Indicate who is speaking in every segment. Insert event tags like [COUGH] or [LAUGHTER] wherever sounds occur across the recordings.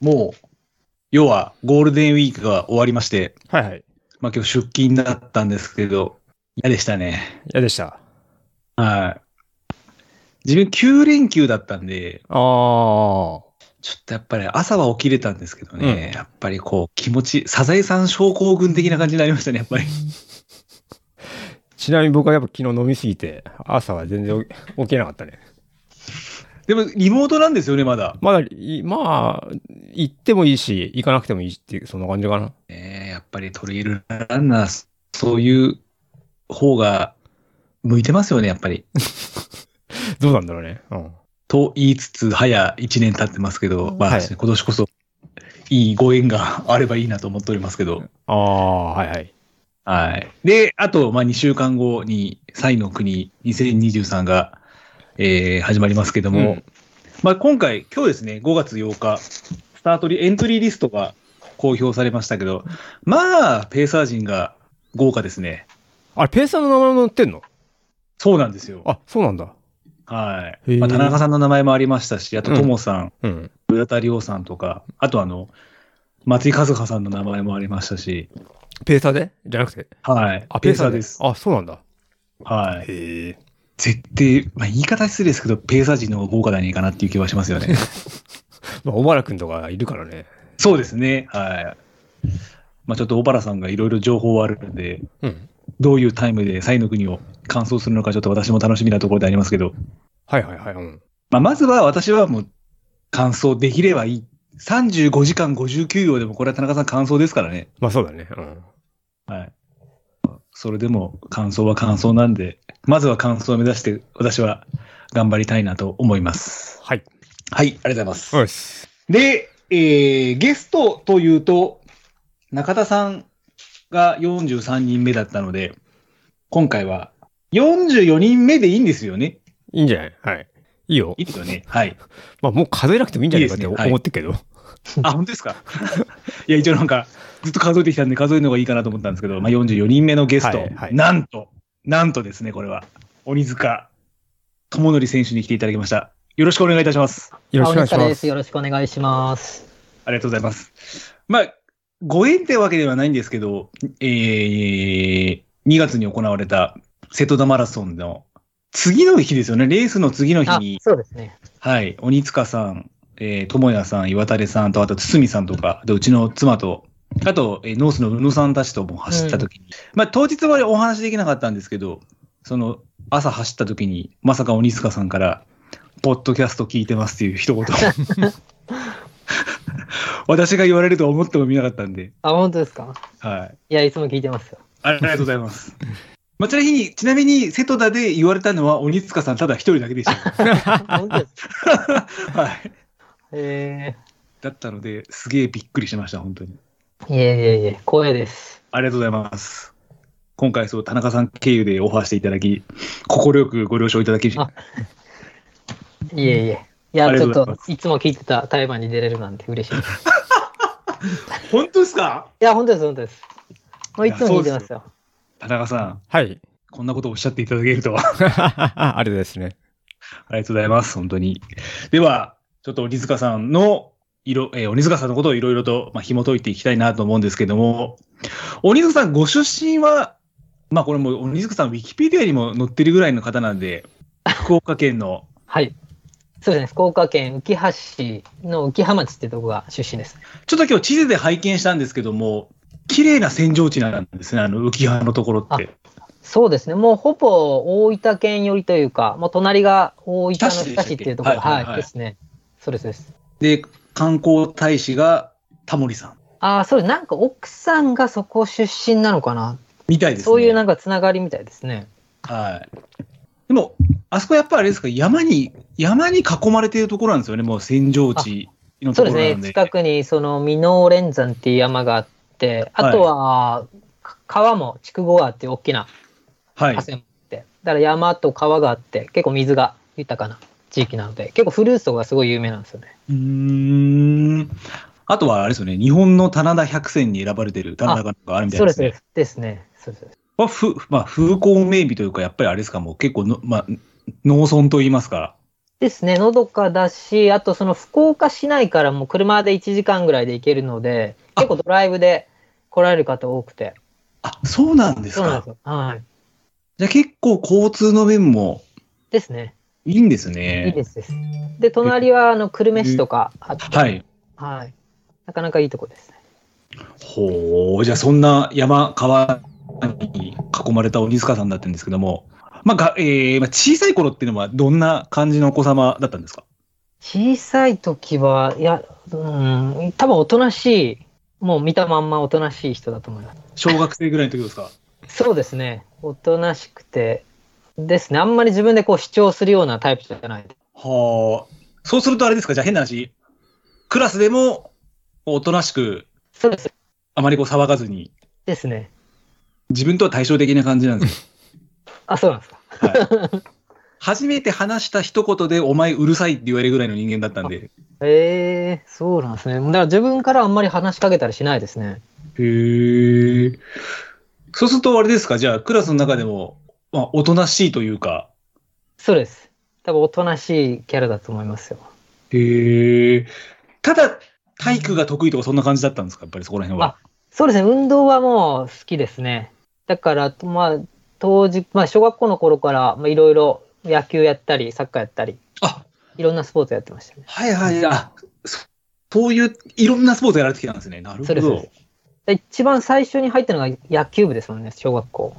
Speaker 1: もう、要はゴールデンウィークが終わりまして、
Speaker 2: はいはい。
Speaker 1: まあ今日出勤だったんですけど、嫌でしたね。
Speaker 2: 嫌でした。
Speaker 1: はい。自分9連休だったんで、
Speaker 2: ああ。
Speaker 1: ちょっとやっぱり朝は起きれたんですけどね、やっぱりこう気持ち、サザエさん症候群的な感じになりましたね、やっぱり。
Speaker 2: ちなみに僕はやっぱ昨日飲みすぎて、朝は全然 [LAUGHS] 起きれなかったね。
Speaker 1: でもリモートなんですよね、まだ。
Speaker 2: まだ、いまあ、行ってもいいし、行かなくてもいいしっていう、そんな感じかな。
Speaker 1: ねえやっぱりトレイルランナー、そういう方が向いてますよね、やっぱり。
Speaker 2: どうなんだろうね。うん。
Speaker 1: と言いつつ、早1年経ってますけど、まあ、
Speaker 2: はい
Speaker 1: 今年こそいいご縁があればいいなと思っておりますけど。
Speaker 2: ああ、はいはい。
Speaker 1: はい。で、あと、まあ、2週間後に、サイの国2023が、えー始まりますけども、
Speaker 2: うん
Speaker 1: まあ、今回、今日ですね、5月8日、スタートリ、エントリーリストが公表されましたけど、まあ、ペーサー陣が豪華ですね。
Speaker 2: あれ、ペーサーの名前も載ってんの
Speaker 1: そうなんですよ。
Speaker 2: あ、そうなんだ。
Speaker 1: はい。
Speaker 2: へー
Speaker 1: まあ、田中さんの名前もありましたし、あと、ともさん、
Speaker 2: うん。
Speaker 1: 浦田亮さんとか、あと、あの、松井和葉さんの名前もありましたし、
Speaker 2: ペーサーでじゃなくて。
Speaker 1: はい。
Speaker 2: あ、
Speaker 1: ペーサーです。
Speaker 2: あ、そうなんだ。
Speaker 1: はい。
Speaker 2: へえ。
Speaker 1: 絶対、まあ、言い方失礼ですけど、ペーサー陣の方が豪華じゃないかなっていう気はしますよ [LAUGHS] ね。
Speaker 2: まあ、小原くんとかいるからね。
Speaker 1: そうですね。はい。まあ、ちょっと小原さんがいろいろ情報はあるんで、
Speaker 2: うん。
Speaker 1: どういうタイムでサイの国を完走するのか、ちょっと私も楽しみなところでありますけど、
Speaker 2: はいはいはい。うん。
Speaker 1: まあ、まずは私はもう、完走できればいい。35時間59秒でも、これは田中さん完走ですからね。
Speaker 2: まあそうだね。うん。
Speaker 1: はい。それでも、完走は完走なんで、まずは完走を目指して、私は頑張りたいなと思います。
Speaker 2: はい。
Speaker 1: はい、ありがとうございます。
Speaker 2: よし。
Speaker 1: で、えーゲストというと、中田さんが43人目だったので、今回は44人目でいいんですよね。
Speaker 2: いいんじゃないはい。いいよ
Speaker 1: い。いですよね。はい。
Speaker 2: まあもう数えなくてもいいんじゃないかって
Speaker 1: いい
Speaker 2: い
Speaker 1: ですねはい
Speaker 2: 思ってるけど。 [LAUGHS]
Speaker 1: あ、本当ですかいや、一応なんか、ずっと数えてきたんで数えるのがいいかなと思ったんですけど、まあ、44人目のゲスト、
Speaker 2: はいはい
Speaker 1: なんと、なんとですね、これは、鬼塚智則選手に来ていただきました。よろしくお願いいたします。
Speaker 2: よろしくお願い
Speaker 3: あ
Speaker 2: し
Speaker 3: お兄さん
Speaker 2: ま。
Speaker 3: ですす。よろしくお願いします。
Speaker 1: ありがとうございます。まあ、ご縁ってわけではないんですけど、えー、2月に行われた瀬戸田マラソンの次の日ですよね、レースの次の日
Speaker 3: あ
Speaker 1: に、、
Speaker 3: そうですね。
Speaker 1: はい、鬼塚さん、えー、智也さん、岩垂さんと、あと堤さんとか、でうちの妻と、あと、えーノースの宇野さんたちとも走った時に、まあ、当日はお話できなかったんですけど、その、朝走った時に、まさか鬼塚さんから、ポッドキャスト聞いてますっていう一言を私が言われるとは思ってもみなかったんで、
Speaker 3: あ、本当ですか
Speaker 1: はい。
Speaker 3: いや、いつも聞いてま
Speaker 1: [LAUGHS]
Speaker 3: すよ。
Speaker 1: ありがとうございます。まあ、ちなみに、ちなみに、瀬戸田で言われたのは、鬼塚さんただ一人だけでした。
Speaker 3: 本当ですか
Speaker 1: はい。
Speaker 3: え
Speaker 1: だったので、すげえびっくりしました、本当に。
Speaker 3: ー、いえいえいえ、光栄です。
Speaker 1: ありがとうございます。今回、そう、田中さん経由でオファーしていただき、快くご了承いただき、
Speaker 3: あいえいえ。い
Speaker 1: あ
Speaker 3: や、
Speaker 1: り
Speaker 3: ち
Speaker 1: が
Speaker 3: ょ
Speaker 1: と
Speaker 3: っ
Speaker 1: うござい
Speaker 3: と
Speaker 1: ま、
Speaker 3: いつも聞いてた台湾に出れるなんて嬉しいです。い
Speaker 1: 本当ですか
Speaker 3: や、本当です、本当です。もういつも聞いて
Speaker 1: いやそ
Speaker 3: ま
Speaker 1: うです
Speaker 3: よ。
Speaker 1: 田中さん、
Speaker 2: はい。 [LAUGHS]
Speaker 1: こんなことをおっしゃっていただけるとは。
Speaker 2: あれですね。
Speaker 1: ありがとうございます、本当に。では、ちょっと鬼塚さんの、いろ、えー鬼塚さんのことをいろいろと、まあ、紐解いていきたいなと思うんですけども、鬼塚さん、ご出身は、まあ、これもう鬼塚さん、ウィキペディアにも載ってるぐらいの方なんで、福岡県の、
Speaker 3: はい。そうですね、福岡県浮橋市の浮浜町ってとこが出身です。
Speaker 1: ちょっと今日地図で拝見したんですけども、綺麗な扇状地なんですね、あの浮葉のところって。
Speaker 3: そうですね、もうほぼ大分県寄りというか、もう隣が大分の日田市っていうとこ
Speaker 1: 日田市でしたっけは
Speaker 3: ろ、
Speaker 1: いはい
Speaker 3: は
Speaker 1: はい
Speaker 3: い、ですね。そうです、です。
Speaker 1: で、観光大使がタモリさん。
Speaker 3: ああ、そうです。なんか奥さんがそこ出身なのかな。
Speaker 1: みたいですね。
Speaker 3: そういうなんんかつながりみたいですね。
Speaker 1: はい。でも、あそこやっぱあれですか、山に、山に囲まれているところなんですよね、もう扇状地の
Speaker 3: そ
Speaker 1: と
Speaker 3: う
Speaker 1: こ
Speaker 3: で
Speaker 1: ろな
Speaker 3: すね
Speaker 1: ん。で。
Speaker 3: 近くにその箕面連山っていう山があって、あとは、か川も筑後川っていう大きな
Speaker 1: はい
Speaker 3: 河。川もあって、だから山と川があって、結構水が豊かな地域なので、結構フルーツとかがすごい有名なんですよね。
Speaker 1: うーん。あとはあれですよね、日本の棚田百選に選ばれてる棚田がなんかあるみた
Speaker 3: そ
Speaker 1: いうで
Speaker 3: ですす
Speaker 1: ね。
Speaker 3: ね。ですね。そうです。
Speaker 1: まあ、ふまあ、風光明媚というか、やっぱりあれですか、もう結構の、まあ、農村といいますか、
Speaker 3: ですね、のどかだし、あとその福岡市内からもう車で1時間ぐらいで行けるので、
Speaker 1: あ
Speaker 3: 結構ドライブで来られる方多くて。
Speaker 1: あ、そうなんです
Speaker 3: そうなん
Speaker 1: か
Speaker 3: です。よ。はい。
Speaker 1: じゃあ結構交通の便も
Speaker 3: ですね。
Speaker 1: いいんです
Speaker 3: いい
Speaker 1: ね。
Speaker 3: ですです。で、隣はあの久留米市とかあって、
Speaker 1: はい。
Speaker 3: はい。なかなかいいとこですね。
Speaker 1: ほう、じゃあそんな山、川に囲まれた鬼塚さんだったんですけども、まあがえーまあ、小さい頃っていうのはどんな感じのお子様だったんですか
Speaker 3: 小さい時は、いや、うん、多分おとなしい、もう見たまんまおとなしい人だと思います。
Speaker 1: 小学生ぐらいの時です
Speaker 3: [LAUGHS]
Speaker 1: か
Speaker 3: そうですね。おとなしくて、ですね。あんまり自分でこう主張するようなタイプじゃない。
Speaker 1: はあ。そうするとあれですかじゃあ変な話。クラスでもおとなしく、
Speaker 3: そうです。
Speaker 1: あまりこう騒がずに、
Speaker 3: ですね。
Speaker 1: 自分とは対照的な感じなんです
Speaker 3: あ、そうなんですか。
Speaker 1: よ。はい、 [LAUGHS] 初めて話した一言で、お前うるさいって言われるぐらいの人間だったんで。
Speaker 3: ええそうなんですね。だから自分からあんまり話しかけたりしないですね。
Speaker 1: へえ。そうするとあれですかじゃあクラスの中でも、まあ、おとなしいというか。
Speaker 3: そうです。多分おとなしいキャラだと思いますよ。
Speaker 1: へえ。ただ、体育が得意とかそんな感じだったんですかやっぱりそこら辺は。
Speaker 3: そうですね。運動はもう好きですね。だから、まあ、当時、まあ、小学校の頃から、まあ、いろいろ野球やったり、サッカーやったり、
Speaker 1: あ、
Speaker 3: いろんなスポーツやってましたね。
Speaker 1: はいはい。あ、そそういう、いろんなスポーツやられてきたんですね。なるほ
Speaker 3: そうですそう
Speaker 1: ど
Speaker 3: で。で一番最初に入ったのが野球部ですもんね、小学校。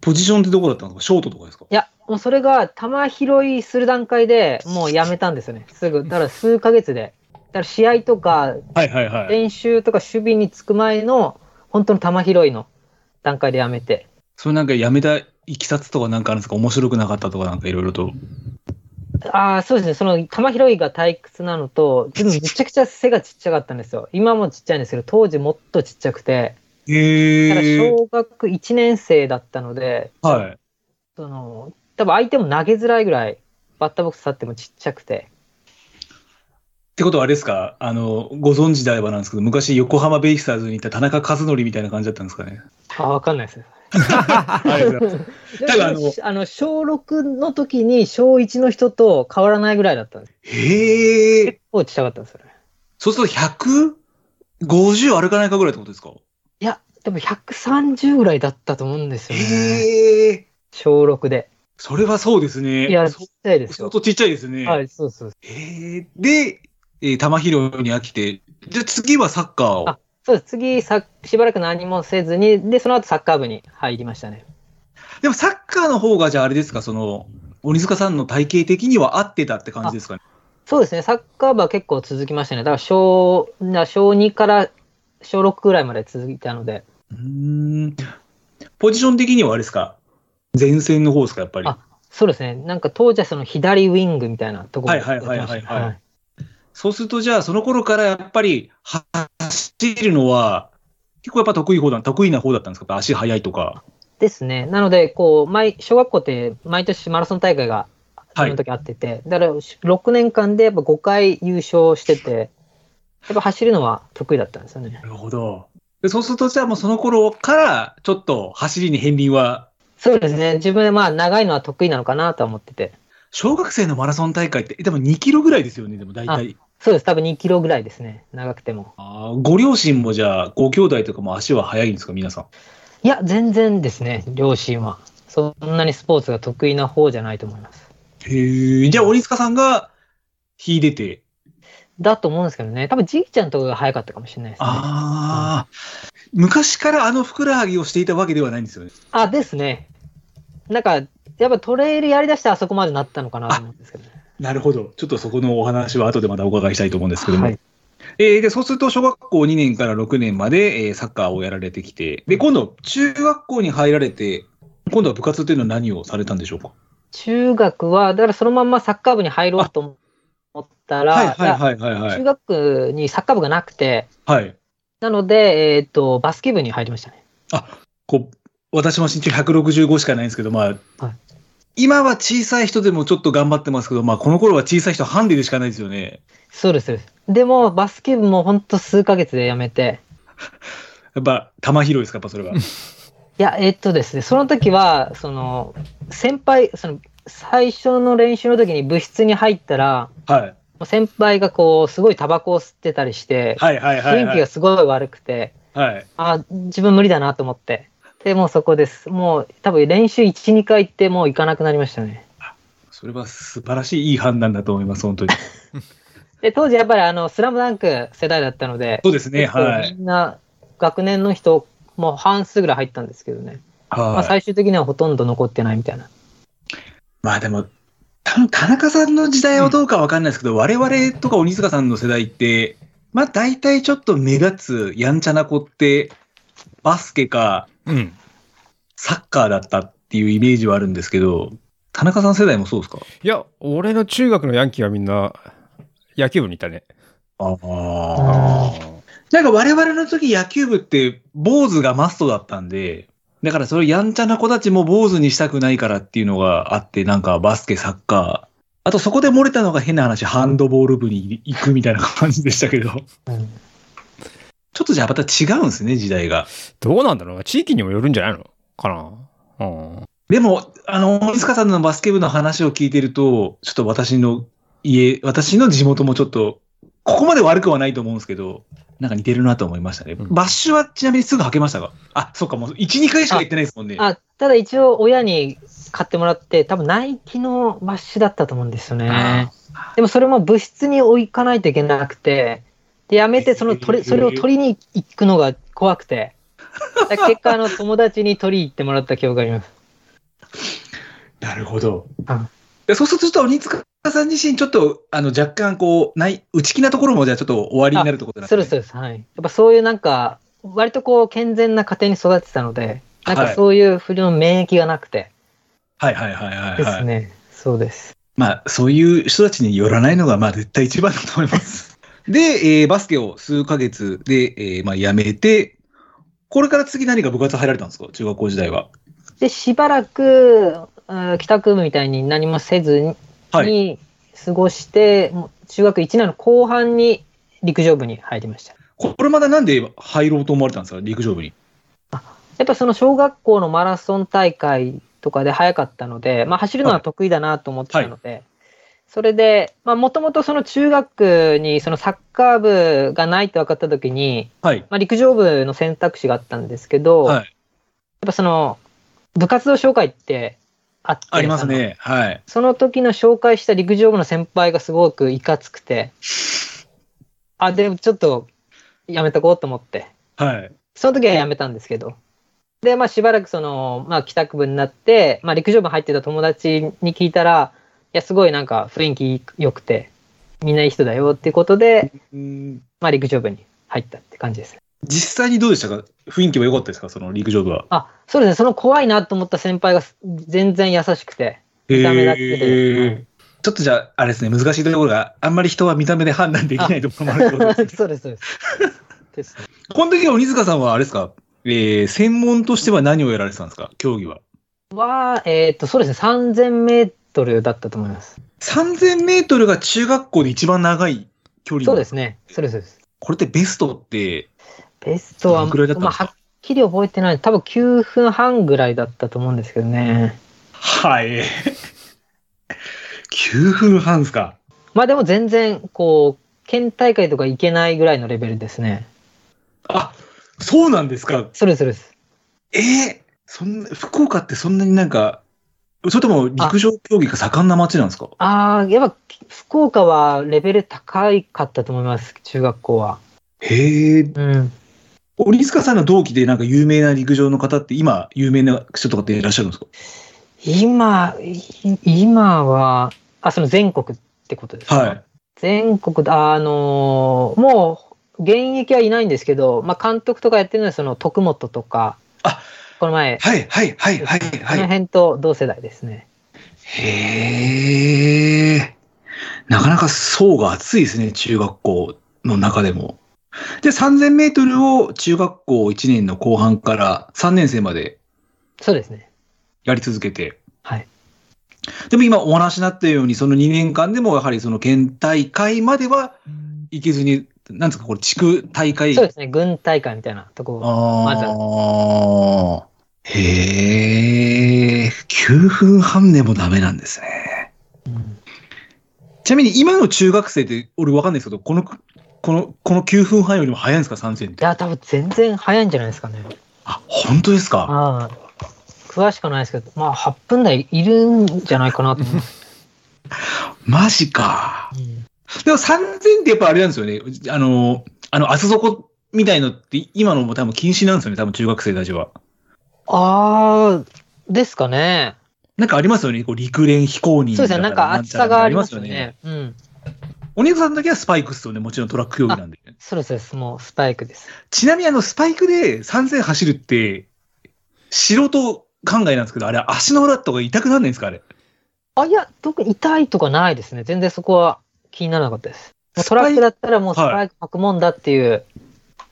Speaker 1: ポジションってどこだったんですかショートとかですか
Speaker 3: いや、もうそれが球拾いする段階でもうやめたんですよね。すぐ。だから数ヶ月で。だから試合とか
Speaker 1: はいはいは。
Speaker 3: 練習とか守備につく前の本当の球拾いの段階でやめて
Speaker 1: それなんかやめたいきさつとかなんかあるんですか面白くなかったとかなんかいろいろと。
Speaker 3: ああそうですねその球拾いが退屈なのと自分めちゃくちゃ背がちっちゃかったんですよ今もちっちゃいんですけど当時もっとちっちゃくてだから
Speaker 1: へえ。
Speaker 3: 小学1年生だったので
Speaker 1: はい。
Speaker 3: その多分相手も投げづらいぐらいバッターボックス立ってもちっちゃくて
Speaker 1: ってことはあれですかあの、ご存知であればなんですけど、昔横浜ベイスターズにいた田中和則みたいな感じだったんですかね。
Speaker 3: ああ分かんないですね
Speaker 1: ありがとうございます。だからあの
Speaker 3: あの小6の時に小1の人と変わらないぐらいだったんです
Speaker 1: へえ
Speaker 3: 結。構ちっちゃかったんですよね
Speaker 1: そうすると150歩かないかぐらいってことですか
Speaker 3: いや、でも130ぐらいだったと思うんですよね。
Speaker 1: へえ。
Speaker 3: 小6で。
Speaker 1: それはそうですね。
Speaker 3: いや、
Speaker 1: そ
Speaker 3: ちっちゃいです
Speaker 1: 相
Speaker 3: よ。
Speaker 1: 当ちっちゃいですね。
Speaker 3: はい、そうそう。
Speaker 1: へえ。で、えー、玉拾いに飽きて、じゃあ次はサッカーを。
Speaker 3: あそうです。次、さしばらく何もせずに、で、その後サッカー部に入りましたね。
Speaker 1: でもサッカーの方が、じゃああれですか、その、鬼塚さんの体型的には合ってたって感じですかね。
Speaker 3: そうですね。サッカー部は結構続きましたね。だから小、な小2から小6ぐらいまで続いたので。
Speaker 1: うーん。ポジション的にはあれですか前線の方ですか、やっぱり。
Speaker 3: あそうですね。なんか当時はその左ウィングみたいなとこ
Speaker 1: は
Speaker 3: ろ
Speaker 1: いはいはいはいはい
Speaker 3: やってましたね
Speaker 1: そうすると、じゃあその頃からやっぱり走るのは、結構やっぱ得意方だ得意な方だったんですかやっぱ足速いとか。
Speaker 3: ですね。なので、こう、毎、小学校って毎年マラソン大会が、
Speaker 1: は
Speaker 3: そ
Speaker 1: い
Speaker 3: の時あってて、だから6年間でやっぱ5回優勝してて、やっぱ走るのは得意だったんですよね
Speaker 1: な。るほど。でそうすると、じゃあもうその頃から、ちょっと走りに片鱗は、
Speaker 3: そうですね。自分でまあ長いのは得意なのかなとは思ってて。
Speaker 1: 小学生のマラソン大会って、えでも2キロぐらいですよね、でも大体。
Speaker 3: そうです。多分2キロぐらいですね。長くても。
Speaker 1: あーご両親もじゃあ、ご兄弟とかも足は速いんですか、皆さん。
Speaker 3: いや、全然ですね。両親は。そんなにスポーツが得意な方じゃないと思います。
Speaker 1: へえ。じゃあ、鬼塚さんが秀でて。
Speaker 3: だと思うんですけどね。多分じいちゃんとかが早かったかもしれないですね。
Speaker 1: ああ、
Speaker 3: あ
Speaker 1: 昔からあのふくらはぎをしていたわけではないんですよね。
Speaker 3: ですね。なんか、やっぱトレイルやりだしてあそこまでなったのかなと思うんですけどね。
Speaker 1: なるほど。ちょっとそこのお話は後でまたお伺いしたいと思うんですけども。
Speaker 3: はい
Speaker 1: えーで、そうすると小学校2年から6年まで、えーサッカーをやられてきて、で、今度中学校に入られて、今度は部活というのは何をされたんでしょうか
Speaker 3: 中学は、だからそのまんまサッカー部に入ろうと思ったら、
Speaker 1: はいはいはいはいは
Speaker 3: 中
Speaker 1: い。
Speaker 3: 学にサッカー部がなくて、
Speaker 1: はい。
Speaker 3: なので、えっ、と、バスケ部に入りましたね。
Speaker 1: こう、私も身長165しかないんですけど、まあ、
Speaker 3: はい
Speaker 1: 今は小さい人でもちょっと頑張ってますけど、まあ、この頃は小さい人ハンデでしかないですよね。
Speaker 3: そうです。そうですでも、バスケ部もほんと数ヶ月で辞めて、
Speaker 1: やっぱ、球拾いですか、やっぱそれは。
Speaker 3: いや、えっ、とですね、その時は、その、先輩、その、最初の練習の時に部室に入ったら、
Speaker 1: はい。
Speaker 3: 先輩がこう、すごいタバコを吸ってたりして、
Speaker 1: はいはいはい、
Speaker 3: 雰囲
Speaker 1: は
Speaker 3: 気
Speaker 1: い
Speaker 3: が。すごい悪くて、
Speaker 1: はい。
Speaker 3: あ、自分無理だなと思って。で、もうそこです。もう多分練習1、2回行ってもう行かなくなりましたね。
Speaker 1: それは素晴らしいいい判断だと思います、本当 [LAUGHS] に。
Speaker 3: で、当時やっぱりあの、スラムダンク世代だったので、
Speaker 1: そうですね、
Speaker 3: 結構
Speaker 1: はい。
Speaker 3: みんな学年の人、もう半数ぐらい入ったんですけどね。まあ
Speaker 1: はい。
Speaker 3: 最終的にはほとんど残ってないみたいな。
Speaker 1: まあでも、多分田中さんの時代はどうかわかんないですけど、我々とか鬼塚さんの世代って、まあ大体ちょっと目立つやんちゃな子って、バスケか
Speaker 2: うん。
Speaker 1: サッカーだったっていうイメージはあるんですけど、田中さん世代もそうですか
Speaker 2: いや、俺の中学のヤンキーはみんな野球部にいたね。
Speaker 1: あ
Speaker 3: あ
Speaker 1: なんか我々の時野球部って坊主がマストだったんで、だからそういうやんちゃな子たちも坊主にしたくないからっていうのがあって、なんかバスケ、サッカー。あとそこで漏れたのが変な話、ハンドボール部に行くみたいな感じでしたけど。
Speaker 3: うん
Speaker 1: ちょっとじゃあまた違うんですね、時代が。
Speaker 2: どうなんだろうな地域にもよるんじゃないのかなうん。
Speaker 1: でも、あの、大塚さんのバスケ部の話を聞いてると、ちょっと私の家、私の地元もちょっと、ここまで悪くはないと思うんですけど、なんか似てるなと思いましたね。
Speaker 2: うん
Speaker 1: バッシュはちなみにすぐ履けましたかあ、そっか、もう1、2回しか行ってないですもんね。
Speaker 3: あ、ただ一応親に買ってもらって、多分ナイキのバッシュだったと思うんですよね。でもそれも部室に置かないといけなくて、で、やめて、その取り、それを取りに行くのが怖くて、だから結果、あの、友達に取り行ってもらった記憶があります。
Speaker 1: なるほど
Speaker 3: うん。
Speaker 1: でそうすると、鬼塚さん自身、ちょっと、あの、若干、こう、ない、内気なところも、じゃあちょっと終わりになるって [LAUGHS] ことなんです
Speaker 3: そう
Speaker 1: ね
Speaker 3: です、そうです。はい。やっぱそういうなんか、割とこう、健全な家庭に育ってたので、なん
Speaker 1: は
Speaker 3: か
Speaker 1: い
Speaker 3: そういう不良の免疫がなくて
Speaker 1: はいはいはいはい、
Speaker 3: で
Speaker 1: は
Speaker 3: す
Speaker 1: い。
Speaker 3: ね。そうです。
Speaker 1: まあ、そういう人たちによらないのが、まあ、絶対一番だと思います。 [LAUGHS] で、えーバスケを数ヶ月で、えーまあ、やめて、これから次何か部活入られたんですか中学校時代は。
Speaker 3: で、しばらく、うん帰宅部みたいに何もせずに、
Speaker 1: はい。
Speaker 3: に過ごして、もう中学1年の後半に陸上部に入りました。
Speaker 1: これまだなんで入ろうと思われたんですか陸上部に。
Speaker 3: やっぱその小学校のマラソン大会とかで早かったので、まあ、走るのは得意だなと思ってたので、それで、まあ、もともとその中学にそのサッカー部がないって分かった時に、
Speaker 1: はい。
Speaker 3: まあ、陸上部の選択肢があったんですけど、
Speaker 1: は
Speaker 3: やっ
Speaker 1: い。
Speaker 3: ぱその部活動紹介ってあって、
Speaker 1: ありますね。はい。
Speaker 3: その時の紹介した陸上部の先輩がすごくいかつくて、あ、でもちょっとやめとこうと思って、
Speaker 1: はい。
Speaker 3: その時はやめたんですけど、で、まあしばらくその、まあ帰宅部になって、まあ陸上部入ってた友達に聞いたら、いや、すごいなんか雰囲気良くて、みんないい人だよっていうことで、
Speaker 1: うん
Speaker 3: まあ陸上部に入ったって感じですね。
Speaker 1: 実際にどうでしたか雰囲気は良かったですかその陸上部は。
Speaker 3: あ、そうですね、その怖いなと思った先輩が全然優しくて、見た目だけで
Speaker 1: へー
Speaker 3: うん
Speaker 1: ちょっとじゃあ、あれですね、難しいところが、あんまり人は見た目で判断できないところもあるってことですね
Speaker 3: [LAUGHS] そうです、そうです。
Speaker 1: [LAUGHS]
Speaker 3: ですね
Speaker 1: この時は鬼塚さんはあれですか、えー、専門としては何をやられてたんですか競技は。
Speaker 3: は、えっ、と、そうですね、3000メートルだったと思います。
Speaker 1: 3000メートルが中学校で一番長い距離。
Speaker 3: そうですすね、そうですそうです。
Speaker 1: これってベストって、
Speaker 3: ベスト
Speaker 1: ど
Speaker 3: は、
Speaker 1: のくらいだったん
Speaker 3: ま
Speaker 1: で
Speaker 3: あ、
Speaker 1: すか
Speaker 3: はっきり覚えてない。多分9分半ぐらいだったと思うんですけどね。
Speaker 1: はい。9分半ですか。
Speaker 3: まあでも全然、こう、県大会とか行けないぐらいのレベルですね。
Speaker 1: あ、そうなんですか。
Speaker 3: そうです、そうです。
Speaker 1: えー、そんな、福岡ってそんなになんか、それとも陸上競技が盛んな街なんですか
Speaker 3: ああ、やっぱ、福岡はレベル高いかったと思います、中学校は。
Speaker 1: へえ。
Speaker 3: うん。
Speaker 1: 鬼塚さんの同期でなんか有名な陸上の方って今、有名な人とかっていらっしゃるんですか
Speaker 3: 今、い今は、あ、その全国ってことですか
Speaker 1: はい。
Speaker 3: 全国で、あのーもう、現役はいないんですけど、まあ、監督とかやってるのは、その、徳本とか、
Speaker 1: あ
Speaker 3: この前、
Speaker 1: はい、はい、はい、はい、は
Speaker 3: この
Speaker 1: い。
Speaker 3: 辺と同世代ですね。
Speaker 1: へえ。なかなか層が厚いですね、中学校の中でも。で、3000メートルを中学校1年の後半から3年生まで
Speaker 3: そうですね。
Speaker 1: やり続けて。
Speaker 3: はい。
Speaker 1: でも今お話になったように、その2年間でもやはりその県大会までは行けずに、なんですか、これ地区大会。
Speaker 3: そうですね。軍大会みたいなとこ。
Speaker 1: ああ。へえ。 9分半でもダメなんですね。ちなみに今の中学生って俺わかんないですけど、この、この、この9分半よりも早いんですか、参戦っ
Speaker 3: い
Speaker 1: て。
Speaker 3: や、多分全然早いんじゃないですかね。
Speaker 1: あ、本当ですか。
Speaker 3: ああ詳しくないですけど、まあ、8分台いるんじゃないかなと思います。
Speaker 1: マジか。
Speaker 3: うん
Speaker 1: でも3000ってやっぱあれなんですよね。あの、あの、厚底みたいのって今のも多分禁止なんですよね、多分中学生たちは。
Speaker 3: ああ、ですかね。
Speaker 1: なんかありますよね、こう陸連非公認
Speaker 3: そうですね、なんか厚さがあります
Speaker 1: ちゃ
Speaker 3: よ
Speaker 1: らみたいなのあり
Speaker 3: ね。う
Speaker 1: ま
Speaker 3: ん。
Speaker 1: すよね。お姉さんだけはスパイクっすよね、もちろんトラック競技なんで。
Speaker 3: そうですそうです、もうスパイクです。
Speaker 1: ちなみにあの、スパイクで3000走るって、素人考えなんですけど、あれ足の裏とか痛くなんないんですか、あれ。
Speaker 3: あ、いや、特に痛いとかないですね。全然そこは気にならなかったです。もう
Speaker 1: ス
Speaker 3: ト
Speaker 1: パイ
Speaker 3: ラックだったらもうスパ
Speaker 1: は
Speaker 3: イク巻くもんだっていう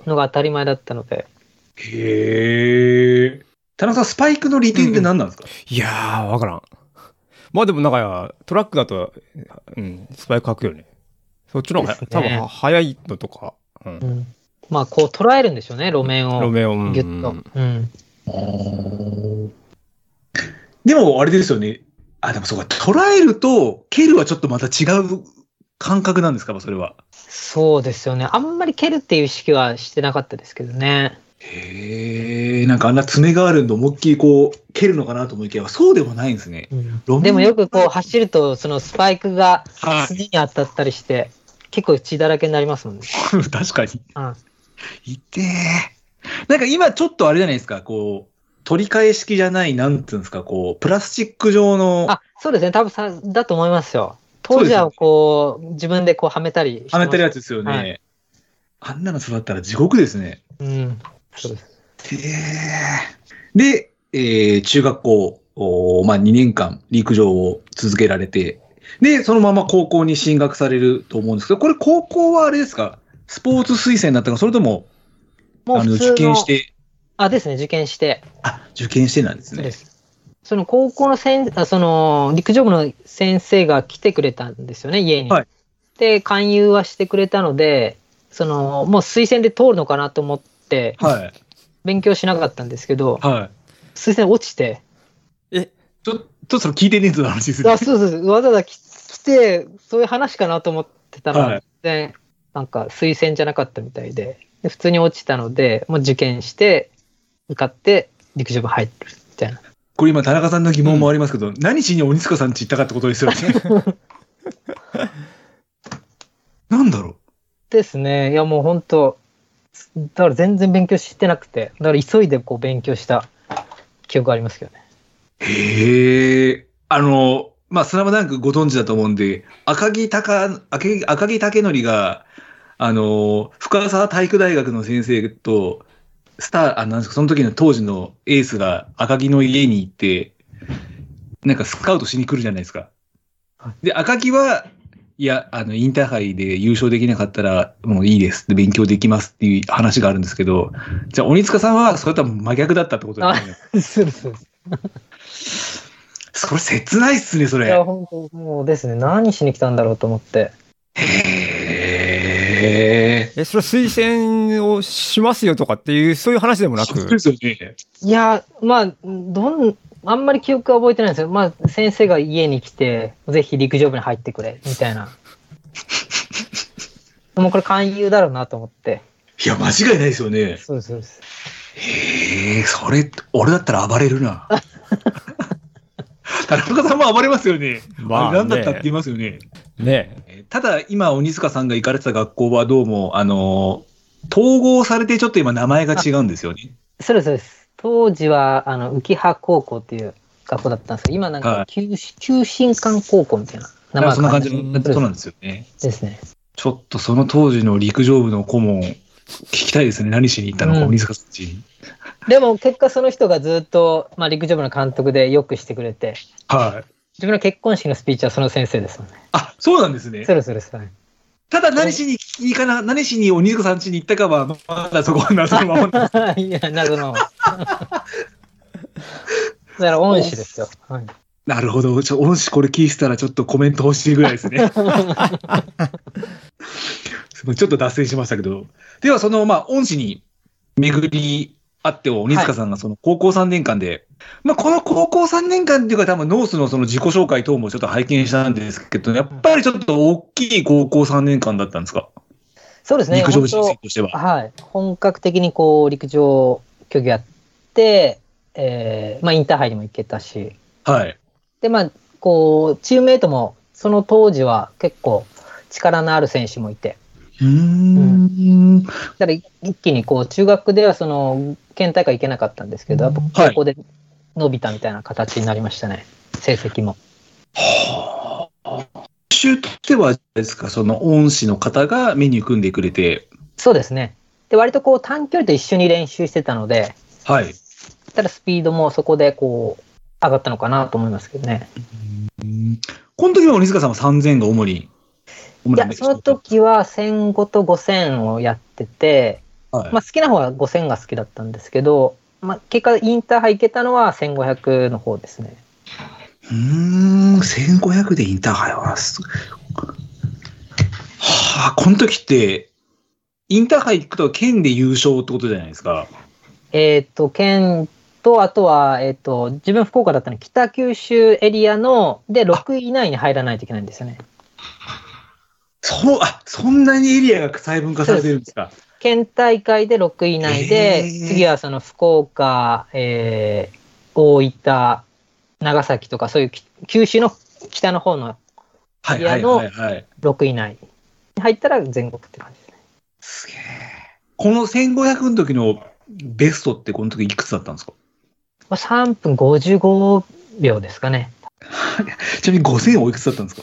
Speaker 3: のが当たり前だったので。
Speaker 1: へえ。田中さん、スパイクの利点って何なんですか、
Speaker 2: いやー、わからん。まあでもなんか、トラックだと、うん、スパイク書くよね。そっちの方が、
Speaker 3: ですね
Speaker 2: 多分は早いのとか、う、
Speaker 3: うんん。まあ、こう捉えるんでしょうね、路面
Speaker 2: 路
Speaker 3: を。
Speaker 2: 面を、うん
Speaker 3: ぎゅっと。うん。
Speaker 1: でも、あれですよね。あ、でもそうか、捉えると、蹴るはちょっとまた違う感覚なんですかそれは。
Speaker 3: そうですよね。あんまり蹴るっていう意識はしてなかったですけどね。
Speaker 1: へえ、なんかあんな爪があるんで思いっきりこう、蹴るのかなと思いきや、そうでもないんですね。路面
Speaker 3: でもよ
Speaker 1: [LAUGHS]
Speaker 3: くこう走ると、そのスパイクが
Speaker 1: は
Speaker 3: 常に当たったりして、結構血だらけになりますもんね。
Speaker 1: い。確かに。
Speaker 3: うん
Speaker 1: いてーなんか今ちょっとあれじゃないですか、こう、取り替え式じゃない、なんていうんですか、こう、プラスチック状の、
Speaker 3: あ、そうですね。多分さ、だと思いますよ。
Speaker 1: そう
Speaker 3: 当
Speaker 1: です
Speaker 3: 時
Speaker 1: よね
Speaker 3: はこう、自分でこうはめたりして
Speaker 1: はめ
Speaker 3: ました
Speaker 1: てるやつですよね。
Speaker 3: は
Speaker 1: あんなの育ったら地獄ですね。
Speaker 3: うん。そうです。
Speaker 1: へーで、えー中学校、おーまあ、2年間陸上を続けられて、で、そのまま高校に進学されると思うんですけど、これ高校はあれですかスポーツ推薦だったのか、それとも、
Speaker 3: もう
Speaker 1: あの、
Speaker 3: 普通の
Speaker 1: 受験して、
Speaker 3: あ、ですね。受験して。
Speaker 1: あ、受験してなんです
Speaker 3: そう
Speaker 1: ね
Speaker 3: で。す。その高校の先あその陸上部の先生が来てくれたんですよね、家に。
Speaker 1: はい
Speaker 3: で、勧誘はしてくれたので、その、もう推薦で通るのかなと思って、
Speaker 1: はい。
Speaker 3: 勉強しなかったんですけど、
Speaker 1: はい。
Speaker 3: 推薦落ちて、
Speaker 2: え、
Speaker 1: ちょっとそれ聞いてねえぞの話ですね
Speaker 3: あそうそうそうわざわざき来て、そういう話かなと思ってたら、
Speaker 1: はい
Speaker 3: 全然なんか推薦じゃなかったみたいで、で普通に落ちたので、もう受験して、受かって、陸上部入るみたいな。
Speaker 1: これ今、田中さんの疑問もありますけど、何しに鬼塚さんち行ったかってことですよね。なんだろ
Speaker 3: ですね。いや、もう本当だから全然勉強してなくて、だから急いでこう勉強した記憶がありますけどね。
Speaker 1: う。へえ。あの、まあ、スラムダンクご存知だと思うんで、赤木隆、赤木赤木武則が、あの、深沢体育大学の先生と、スター、あ、なんですか、その時の当時のエースが赤木の家に行って、なんかスカウトしに来るじゃないですか
Speaker 3: は。
Speaker 1: で、赤木は、いや、あの、インターハイで優勝できなかったら、もういいですって、勉強できますっていう話があるんですけど、じゃあ、鬼塚さんは、それとは真逆だったってことですね。
Speaker 3: [LAUGHS] そうですそうです。
Speaker 1: それ、切ないっすね、そ
Speaker 3: いや、
Speaker 1: れ。
Speaker 3: 本当もうですね、何しに来たんだろうと思って。
Speaker 1: へ
Speaker 2: え、それは推薦をしますよとかっていう、そういう話でも
Speaker 1: ー。
Speaker 2: な
Speaker 1: そう
Speaker 2: く
Speaker 1: で。すよね。
Speaker 3: いや、まあ、どん、あんまり記憶は覚えてないんですよ。まあ、先生が家に来て、ぜひ陸上部に入ってくれ、みたい [LAUGHS] な。もうこれ勧誘だろうなと思って。
Speaker 1: いや、間違いないですよね。
Speaker 3: そうです、そうです。
Speaker 1: へえ、それ、俺だったら暴れるな。 [LAUGHS] 田中さんも暴れますよね。
Speaker 2: まあ
Speaker 1: [LAUGHS] あれ何だったって言い
Speaker 2: ね
Speaker 1: ますよね。
Speaker 2: ね
Speaker 1: えーただ、今、鬼塚さんが行かれてた学校はどうも、あのー統合されてちょっと今名前が違うんですよね。
Speaker 3: そうです、そうです。当時は、あの、浮羽高校っていう学校だったんですけど、今なん
Speaker 1: は
Speaker 3: か
Speaker 1: い
Speaker 3: 旧、旧新館高校みたいな [LAUGHS] 名
Speaker 1: なんかそんな
Speaker 3: が
Speaker 1: 感じ
Speaker 3: 変わ
Speaker 1: の、
Speaker 3: った
Speaker 1: そうなん
Speaker 3: で
Speaker 1: ですよね。
Speaker 3: すですね。
Speaker 1: ちょっとその当時の陸上部の顧問、聞きたいですね。何しに行ったのか、
Speaker 3: うん
Speaker 1: 鬼塚さんちに。
Speaker 3: でも、結果その人がずっと、まあ、陸上部の監督でよくしてくれて、
Speaker 1: はい。
Speaker 3: 自分の結婚式のスピーチはその先生ですもんね。
Speaker 1: あ、そうなんですね
Speaker 3: そ。うです、そうです。はい
Speaker 1: ただ何しに行かな、何しに鬼塚さんちに行ったかは、まだそこは謎のままなんです
Speaker 3: い [LAUGHS] や、謎の。だから恩師ですよ。はい、
Speaker 1: なるほど。ちょ、恩師これ聞いてたらちょっとコメント欲しいぐらいですね。すごいちょっと脱線しましたけど。では、その、まあ、恩師に巡りあっては、鬼塚さんがその高校3年間で、まあこの高校3年間っていうか多分ノースのその自己紹介等もちょっと拝見したんですけど、やっぱりちょっと大きい高校3年間だったんですか
Speaker 3: そうですね。
Speaker 1: 陸上人
Speaker 3: 本
Speaker 1: 生として
Speaker 3: 当
Speaker 1: は。
Speaker 3: はい。本格的にこう、陸上競技やって、えー、まあ、インターハイにも行けたし、
Speaker 1: はい。
Speaker 3: で、まあ、こう、チームメイトも、その当時は結構力のある選手もいて、
Speaker 1: うーん。
Speaker 3: だから一気にこう、中学ではその、県大会行けなかったんですけど、やっぱ
Speaker 1: はい
Speaker 3: 高校で伸びたみたいな形になりましたね。成績も。
Speaker 1: はあ。習としては、ですか、その恩師の方がメニュー組んでくれて、
Speaker 3: そうですね。で、割とこう、短距離と一緒に練習してたので、
Speaker 1: はい。
Speaker 3: ただスピードもそこでこう、上がったのかなと思いますけどね。
Speaker 1: この時は鬼塚さんは3000が主に。主
Speaker 3: い
Speaker 1: な
Speaker 3: や、その時は1500と5000をやってて、
Speaker 1: はい
Speaker 3: まあ好きな方は5000が好きだったんですけど、まあ結果インターハイ行けたのは1500の方ですね。
Speaker 1: うーん、1500でインターハイはす。はあ、この時って、インターハイ行くと県で優勝ってことじゃないですか。
Speaker 3: えっ、と、県と、あとは、えっ、と、自分福岡だったので北九州エリアの、で、6位以内に入らないといけないんですよね。
Speaker 1: そう、あ、そんなにエリアが細分化されてるんですか。
Speaker 3: 県大会で6位以内
Speaker 1: え
Speaker 3: で、
Speaker 1: ー
Speaker 3: 次はその福岡、えー大分、長崎とか、そういうき九州の北の方の
Speaker 1: はい
Speaker 3: いや
Speaker 1: はいはいはい。
Speaker 3: 6位以内に入ったら全国って感じですね。
Speaker 1: すげえ。この1500の時のベストってこの時いくつだったんですか
Speaker 3: まあ、3分55秒ですかね。
Speaker 1: ちなみに5000おいくつだったんですか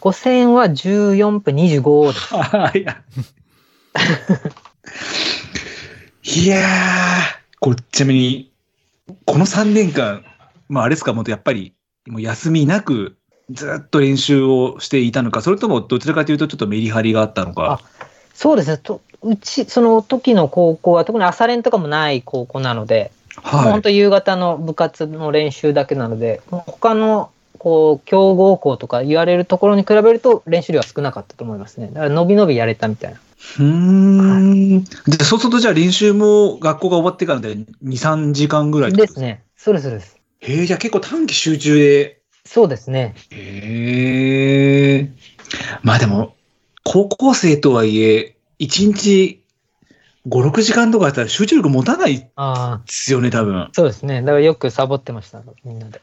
Speaker 3: 5000は14分25です。
Speaker 1: はい。いやいやー、これちなみに、この3年間、まああれですか、もっとやっぱり、もう休みなく、ずっと練習をしていたのか、それともどちらかというと、ちょっとメリハリがあったのか。
Speaker 3: そうですね。とうち、その時の高校は特に朝練とかもない高校なので、もう
Speaker 1: は
Speaker 3: 本当夕方の部活の練習だけなので、もう他のこう強豪校とか言われるところに比べると練習量は少なかったと思いますね。だから伸び伸びやれたみたいな。
Speaker 1: い。うーん。じゃあそうすると、じゃあ練習も学校が終わってからで2、3時間ぐらいってこ
Speaker 3: で
Speaker 1: と
Speaker 3: す。ね。そうです、そうです。
Speaker 1: へえ、じゃあ結構短期集中で
Speaker 3: そうですね。
Speaker 1: へえ。まあでも、高校生とはいえ、1日5、6時間とかだったら集中力持たないで
Speaker 3: ああ、
Speaker 1: すよね、多分。
Speaker 3: そうですね。だからよくサボってました、みんなで。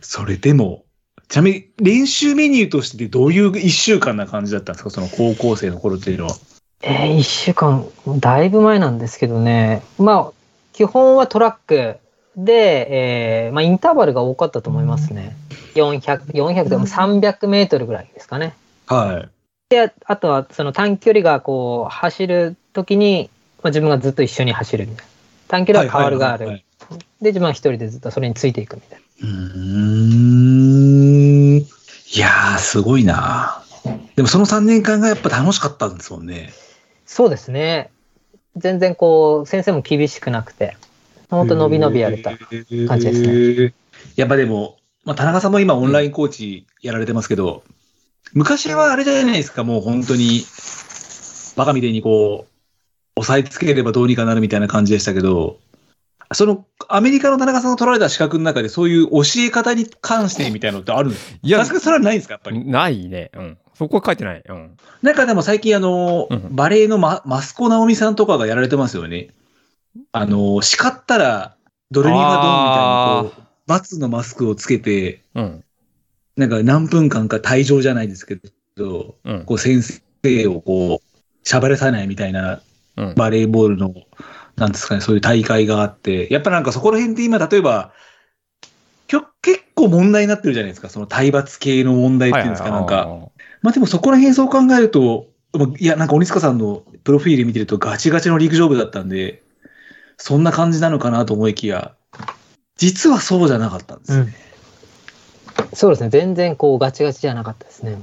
Speaker 1: それでも、ちなみに練習メニューとしてどういう1週間な感じだったんですか、その高校生の頃っていうのは。
Speaker 3: えー、1週間、だいぶ前なんですけどね。まあ、基本はトラックで、えーまあ、インターバルが多かったと思いますね。400、400でも300メートルぐらいですかね。
Speaker 1: はい。
Speaker 3: で、あとはその短距離がこう、走るときに、まあ、自分がずっと一緒に走るみたいな。短距離は変わるがあ
Speaker 1: はいはいはいは
Speaker 3: る。
Speaker 1: い
Speaker 3: で、自分は一人でずっとそれについていくみたいう
Speaker 1: ーん。いやー、すごいな。でもその3年間がやっぱ楽しかったんですもんね。
Speaker 3: な。そうですね。全然こう、先生も厳しくなくて、本当伸び伸びやれた。感じですね
Speaker 1: ね。やっぱでも、まあ、田中さんも今オンラインコーチやられてますけど、昔はあれじゃないですか、もう本当に、バカみたいにこう、押さえつければどうにかなるみたいな感じでしたけど、その、アメリカの田中さんが取られた資格の中で、そういう教え方に関してみたいなのってあるんですか
Speaker 2: いや
Speaker 1: 確かにそれはないんですか、やっぱり。
Speaker 2: ないね。うん。そこは書いてない。うん。
Speaker 1: なんかでも最近、あの、
Speaker 2: うん
Speaker 1: バレエのママスコナオミさんとかがやられてますよね。あの、叱ったら、ドレミファドンみたいにこう、バツのマスクをつけて、
Speaker 2: うん。
Speaker 1: なんか何分間か退場じゃないですけど、
Speaker 2: うん。
Speaker 1: こう先生をこう、喋らさないみたいな
Speaker 2: うん。
Speaker 1: バレーボールの、なんですかね、そういう大会があって、やっぱなんかそこら辺って今、例えば、きょ結構問題になってるじゃないですか、その体罰系の問題っていうんですか、なん
Speaker 2: はいはい
Speaker 1: か。。まあでもそこら辺そう考えると、まあいや、なんか鬼塚さんのプロフィール見てるとガチガチの陸上部だったんで、そんな感じなのかなと思いきや、実はそうじゃなかったんです
Speaker 3: う
Speaker 1: よ。
Speaker 3: ん。そうですね。全然こう、ガチガチじゃなかったですね。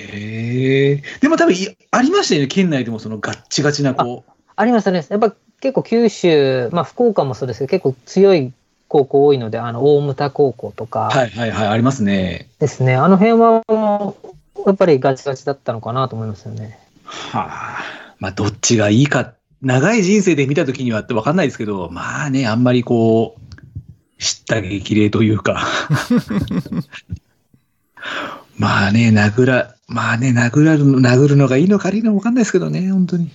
Speaker 1: へえ。でも多分いありましたよね、県内でもそのガッチガチなこう。
Speaker 3: ありましたね。やっぱ結構九州、まあ福岡もそうですけど、結構強い高校多いので、あの、大牟田高校と
Speaker 1: は
Speaker 3: か
Speaker 1: いはいはい、ありますね。
Speaker 3: ですね。あの辺はもう、やっぱりガチガチだったのかなと思いますよね。
Speaker 1: はあ。まあ、どっちがいいかっ長い人生で見たときにはってわかんないですけど、まあね、あんまりこう、知った激励という
Speaker 3: [LAUGHS]
Speaker 1: か。まあね、殴ら、まあね、殴らるの、殴るのがいいのか悪いのかわかんないですけどね、本当に。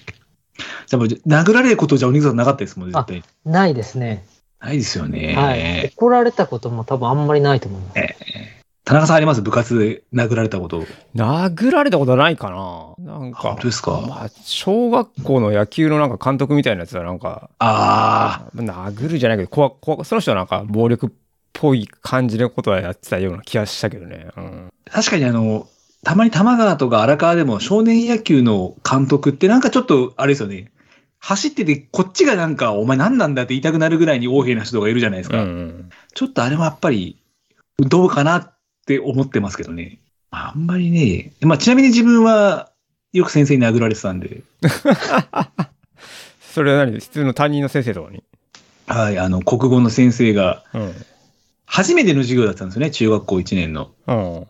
Speaker 1: でも、殴られることじゃお肉さんなかったですもん、絶対。
Speaker 3: ないですね。
Speaker 1: ないですよね。
Speaker 3: はい。怒られたことも多分あんまりないと思います。
Speaker 1: 田中さんあります部活で殴られたこと。
Speaker 2: 殴られたことはないかななん
Speaker 1: 本
Speaker 2: か
Speaker 1: 当、ですか
Speaker 2: まあ、小学校の野球のなんか監督みたいなやつはなんか、
Speaker 1: ああ、
Speaker 2: 殴るじゃないけど、こわこわその人はなんか暴力っぽい感じのことはやってたような気がしたけどね。うん、
Speaker 1: 確かにあの、たまに玉川とか荒川でも少年野球の監督ってなんかちょっと、あれですよね。走ってて、こっちがなんか、お前何なんだって言いたくなるぐらいに横柄な人がいるじゃないです
Speaker 2: う
Speaker 1: か。
Speaker 2: ん
Speaker 1: ちょっとあれはやっぱり、どうかなって思ってますけどね。あんまりね。まあ、ちなみに自分は、よく先生に殴られてたんで、
Speaker 2: それは何普通の担任の先生とかに。
Speaker 1: はい、あの、国語の先生が、
Speaker 2: うん。
Speaker 1: 初めての授業だったんですよね、中学校1年の。
Speaker 2: うん。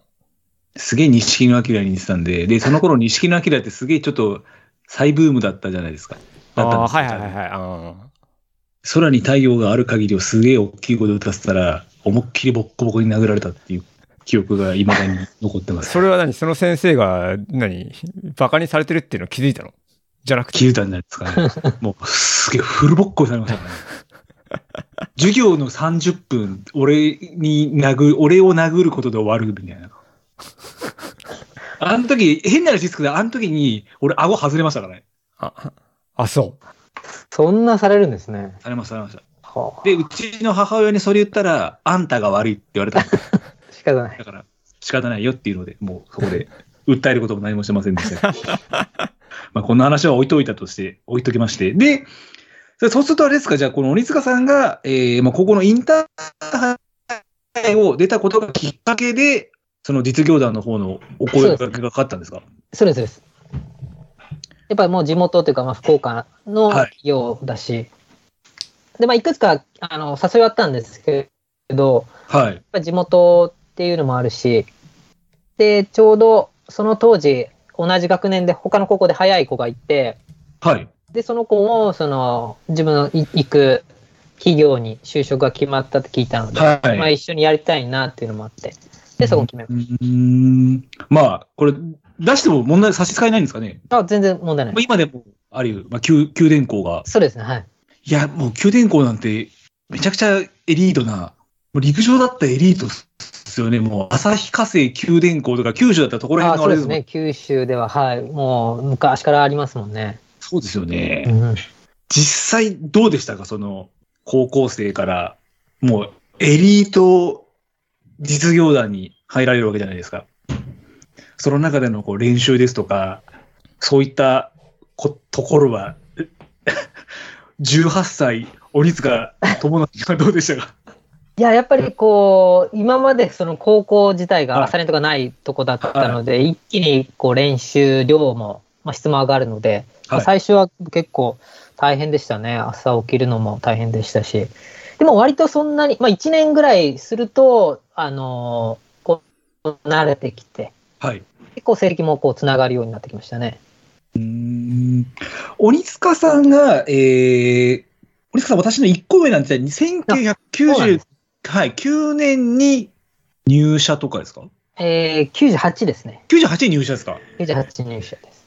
Speaker 1: すげえ錦野明に似てたんで、で、その頃錦野明ってすげえちょっと再ブームだったじゃないですか。
Speaker 2: あ
Speaker 1: だったん
Speaker 2: あ
Speaker 1: で
Speaker 2: ー、
Speaker 1: すよ
Speaker 2: はいはいはいはい。
Speaker 1: 空に太陽がある限りをすげえ大きい声で歌ってたら、思いっきりボッコボコに殴られたっていう記憶が未だに残って
Speaker 2: うん、
Speaker 1: ます。
Speaker 2: それは何その先生が何、バカにされてるっていうの気づいたのじゃなくて。
Speaker 1: 気づいたんじゃないです
Speaker 2: [LAUGHS]
Speaker 1: かね。もう、すげえフルボッコにされましたからね。授業の30分、俺に殴、俺を殴ることで終わるみたい
Speaker 2: [LAUGHS]
Speaker 1: な。あの時、変な話ですけど、あの時に、俺、顎外れましたからね。
Speaker 2: あ、あ、そう。
Speaker 3: そんなされるんですね。
Speaker 1: されました、されました。
Speaker 3: はあ。
Speaker 1: で、うちの母親にそれ言ったら、あんたが悪いって言われ
Speaker 3: [LAUGHS]
Speaker 1: たんですよ。
Speaker 3: 仕方ない。
Speaker 1: だから、仕方ないよっていうので、もうそこで、訴えることも何もしてませんで
Speaker 3: [LAUGHS]
Speaker 1: したけど。まあ、こんな話は置いといたとして、置いときまして。で、そそうするとあれですか、じゃあ、この鬼塚さんが、えー、まあ、ここのインターハイを出たことがきっかけで、その実業団の方のお声掛けがかかったんですか
Speaker 3: そうです、そうです。やっぱりもう地元というか、まあ、福岡の
Speaker 1: はい
Speaker 3: ようだし、で、まあ、いくつか、あの、誘いはあったんですけど、
Speaker 1: はい
Speaker 3: やっ。ぱ地元っていうのもあるし、で、ちょうどその当時、同じ学年で他の高校で早い子がいて、
Speaker 1: はい。
Speaker 3: で、その子も、その、自分のい行く企業に就職が決まったって聞いたので、
Speaker 1: はい。
Speaker 3: まあ一緒にやりたいなっていうのもあって、で、そこ決めま
Speaker 1: うーん。まあ、これ、出しても問題差し支えないんですかね
Speaker 3: した。あ、全然問題な
Speaker 1: まあ
Speaker 3: い。
Speaker 1: 今でも、あるいは、まあ、給給電工が
Speaker 3: そうですね、はい。
Speaker 1: いや、もう九電工なんて、めちゃくちゃエリートな、もう陸上だったらエリートですよね。もう、旭化成九電工とか、九州だったらところ
Speaker 3: あ
Speaker 1: 辺の
Speaker 3: そ
Speaker 1: あ
Speaker 3: う
Speaker 1: れで
Speaker 3: で
Speaker 1: すすもん
Speaker 3: ね、九州では、はい、もう昔からありますもんね。
Speaker 1: そうですよね。
Speaker 3: うん、
Speaker 1: 実際どうでしたかその、高校生から、もう、エリート実業団に入られるわけじゃないですか。その中でのこう練習ですとか、そういったこところは、 [LAUGHS] え18歳、鬼塚友達はどうでしたか
Speaker 3: いや、やっぱりこう、今までその高校自体
Speaker 1: は
Speaker 3: が
Speaker 1: い
Speaker 3: 朝練とかないとこだったので、一気にこう練習量も、まあ、質も上がるので、まあ
Speaker 1: はい
Speaker 3: 最初は結構大変でしたね。朝起きるのも大変でしたし。でも割とそんなに、まあ1年ぐらいすると、あのーこう、慣れてきて、
Speaker 1: はい。
Speaker 3: 結構正規もこう、つながるようになってきましたね。
Speaker 1: 鬼塚さんが、えー、鬼塚さん、私の1個上なんて、
Speaker 3: そうなんで
Speaker 1: 1990、はい、9年に入社とかですか
Speaker 3: えー、98ですね。
Speaker 1: ?98 年入社ですか
Speaker 3: 98入社です。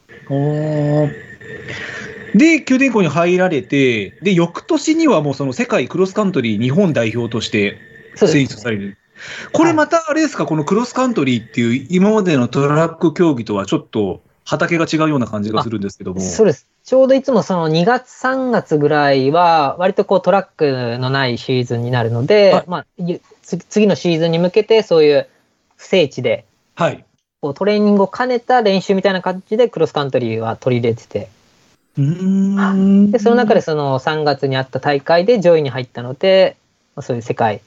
Speaker 1: で、九電工に入られて、で、翌年にはもうその世界クロスカントリー日本代表として
Speaker 3: そう
Speaker 1: 選
Speaker 3: で
Speaker 1: 出
Speaker 3: す
Speaker 1: さ
Speaker 3: ね。
Speaker 1: れる。これまたあれですか、このクロスカントリーっていう今までのトラック競技とはちょっと畑が違うような感じがするんですけども。
Speaker 3: そうです。ちょうどいつもその2月3月ぐらいは、割とこうトラックのないシーズンになるので、
Speaker 1: はい
Speaker 3: まあ、ゆつ次のシーズンに向けてそういう不整地で、
Speaker 1: はい。
Speaker 3: こうトレーニングを兼ねた練習みたいな感じでクロスカントリーは取り入れてて、
Speaker 1: うーん
Speaker 3: で、その中でその3月にあった大会で上位に入ったので、まあそういう世界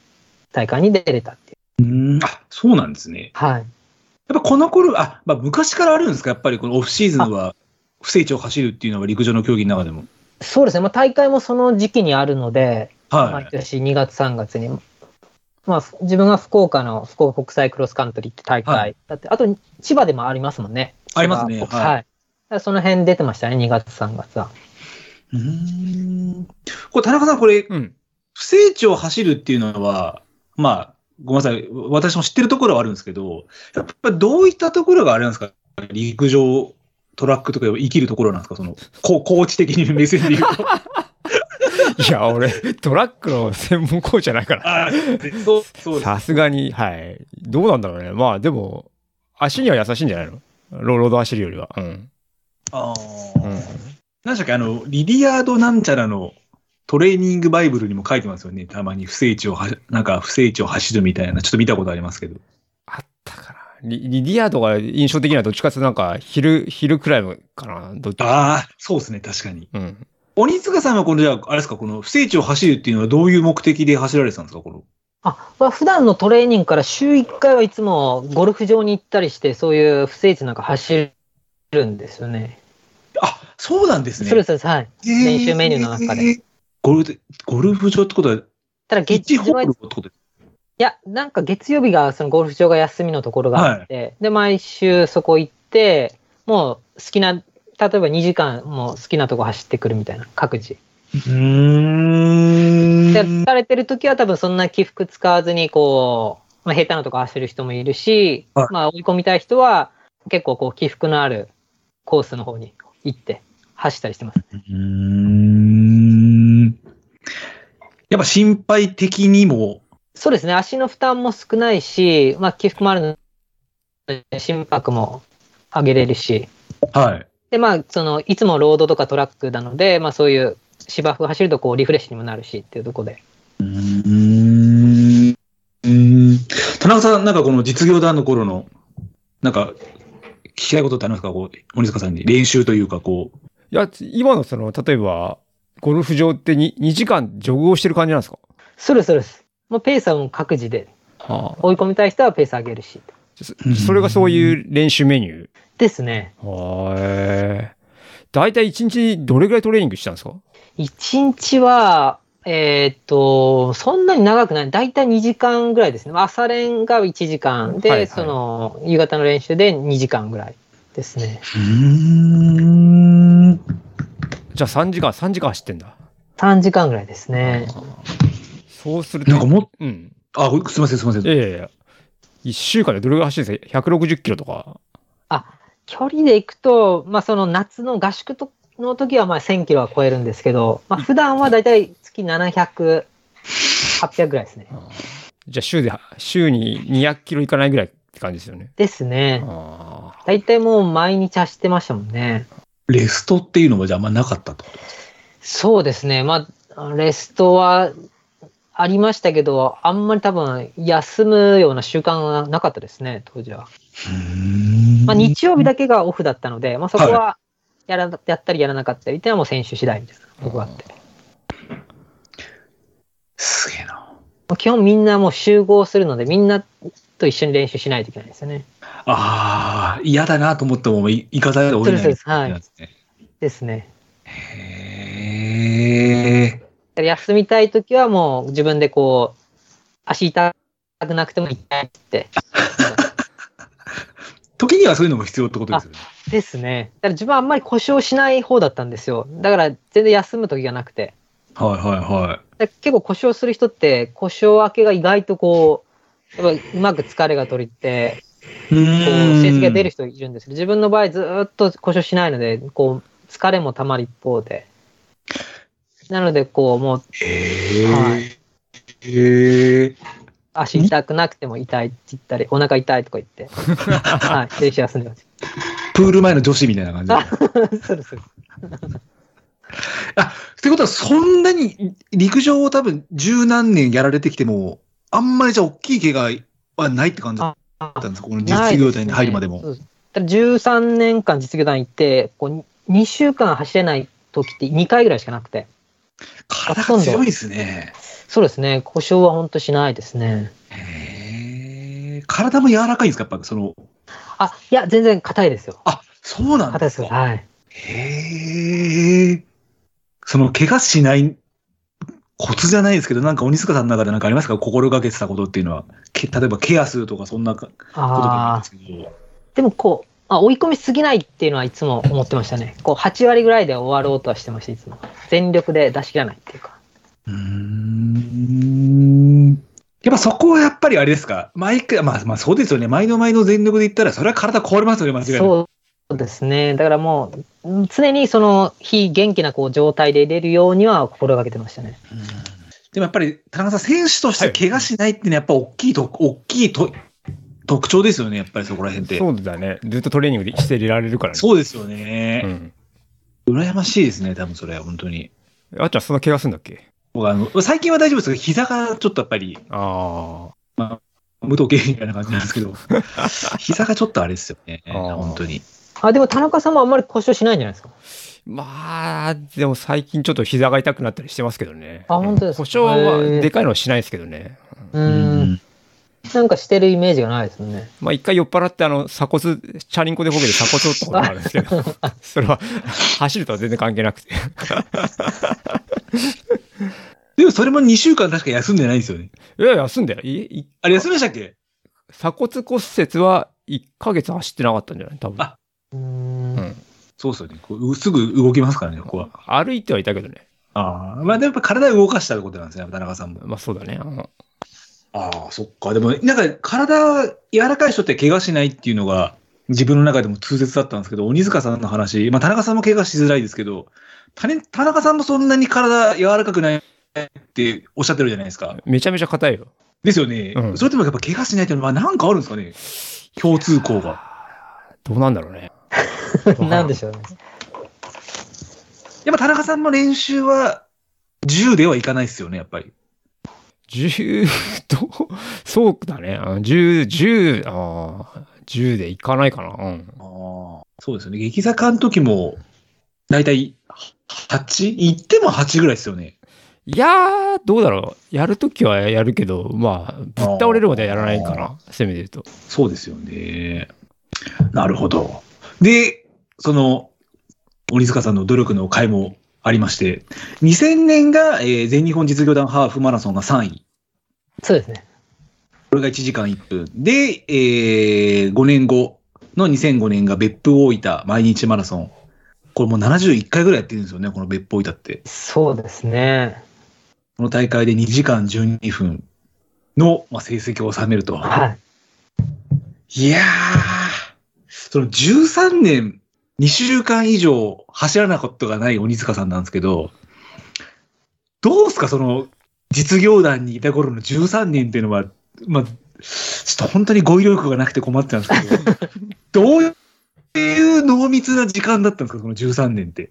Speaker 3: 大会に出れたっていう。
Speaker 1: うーんあ、そうなんですね。
Speaker 3: はい。
Speaker 1: やっぱこの頃、あ、まあ昔からあるんですかやっぱりこのオフシーズンは、不整地を走るっていうのは陸上の競技の中でも。
Speaker 3: そうですね。まあ大会もその時期にあるので、
Speaker 1: は
Speaker 3: 毎
Speaker 1: い。
Speaker 3: 年2月3月に、まあ、ふ自分が福岡の福岡国際クロスカントリーって大会、
Speaker 1: はい
Speaker 3: だってあと千葉でもありますもんね
Speaker 1: ありますね
Speaker 3: 千葉
Speaker 1: はい
Speaker 3: はい、だからその辺出てましたね2月3月は
Speaker 1: うーん。これ、田中さん、これ、
Speaker 2: うん。
Speaker 1: 不整地を走るっていうのは、まあ、ごめんなさい。私も知ってるところはあるんですけど、やっぱどういったところがあれなんですか陸上、トラックとか生きるところなんですかその、こう、コーチ的に目線で言うと。
Speaker 2: いや、俺、トラックの専門校じゃないから。
Speaker 1: あそう、そうです。
Speaker 2: さすがに、はい。どうなんだろうね。まあ、でも、足には優しいんじゃないのロロード走るよりは。うん。
Speaker 1: あ
Speaker 2: う
Speaker 1: ー
Speaker 2: ん、
Speaker 1: 何でしたっけあの、リリアードなんちゃらのトレーニングバイブルにも書いてますよね。たまに不整地をは、なんか不整地を走るみたいな、ちょっと見たことありますけど。
Speaker 2: あったかな。リリディアードが印象的などっちかっていうとなんか、昼、昼クライムかな。どっち
Speaker 1: ああ、そうですね、確かに。
Speaker 2: うん。
Speaker 1: 鬼塚さんはこの、じゃあ、あれですか、この不整地を走るっていうのはどういう目的で走られてたんですか、この。
Speaker 3: あ、まあ、普段のトレーニングから週1回はいつもゴルフ場に行ったりして、そういう不整地なんか走るんですよね。
Speaker 1: あ、そうなんですね。
Speaker 3: そうです、そうです。はい。練習メニューの中で
Speaker 1: えー。ゴルフ、ゴルフ場ってことは、
Speaker 3: ただ月
Speaker 1: 1
Speaker 3: 曜
Speaker 1: ホー
Speaker 3: は
Speaker 1: ルってことです
Speaker 3: いや、なんか月曜日がそのゴルフ場が休みのところがあって、で、毎週そこ行って、もう好きな、例えば2時間、もう好きなとこ走ってくるみたいな、各自。
Speaker 1: うーん
Speaker 3: で、疲れてる時は多分そんな起伏使わずに、こう、まあ、下手なとこ走る人もいるし、
Speaker 1: はい
Speaker 3: まあ追い込みたい人は、結構こう起伏のあるコースの方に行って走ったりしてます。
Speaker 1: うーんやっぱ心配的にも、
Speaker 3: そうですね、足の負担も少ないし、まあ起伏もあるので、心拍も上げれるし、
Speaker 1: はい。
Speaker 3: で、まあ、その、いつもロードとかトラックなので、まあ、そういう芝生走るとこう、リフレッシュにもなるしっていうところで。
Speaker 1: うーん。うーん田中さん、なんかこの実業団の頃の、なんか、聞きたいことってありますかこう、鬼塚さんに練習というか、こう。
Speaker 2: いや、今のその、例えば、ゴルフ場って 2, 2時間ジョグをしてる感じなんですか
Speaker 3: そうです、そうです。もうペースはもう各自で、
Speaker 2: はあ
Speaker 3: 追い込みたい人はペース上げるし。
Speaker 2: そ
Speaker 1: うん
Speaker 2: それがそういう練習メニュ
Speaker 3: ですね。
Speaker 2: ー。はえ。大体1日どれぐらいトレーニングしたんですか
Speaker 3: 一日は、えーっと、そんなに長くない。だいたい2時間ぐらいですね。まあ朝練が1時間で、
Speaker 2: はいはい
Speaker 3: その、夕方の練習で2時間ぐらいですね。
Speaker 1: うーん。
Speaker 2: じゃあ3時間、3時間走ってんだ。
Speaker 3: 3時間ぐらいですね。
Speaker 2: そうすると。
Speaker 1: なんかもっと、
Speaker 2: うん。
Speaker 1: あ、ごすいません、すいません。
Speaker 2: ええ。1週間でどれぐらい走るんですか ?160 キロとか。
Speaker 3: 距離で行くと、まあ、その夏の合宿との時はまあ1000キロは超えるんですけど、まあ、普段はだいたい月700、800ぐらいですね。
Speaker 2: じゃあ週で、週に200キロいかないぐらいって感じですよね。
Speaker 3: ですね。
Speaker 2: ああ。
Speaker 3: だいたいもう毎日走ってましたもんね。
Speaker 1: レストっていうのはじゃああんまなかったと。
Speaker 3: そうですね。まあ、レストはありましたけど、あんまり多分休むような習慣はなかったですね、当時は。まあ、日曜日だけがオフだったので、まあ、そこはやら、やったりやらなかったりっていうのはもう選手次第みたいなとこがあって。
Speaker 1: すげえな。
Speaker 3: もう基本みんなもう集合するので、みんなと一緒に練習しないといけないですよね。
Speaker 1: ああ、嫌だなと思ってもい行かざるを得ない
Speaker 3: そうですはい
Speaker 1: やつね
Speaker 3: ですね。
Speaker 1: へえ。
Speaker 3: だから休みたいときはもう自分でこう、足痛くなくても痛いって。
Speaker 1: 時にはそういうのも必要ってことですよね。
Speaker 3: ですね。だから自分はあんまり故障しない方だったんですよ。だから全然休むときがなくて。
Speaker 1: はいはいは
Speaker 3: だから結構故障する人って、故障明けが意外とこう、やっぱうまく疲れが取れて、
Speaker 1: い。う
Speaker 3: こう成績が出る人いるんですけど、自分の場合ずーっと故障しないので、こう、疲れもたまる一方で。なので、こう、もう
Speaker 1: へ
Speaker 3: は
Speaker 1: え。へえ。
Speaker 3: 足痛くなくても痛いって言ったり、お腹痛いとか言って、
Speaker 1: [LAUGHS]
Speaker 3: はい、練習休んでます。 [LAUGHS]
Speaker 1: プール前の女子みたいな感じ。
Speaker 3: あそうです。そうです
Speaker 1: ってことは、そんなに陸上を多分十何年やられてきても、あんまりじゃあ大きい怪我はないって感じだったんですかこの
Speaker 3: な
Speaker 1: 実
Speaker 3: い
Speaker 1: 業団
Speaker 3: ですね
Speaker 1: に入るまでも。
Speaker 3: そうすただ13年間実業団行って、こう2週間走れない時って2回ぐらいしかなくて、
Speaker 1: 体が強いですね。
Speaker 3: そうですね、故障は本当しないですね。
Speaker 1: へえ。体も柔らかいんですかやっぱその、
Speaker 3: あ、いや、全然硬いですよ。
Speaker 1: あ、そうなん
Speaker 3: 硬い
Speaker 1: で
Speaker 3: ですす
Speaker 1: か
Speaker 3: よ。。はい。
Speaker 1: へえ。その、怪我しない、コツじゃないですけど、なんか鬼塚さんの中でなんかありますか心がけてたことっていうのは。け例えば、ケアするとか、そんなかこととか
Speaker 3: あ
Speaker 1: ですけど。
Speaker 3: あ、でもこう、あ、追い込みすぎないっていうのはいつも思ってましたね。こう、8割ぐらいで終わろうとはしてました、いつも。全力で出し切らないっていうか。
Speaker 1: うーん。やっぱそこはやっぱりあれですか毎回、まあまあそうですよね。毎度毎度全力で言ったら、それは体壊れますよね、間違いなく。
Speaker 3: そうですね。だからもう、うん常にその、非元気なこう状態で出るようには心がけてましたね。
Speaker 1: うんでもやっぱり、田中さん、選手として怪我しないっていうのはやっぱ大きいと、大きいと特徴ですよね、やっぱりそこら辺って。
Speaker 2: そうだね。ずっとトレーニングでしていられるからね。
Speaker 1: そうですよ
Speaker 2: う
Speaker 1: ね。
Speaker 2: ん。
Speaker 1: 羨ましいですね、多分それは、本当に。
Speaker 2: あっちゃん、そんな怪我するんだっけ
Speaker 1: 僕あの、最近は大丈夫ですけど、膝がちょっとやっぱり、
Speaker 2: あ
Speaker 1: 無藤芸みたいな感じなんです [LAUGHS] けど、膝がちょっとあれですよね、
Speaker 2: あー
Speaker 1: 本当に。
Speaker 3: あ、でも田中さんもあんまり故障しないんじゃないですか。
Speaker 2: あ。まあ、でも最近ちょっと膝が痛くなったりしてますけどね。
Speaker 3: あ本当ですか
Speaker 2: 故障は
Speaker 3: へー
Speaker 2: でかいのはしないですけどね。
Speaker 3: う。
Speaker 1: うん
Speaker 3: なんかしてるイメージがないですもんね。
Speaker 2: まあ一回酔っ払って、あの、鎖骨、チャリンコでこけて鎖骨折ったことがあるんですけ
Speaker 3: [LAUGHS]
Speaker 2: ど、それは走るとは全然関係なくて。
Speaker 1: でもそれも2週間確か休んでないんですよね。
Speaker 2: いや、休んだよ。いい
Speaker 1: あれ休みでしたっけ
Speaker 2: 鎖骨骨折は1ヶ月走ってなかったんじゃない多分。
Speaker 1: あ
Speaker 3: う。
Speaker 2: うんん。
Speaker 1: そうですよねこう。すぐ動きますからね、ここは。
Speaker 2: 歩いてはいたけどね。
Speaker 1: ああ。まあでもやっぱ体を動かしたってことなんですね、田中さんも。
Speaker 2: まあそうだね。うん
Speaker 1: ああ、そっか。でも、なんか体柔らかい人って怪我しないっていうのが、自分の中でも通説だったんですけど、鬼塚さんの話、まあ田中さんも怪我しづらいですけど、たね田中さんもそんなに体柔らかくないっておっしゃってるじゃないですか。
Speaker 2: めちゃめちゃ硬いよ。
Speaker 1: ですよね。
Speaker 2: うん
Speaker 1: それでもやっぱ怪我しないっていうのは、まあなんかあるんですかね共通項が。
Speaker 2: どうなんだろうね。
Speaker 3: [LAUGHS] なんでしょうね。
Speaker 1: やっぱ田中さんも練習は、10ではいかないですよね、やっぱり。
Speaker 2: 10と、そう [LAUGHS] だね。うん10、10、ああ、10でいかないかな。うん。
Speaker 1: ああ、そうですよね。劇坂の時も、だいたい 8? 行っても8ぐらいですよね。
Speaker 2: いやー、どうだろう。やるときはやるけど、まあ、ぶっ倒れるまではやらないかな。せめて言うと。
Speaker 1: そうですよね。なるほど。で、その、鬼塚さんの努力の甲斐もありまして、2000年が、えー全日本実業団ハーフマラソンが3位。
Speaker 3: そうですね。
Speaker 1: これが1時間1分。で、え5年後の2005年が別府大分毎日マラソン。これもう71回ぐらいやってるんですよね、この別府大分って。
Speaker 3: そうですね。
Speaker 1: この大会で2時間12分の、まあ、成績を収めると。
Speaker 3: はい。
Speaker 1: いやー、その13年、2週間以上走らなことがない鬼塚さんなんですけど、どうすか、その、実業団にいた頃の13年っていうのは、まあ、ちょっと本当に語彙力がなくて困ってたんですけ [LAUGHS] ど、どういう濃密な時間だったんですか、この13年って。
Speaker 3: い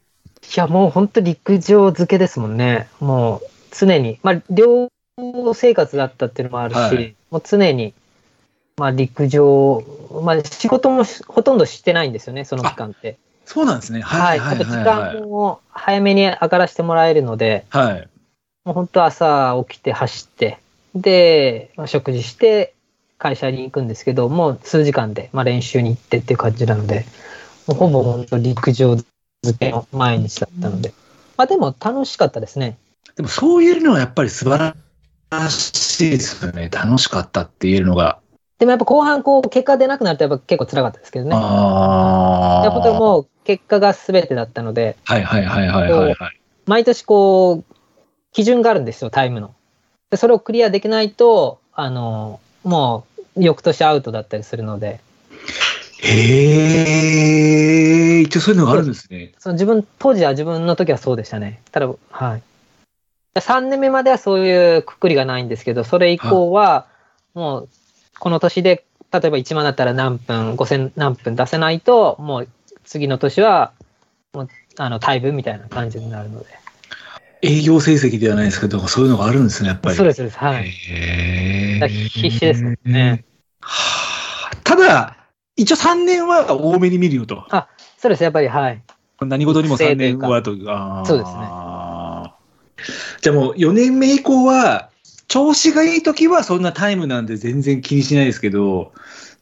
Speaker 3: や、もう本当陸上漬けですもんね。もう常に。まあ、寮生活だったっていうのもあるし、
Speaker 1: はい
Speaker 3: もう常に、まあ陸上、まあ仕事もしほとんどしてないんですよね、その期間って。
Speaker 1: そうなんですね。は、
Speaker 3: はいい。
Speaker 1: は
Speaker 3: やっ
Speaker 1: い、
Speaker 3: ぱ
Speaker 1: はい、
Speaker 3: 時
Speaker 1: はい
Speaker 3: 間。を早めに上がらせてもらえるので、
Speaker 1: はい。
Speaker 3: もう本当朝起きて走って、で、まあ食事して会社に行くんですけど、もう数時間で、まあ、練習に行ってっていう感じなので、もうほぼ本当陸上漬けの毎日だったので。まあでも楽しかったですね。
Speaker 1: でもそういうのはやっぱり素晴らしいですよね。楽しかったって言えるのが。
Speaker 3: でもやっぱ後半こう結果出なくなるとやっぱ結構辛かったですけどね。
Speaker 1: ああ。
Speaker 3: やっぱもう結果が全てだったので、
Speaker 1: はいはいはいはいはい、はい。
Speaker 3: 毎年こう、基準があるんですよ、タイムの。で、それをクリアできないと、あの、もう翌年アウトだったりするので、
Speaker 1: へえ、一応そういうのがあるんですね。
Speaker 3: その自分、当時は自分の時はそうでしたね。ただ、はい。3年目まではそういうくくりがないんですけど、それ以降は、もう、この年で、例えば1万だったら何分、5000何分出せないと、もう次の年は、もう、あの、大分みたいな感じになるので。
Speaker 1: 営業成績ではないですけど、そういうのがあるんですね、やっぱり。
Speaker 3: そうです、そうです。はい。
Speaker 1: へ
Speaker 3: だから
Speaker 1: え。
Speaker 3: 必死ですもんね。
Speaker 1: はあ。ただ、一応3年は多めに見るよと。
Speaker 3: そうです、やっぱり、はい。
Speaker 1: 何事にも3年はと。あー
Speaker 3: そうですね
Speaker 1: じゃあもう4年目以降は、調子がいい時はそんなタイムなんで全然気にしないですけど、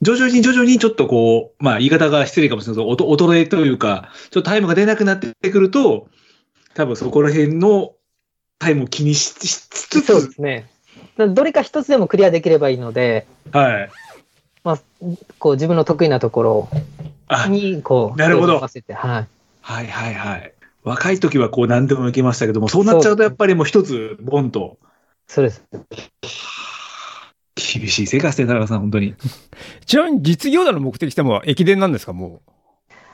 Speaker 1: 徐々に徐々にちょっとこう、まあ言い方が失礼かもしれないですけど、おと衰えというか、ちょっとタイムが出なくなってくると、多分そこら辺のタイムを気にしししつつ、
Speaker 3: そうですね。だからどれか一つでもクリアできればいいので、
Speaker 1: はい。
Speaker 3: こう自分の得意なところを
Speaker 1: あ
Speaker 3: に、こう、
Speaker 1: なるほど
Speaker 3: 手を伸ばせてはい。
Speaker 1: はいはいはい。若い時はこう何でもいけましたけども、そうなっちゃうとやっぱりもう一つ、ボンと。
Speaker 3: そうです。
Speaker 1: 厳しい生活で、田中さん、本当に。
Speaker 2: ちなみに実業団の目的ってもう駅伝なんですか、も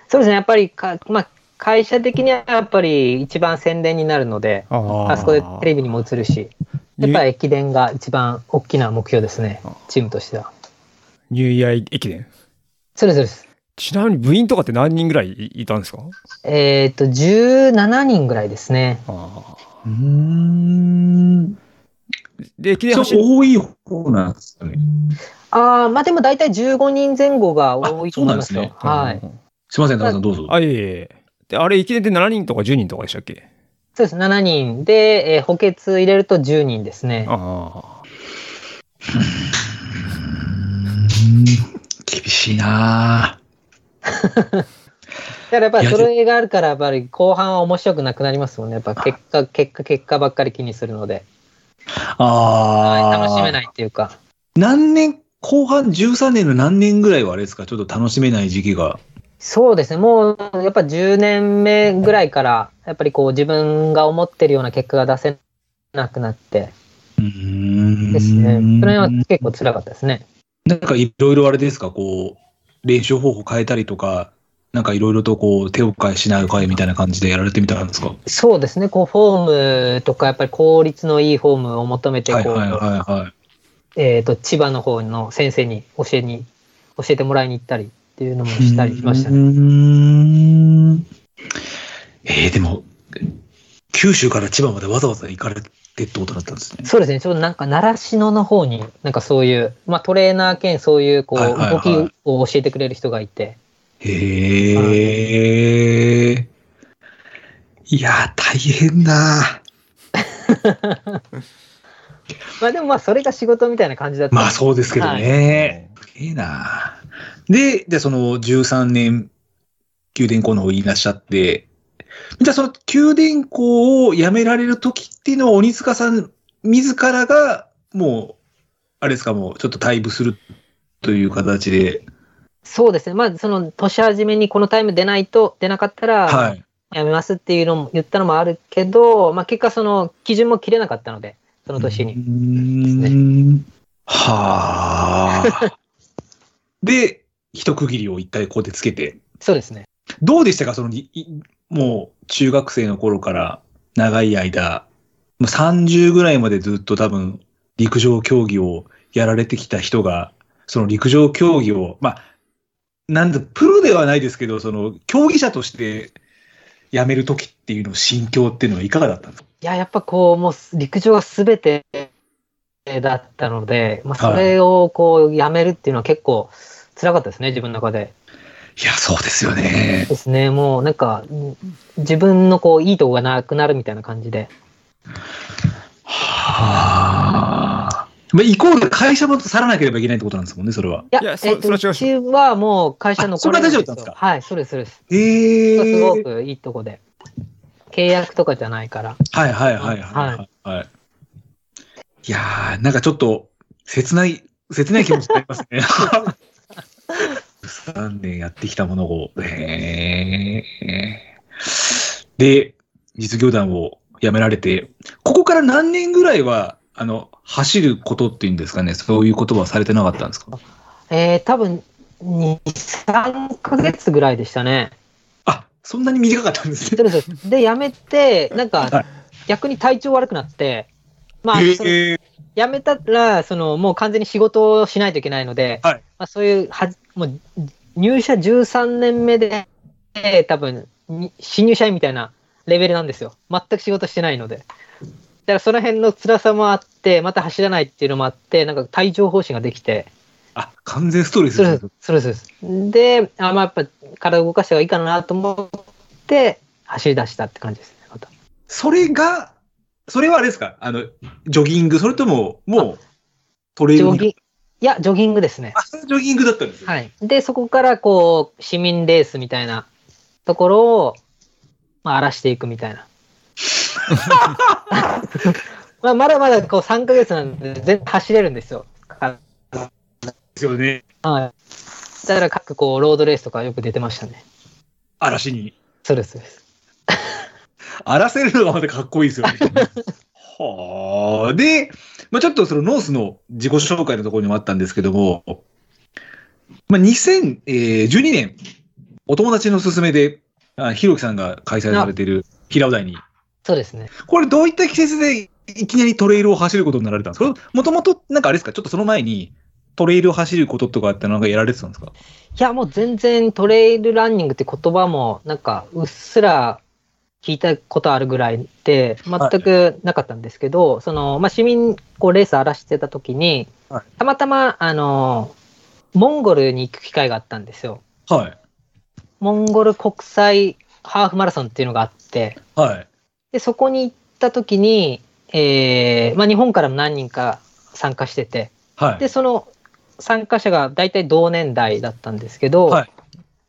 Speaker 3: そうですね、やっぱりか、まあ、会社的にはやっぱり一番宣伝になるので、
Speaker 2: う。あ
Speaker 3: あそこでテレビにも映るし、やっぱ駅伝が一番大きな目標ですね
Speaker 2: あ、
Speaker 3: チームとしては。
Speaker 2: ニューイヤー駅伝。
Speaker 3: そうです、そうです。
Speaker 2: ちなみに部員とかって何人ぐらいいいたんですか
Speaker 3: えっ、と、17人ぐらいですね。
Speaker 2: ああ。
Speaker 1: うーん。
Speaker 2: で、駅伝
Speaker 1: そう
Speaker 2: 走る。
Speaker 1: 多い方なんですよね。
Speaker 3: ああ、まあでも大体15人前後が多いと思いますよ。
Speaker 1: あそ
Speaker 3: はい。
Speaker 2: い。
Speaker 1: すみません、田中さん、どうぞ。
Speaker 2: あ、いえいえ。で、あれ、駅伝って7人とか10人とかでしたっけ
Speaker 3: そうです、7人で、えー補欠入れると10人ですね。
Speaker 2: ああ。
Speaker 1: 厳しいなぁ
Speaker 3: だからやっぱり
Speaker 1: いや
Speaker 3: それがあるから、やっぱり後半は面白くなくなりますもんね。やっぱ結果、結果、結果ばっかり気にするので。
Speaker 1: あー
Speaker 3: 楽しめないっていうか。
Speaker 1: 何年、後半13年の何年ぐらいはあれですか、ちょっと楽しめない時期が。
Speaker 3: そうですね、もうやっぱ10年目ぐらいから、やっぱりこう自分が思ってるような結果が出せなくなって
Speaker 1: うーん
Speaker 3: ですね。それは結構辛かったですね。
Speaker 1: なんかいろいろあれですか、こう、練習方法変えたりとか、なんかいろいろとこう、手を変え、品を変えみたいな感じでやられてみたんですか
Speaker 3: そうですね、こうフォームとか、やっぱり効率のいいフォームを求めてこ
Speaker 1: は
Speaker 3: う、
Speaker 1: いはいはいはい。
Speaker 3: えっ、と、千葉の方の先生に教えに、教えてもらいに行ったりっていうのもしたりしました
Speaker 1: う
Speaker 3: ね。
Speaker 1: ーんえー、でも、九州から千葉までわざわざ行かれてってことだったんですね。
Speaker 3: そうですね、ちょうどなんか、習志野の方に、なんかそういう、まあトレーナー兼そういう、こう、
Speaker 1: はいはい
Speaker 3: 動
Speaker 1: はい
Speaker 3: きを教えてくれる人がいて、
Speaker 1: へえ。いやー、大変だ。
Speaker 3: まあでもまあそれが仕事みたいな感じだったんで
Speaker 1: まあそうですけどね。すげえな。で、で、その13年、九電工の方にいらっしゃって、じゃあその九電工を辞められる時っていうのは、鬼塚さん自らが、もう、あれですか、もうちょっと退部するという形で。
Speaker 3: そうですね、まあ、その年初めにこのタイム出ないと、出なかった
Speaker 1: は
Speaker 3: ら
Speaker 1: い。
Speaker 3: やめますっていうのも言ったのもあるけど、まあ、結果、その基準も切れなかったので、その年に。
Speaker 1: うーんは
Speaker 3: [LAUGHS]
Speaker 1: あ。で、一区切りを一回ここでつけて。
Speaker 3: そうですね。
Speaker 1: どうでしたか、その、いいもう中学生の頃から長い間、もう30ぐらいまでずっと多分陸上競技をやられてきた人が、その陸上競技を、まあ、なんだ、プロではないですけど、その競技者として辞めるときっていうの心境っていうのはいかがだったんですか
Speaker 3: いや、やっぱこう、もう陸上がすべてだったので、まあ、それをこうやめるっていうのは結構辛かったですね、自分の中で。
Speaker 1: いや、そうですよね。
Speaker 3: ですね、もうなんか、うん自分のこういいとこがなくなるみたいな感じで。
Speaker 1: はあ。まあ、イコール会社も去らなければいけないってことなんですもんね、それは。
Speaker 3: いや、
Speaker 2: いやそ
Speaker 3: えっと、
Speaker 2: それは違う
Speaker 3: うちはもう会社の
Speaker 1: あそれは大丈夫だったんですか
Speaker 3: はい、そうです、そうです。
Speaker 1: え
Speaker 3: す
Speaker 1: え
Speaker 3: ごくいいとこで。契約とかじゃないから。
Speaker 1: はいはいはいはいはい。はい、いやー、なんかちょっと、切ない、切ない気持ちになりますね。3年やってきたものを。へーで、実業団を辞められて、ここから何年ぐらいは、あの、走ることっていうんですかね、そういうことはされてなかったんですか
Speaker 3: えー、多分2、3ヶ月ぐらいでし
Speaker 1: [LAUGHS]
Speaker 3: たね。
Speaker 1: あ、そんなに短かったんです
Speaker 3: そ
Speaker 1: ね。
Speaker 3: うですで、やめて、なん
Speaker 1: はい
Speaker 3: か、逆に体調悪くなって、まあ、その
Speaker 1: えー
Speaker 3: やめたら、その、もう完全に仕事をしないといけないので、
Speaker 1: はい
Speaker 3: まあ、そういうは、もう、入社13年目で、多分、に新入社員みたいなレベルなんですよ。全く仕事してないので。だから、その辺の辛さもあって、また走らないっていうのもあって、なんか体調方針ができて、
Speaker 1: あ、完全ストレス
Speaker 3: そう
Speaker 1: で
Speaker 3: ですす。、そうですそうです。で、あ、まあ、やっぱ、体動かした方がいいかなと思って、走り出したって感じですね、また。
Speaker 1: それが、それはあれですかあの、ジョギング、それとも、もう、トレー
Speaker 3: ジ
Speaker 1: ニ
Speaker 3: ョ
Speaker 1: ング
Speaker 3: ギ。いや、ジョギングですね。
Speaker 1: あ、それジョギングだったんですよ。
Speaker 3: はい。で、そこから、こう、市民レースみたいなところを、まあ、荒らしていくみたい [LAUGHS] な。まあ、まだまだ、こう、3ヶ月なんで、全然走れるんですよ。
Speaker 1: ですよね。
Speaker 3: はい。だから各こう、ロードレースとかよく出てましたね。
Speaker 1: 嵐に。
Speaker 3: そうです、そうです。
Speaker 1: 荒らせるのがまたかっこいいですよね。はあ。で、まあ、ちょっとそのノースの自己紹介のところにもあったんですけども、まあ、2012年、お友達の勧めで、あひろきさんが開催されている平尾台に、
Speaker 3: そうですね。
Speaker 1: これどういった季節でいきなりトレイルを走ることになられたんですかもともとなんかあれですかちょっとその前にトレイルを走ることとかってなんかやられてたんですか
Speaker 3: いや、もう全然トレイルランニングって言葉も、なんか、うっすら聞いたことあるぐらいで、全くなかったんですけど、その、まあ、市民、こう、レース荒らしてた時に、
Speaker 1: はい
Speaker 3: たまたま、あの、モンゴルに行く機会があったんですよ。
Speaker 1: はい。
Speaker 3: モンゴル国際ハーフマラソンっていうのがあって、
Speaker 1: はい。
Speaker 3: で、そこに行った時に、えー、まあ、日本からも何人か参加してて、
Speaker 1: はい。
Speaker 3: で、その参加者が大体同年代だったんですけど、
Speaker 1: はい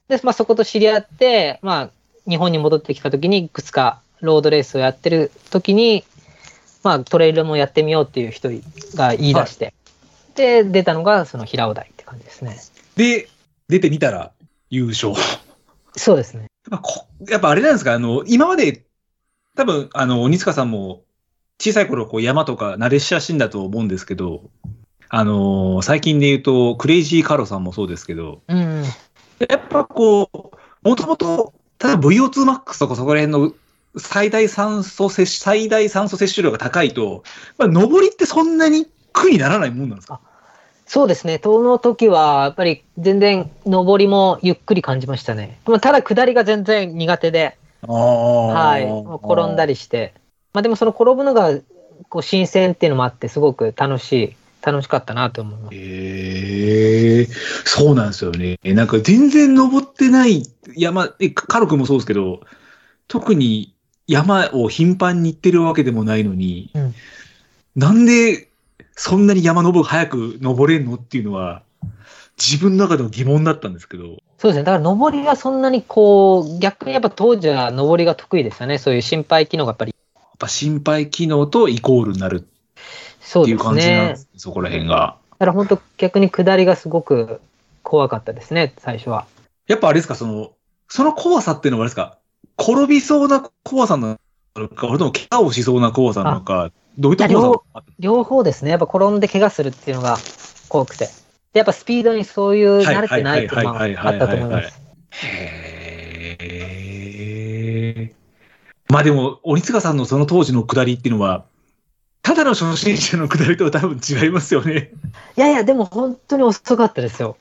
Speaker 3: で、まあ、そこと知り合って、まあ、日本に戻ってきた時に、いくつかロードレースをやってる時に、まあ、トレイルもやってみようっていう人が言い出して、で、出たのが、その平尾台って感じですね。
Speaker 1: で、出てみたら優勝。
Speaker 3: そうです
Speaker 1: や
Speaker 3: ね。
Speaker 1: っぱこやっぱあれなんですかあの、今まで、多分、あの、鬼塚さんも、小さい頃、こう、山とか慣れ親しんだと思うんですけど、あのー最近で言うと、クレイジーカロさんもそうですけど、
Speaker 3: うん。
Speaker 1: やっぱこう、もともと、ただ VO2max とかそこら辺の最大酸素摂最大酸素摂取量が高いと、まあ、上りってそんなに苦にならないもんなんですか
Speaker 3: そうですね。遠の時は、やっぱり全然、上りもゆっくり感じましたね。まあ、ただ、下りが全然苦手で、はい。もう転んだ
Speaker 1: り。
Speaker 3: りして。まあでもその転ぶのがこう新鮮っていうのもあって、すごく楽しい、楽しかったなと思います。
Speaker 1: へえそうなんですよね。なんか全然登ってない山、え、カロ君もそうですけど、特に山を頻繁に行ってるわけでもないのに、
Speaker 3: うん
Speaker 1: なんでそんなに山登る、早く登れんのっていうのは、自分の中でも疑問だったんですけど。
Speaker 3: そうですね。だから登りがそんなにこう、逆にやっぱ当時は登りが得意でしたね。そういう心配機能がやっぱり。
Speaker 1: やっぱ心肺機能とイコールになるっ
Speaker 3: そう
Speaker 1: てい
Speaker 3: で
Speaker 1: う
Speaker 3: す
Speaker 1: 感じなんで
Speaker 3: ね
Speaker 1: す。ね、そこら辺が。
Speaker 3: だから本当逆に下りがすごく怖かったですね、最初は。
Speaker 1: やっぱあれですか、その、その怖さっていうのはあれですか、転びそうな怖さなのか、俺でも怪我をしそうな怖さなのか、どういった怖さなのか
Speaker 3: 両方ですね。やっぱ転んで怪我するっていうのが怖くて。でやっぱスピードにそういう慣れてないっていうのもあった
Speaker 1: はいはいはいは
Speaker 3: と思い
Speaker 1: いはいは
Speaker 3: ま
Speaker 1: い
Speaker 3: す。
Speaker 1: へーまあでも、鬼塚さんのその当時の下りっていうのは、ただの初心者の下りとは多分違いますよね。
Speaker 3: いやいや、でも本当に遅かったですよ。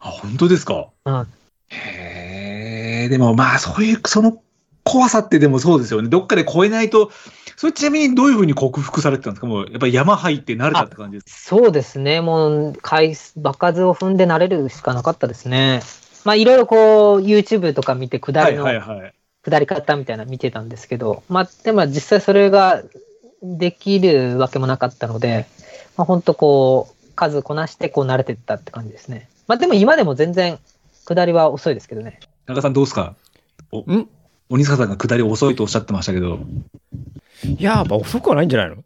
Speaker 1: あ、本当ですか
Speaker 3: うん
Speaker 1: へえ、でもまあそういう、その怖さってでもそうですよね。どっかで超えないと、それちなみにどういうふうに克服されてたんですかもうやっぱり山入って慣れたって感じですか
Speaker 3: そうですね。もう、回数、場数を踏んで慣れるしかなかったですね。まあ、いろいろこう、YouTube とか見て、下りの、
Speaker 1: はいはいはい。
Speaker 3: 下り方みたいなの見てたんですけど、まあ、でも実際それができるわけもなかったので、まあ、ほんとこう、数こなして、こう、慣れてったって感じですね。まあ、でも今でも全然、下りは遅いですけどね。
Speaker 1: 中田さんどうですか
Speaker 2: ん
Speaker 1: 鬼塚さんが下り遅いとおっしゃってましたけど。
Speaker 2: いや、まあ遅くはないんじゃないの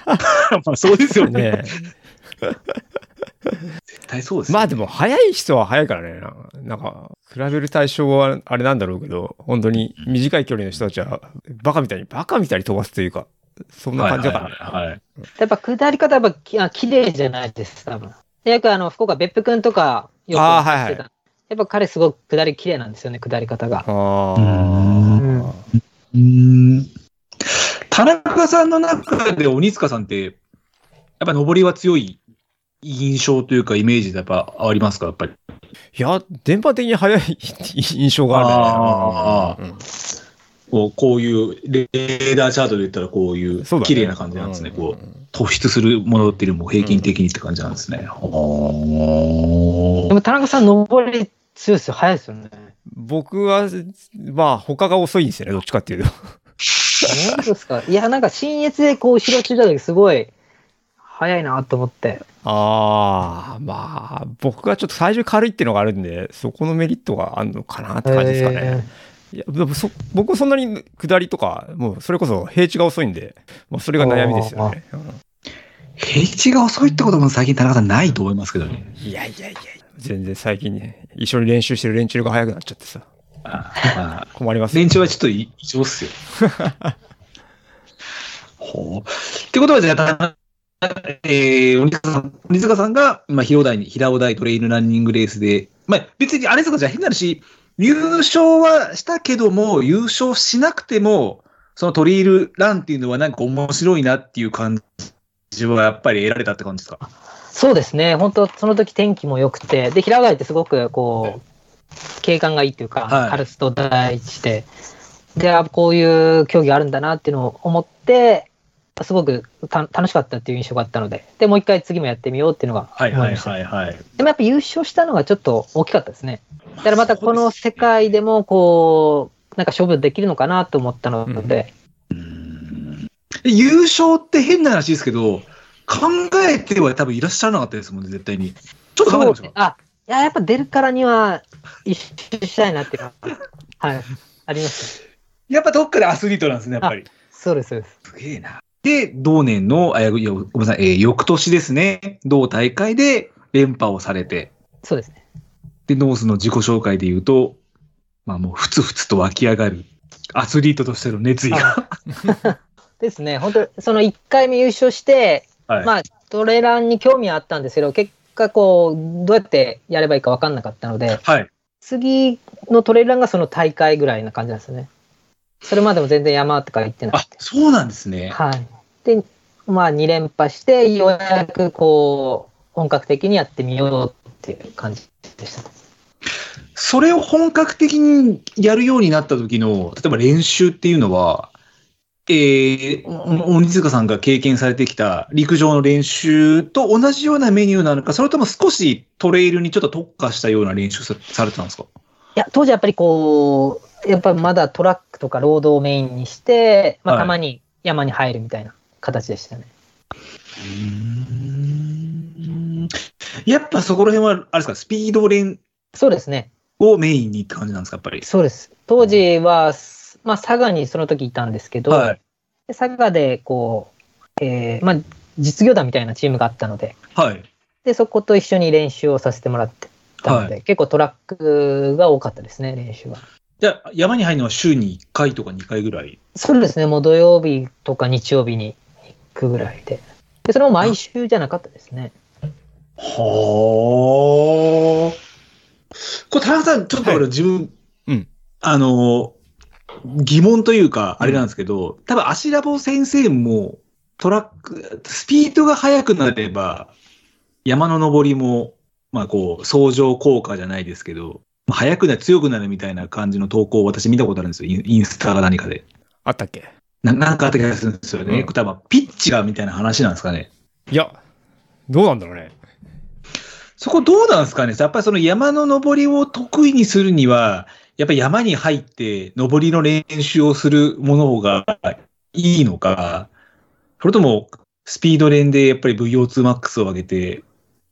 Speaker 1: [LAUGHS] まあそうですよね。
Speaker 2: ね
Speaker 1: 絶対そうですよ
Speaker 2: まあでも早い人は早いからね。なんか、比べる対象はあれなんだろうけど、本当に短い距離の人たちはバカみたいに、バカみたいに飛ばすというか、そんな感じだからね。
Speaker 1: はいはいはい
Speaker 3: やっぱ下り方はやっぱきあ綺麗じゃないです、多分。でよくあの、福岡別府くんとか、よく
Speaker 2: あーはいはい
Speaker 3: してたやっぱ彼すごく下り綺麗なんですよね、下り方が。
Speaker 2: あ
Speaker 3: うん
Speaker 2: あ。
Speaker 1: うーん田中さんの中で鬼塚さんって、やっぱ上りは強い印象というかイメージでやっぱありますかやっぱり。
Speaker 2: いや、電波的に早い印象があるね。
Speaker 1: こうこういうレーダーチャートで言ったらこうい
Speaker 2: うん
Speaker 1: う
Speaker 2: そうだね
Speaker 1: 綺麗な感じなんですね。こう
Speaker 2: う
Speaker 1: 突出するものっていうのも平均的にって感じなんですね。
Speaker 3: でも田中さん、登り強いですよ、早いですよね。
Speaker 2: 僕は、まあ、他が遅いんですよね、どっちかっていうと。
Speaker 3: 本
Speaker 2: [LAUGHS]
Speaker 3: 当ですかいや、なんか、新越でこう、後ろついた時、すごい、早いなと思って。
Speaker 2: ああ、まあ、僕がちょっと体重軽いっていうのがあるんで、そこのメリットがあるのかなって感じですかね。いやでもそ僕はそんなに下りとか、もうそれこそ平地が遅いんで、まあ、それが悩みですよね。うん
Speaker 1: 平地が遅いってことも最近田中さんないと思いますけどね。
Speaker 2: いやいやいや、全然最近ね、一緒に練習してる連中が速くなっちゃってさ、
Speaker 1: ああ
Speaker 2: 困ります、ね。
Speaker 1: 連中はちょっと異常っすよ。 [LAUGHS] ほう。ってことは、じゃあ、えー、鬼塚さん鬼塚さんが、まあ、広大に、平尾大トレイルランニングレースで、まあ、別にあれですか、じゃあ変な話、優勝はしたけども、優勝しなくても、そのトリイルランっていうのはなんか面白いなっていう感じはやっぱり得られたって感じですか
Speaker 3: そうですね、本当その時天気も良くて、で、平尾台ってすごくこう、景観がいいというか、
Speaker 1: はい
Speaker 3: カルスト第一で、で、あこういう競技あるんだなっていうのを思って、すごくた楽しかったっていう印象があったので、で、もう一回次もやってみようっていうのが
Speaker 1: はい
Speaker 3: 思
Speaker 1: はいい
Speaker 3: ました
Speaker 1: はいはい。
Speaker 3: でもやっぱ優勝したのがちょっと大きかったですね。だからまたこの世界でもこう、なんか勝負できるのかなと思ったので、
Speaker 1: 優勝って変な話ですけど、考えては多分いらっしゃらなかったですもんね、絶対に。ちょっと考えてましょうか。
Speaker 3: あいややっぱ出るからには一周したいなっていうのは、はい、あります。
Speaker 1: やっぱどっかでアスリートなんですね、やっぱり。
Speaker 3: そうです、そうです。
Speaker 1: すげえな。で、同年の、あいやごめんなさい、えー翌年ですね、同大会で連覇をされて、
Speaker 3: そうですね。
Speaker 1: で、ノースの自己紹介で言うと、まあもうふつふつと湧き上がる、アスリートとしての熱意が。
Speaker 3: あですね、本当その1回目優勝して、
Speaker 1: はい
Speaker 3: まあ、トレランに興味はあったんですけど、結果こう、どうやってやればいいか分かんなかったので、
Speaker 1: はい。
Speaker 3: 次のトレイルランがその大会ぐらいな感じなんですよね。それまでも全然山とか行ってな
Speaker 1: あ
Speaker 3: い。、
Speaker 1: そうなんですね。
Speaker 3: はい。で、まあ2連覇して、ようやくこう、本格的にやってみようっていう感じでした。
Speaker 1: それを本格的にやるようになった時の、例えば練習っていうのは、えー、お鬼塚さんが経験されてきた陸上の練習と同じようなメニューなのか、それとも少しトレイルにちょっと特化したような練習さされてたんですか
Speaker 3: いや、当時やっぱりこう、やっぱりまだトラックとかロードをメインにして、まあ
Speaker 1: はい
Speaker 3: たまに山に入るみたいな形でしたね。
Speaker 1: やっぱそこら辺は、あれですか、スピード練
Speaker 3: そうですね。
Speaker 1: をメインにって感じなんですか、やっぱり。
Speaker 3: そうです。当時は、まあ佐賀にその時いたんですけど、
Speaker 1: はい。
Speaker 3: で佐賀でこう、えーまあ、実業団みたいなチームがあったので
Speaker 1: はい。
Speaker 3: でそこと一緒に練習をさせてもらってたので、
Speaker 1: は
Speaker 3: 結構トラックが多かったですね練習は
Speaker 1: じゃあ、山に入るのは週に1回とか2回ぐらい。
Speaker 3: そうですねもう土曜日とか日曜日に行くぐらいででそれも毎週じゃなかったですね
Speaker 1: はあ。これ、田中さん、ちょっと
Speaker 2: はい
Speaker 1: 俺自分、
Speaker 2: うん
Speaker 1: あの、疑問というか、あれなんですけど、多分、足ラボ先生も、トラック、スピードが速くなれば、山の登りも、まあ、こう、相乗効果じゃないですけど、まあ速くなる、強くなるみたいな感じの投稿を私見たことあるんですよ。インインスタが何かで。
Speaker 2: あったっけ
Speaker 1: ななんかあった気がするんですよね。
Speaker 2: うん
Speaker 1: 多分、ピッチがみたいな話なんですかね。
Speaker 2: いや、どうなんだろうね。
Speaker 1: そこどうなんですかねやっぱりその山の登りを得意にするには、やっぱり山に入って登りの練習をするものがいいのか、それともスピード練でやっぱり VO2max を上げて、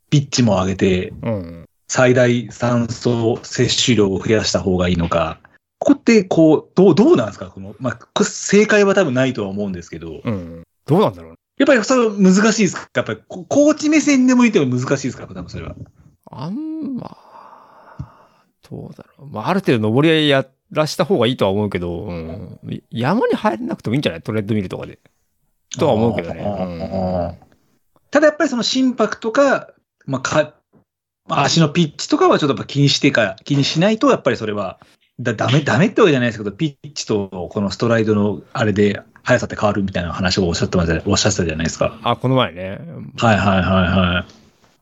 Speaker 1: ピッチも上げて、
Speaker 2: うん。
Speaker 1: 最大酸素摂取量を増やした方がいいのか、ここってこう、どう、どうなんですかこの、まあ、こ正解は多分ないとは思うんですけど、
Speaker 2: うん。どうなんだろうね。
Speaker 1: やっぱりそれは難しいですかやっぱりこコーチ目線でもいても難しいですか多分それは。
Speaker 2: あんま、どうだろう。まあ、ある程度登りはやらした方がいいとは思うけど、うん、山に入らなくてもいいんじゃないトレッドミルとかで。とは思うけどね。うん
Speaker 1: ね。ただやっぱりその心拍とか、まあ、か、まあ足のピッチとかはちょっとやっぱ気にしてか、気にしないと、やっぱりそれは、だ、ダメ、ダメってわけじゃないですけど、ピッチとこのストライドのあれで速さって変わるみたいな話をおっしゃってました、おっしゃってたじゃないですか。
Speaker 2: あ、この前ね。
Speaker 1: はいはいはいは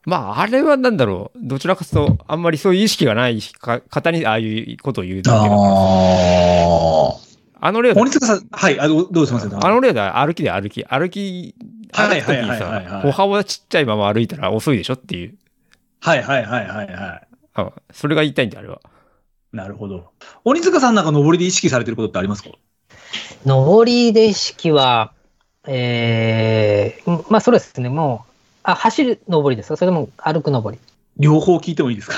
Speaker 2: まあ、あれはなんだろう。どちらかというと、あんまりそういう意識がないか方に、ああいうことを言う
Speaker 1: い。
Speaker 2: だけだ
Speaker 1: あ
Speaker 2: あの例
Speaker 1: あ。
Speaker 2: だ
Speaker 1: 森塚さん、はい、あの、どうします
Speaker 2: あの例だ、歩きで歩き、歩き、
Speaker 1: はい
Speaker 2: 歩くときに
Speaker 1: はいはいはいはい、
Speaker 2: さ歩幅ちっちゃいまま歩いたら遅いでしょっていう。
Speaker 1: はいはいはいはいは
Speaker 2: あそれが言いたいんだよ、あれは。
Speaker 1: い。なるほど。鬼塚さんなんか登りで意識されてることってありますか
Speaker 3: 上りで意識はえー、まあそうですねもうあ走る上りですかそれとも歩く上り
Speaker 1: 両方聞いてもいいですか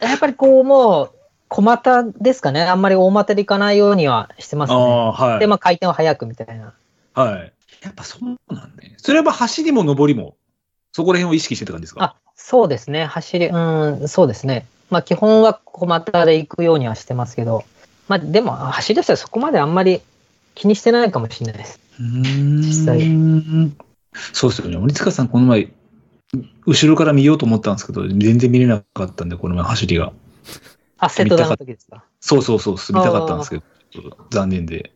Speaker 3: やっぱりこうもう小股ですかねあんまり大股で行かないようにはしてます
Speaker 1: あ
Speaker 3: ね
Speaker 1: あ、はい。
Speaker 3: で、まあ、回転を速くみたいな。
Speaker 1: はい。やっぱそうなんだね。それはやっぱ走りも上りも、そこら辺を意識してた感じですか
Speaker 3: あ、そうですね。走り、うん、そうですね。まあ、基本は小股で行くようにはしてますけど、まあ、でも、走り出したらそこまであんまり気にしてないかもしれないです。
Speaker 1: 実
Speaker 3: 実際
Speaker 1: そうですよね。森塚さん、この前、後ろから見ようと思ったんですけど、全然見れなかったんで、この前走りが。
Speaker 3: あ、瀬戸田の時ですか。
Speaker 1: そうそうそう、進みたかったんですけど、ちょっと残念で。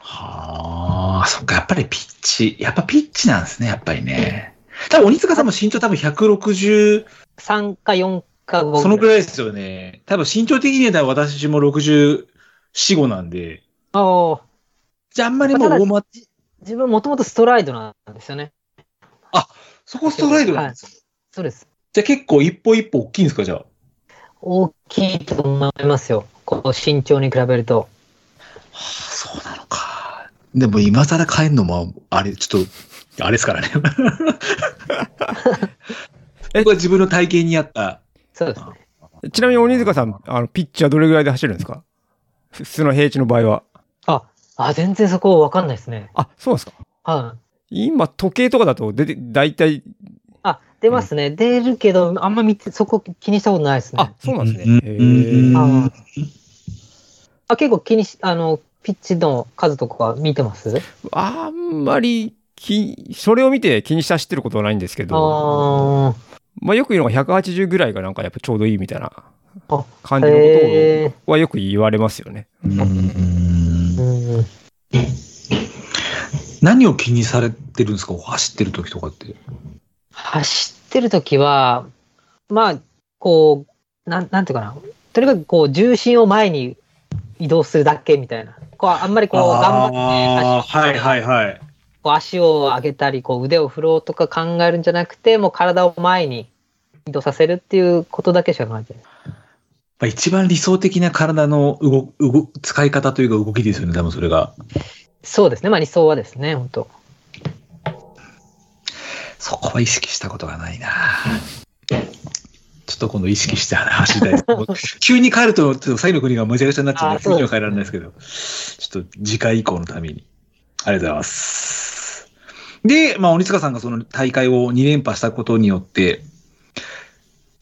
Speaker 1: はあ、そっか、やっぱりピッチ、やっぱピッチなんですね、やっぱりね。多分、鬼塚さんも身長多分160、
Speaker 3: 3か4か5
Speaker 1: そのくらいですよね。多分、身長的には多分私も64、5なんで、
Speaker 3: あー
Speaker 1: じゃああんまりもう大股、
Speaker 3: 自分もともとストライドなんですよね。
Speaker 1: そこストライドなんですよ。
Speaker 3: そうです。
Speaker 1: じゃあ結構一歩一歩大きいんですか、じゃあ。
Speaker 3: 大きいと思いますよ。こう身長に比べると。
Speaker 1: そうなのか。でも今更帰るのも、あれ、ちょっと、あれですからね。僕は自分の体型に合った。
Speaker 3: そうですね。
Speaker 2: ちなみに鬼塚さん、あの、ピッチはどれぐらいで走るんですか普通の平地の場合は。
Speaker 3: あ、全然そこわかんないですね。
Speaker 2: あ、そうなんですか
Speaker 3: はい。
Speaker 2: 今、時計とかだと、出て、大体、
Speaker 3: あ、出ますね。出るけど、あんま見て、そこ気にしたことないですね。
Speaker 2: あ、そうなんです
Speaker 1: うん
Speaker 2: ね。へー
Speaker 1: うん
Speaker 3: あーあ結構気にし、あの、ピッチの数とか見てます
Speaker 2: あんまり、き、それを見て気にした知ってることはないんですけど、
Speaker 3: あ
Speaker 2: まあよく言うのが180ぐらいがなんかやっぱちょうどいいみたいな
Speaker 3: あ
Speaker 2: 感
Speaker 3: あ。
Speaker 2: じのこ
Speaker 3: へえ。
Speaker 2: とはよく言われますよ [LAUGHS] ね。
Speaker 3: うん。
Speaker 1: 何を気にされてるんですか走ってる時とかって。
Speaker 3: 走ってる時は、まあ、こう、なん、なんていうかな。とにかくこう、重心を前に移動するだけみたいな。こう、あんまりこう、頑張って走って、
Speaker 1: いはい。
Speaker 3: こう足を上げたり、こう、腕を振ろうとか考えるんじゃなくて、もう体を前に移動させるっていうことだけしか考えてない。
Speaker 1: まあ、一番理想的な体の動動使い方というか動きですよね、多分それが。
Speaker 3: そうですね。まあ理想はですね、本当
Speaker 1: そこは意識したことがないな。ちょっと今度意識して走りたい
Speaker 3: [LAUGHS]
Speaker 1: です。もう急に帰ると、ちょっと最後の国がむちゃくちゃになっちゃうんで、
Speaker 3: あ
Speaker 1: 急
Speaker 3: そう
Speaker 1: に
Speaker 3: で
Speaker 1: は
Speaker 3: す
Speaker 1: 帰られないですけど、ちょっと次回以降のために。ありがとうございます。で、まあ、鬼塚さんがその大会を2連覇したことによって、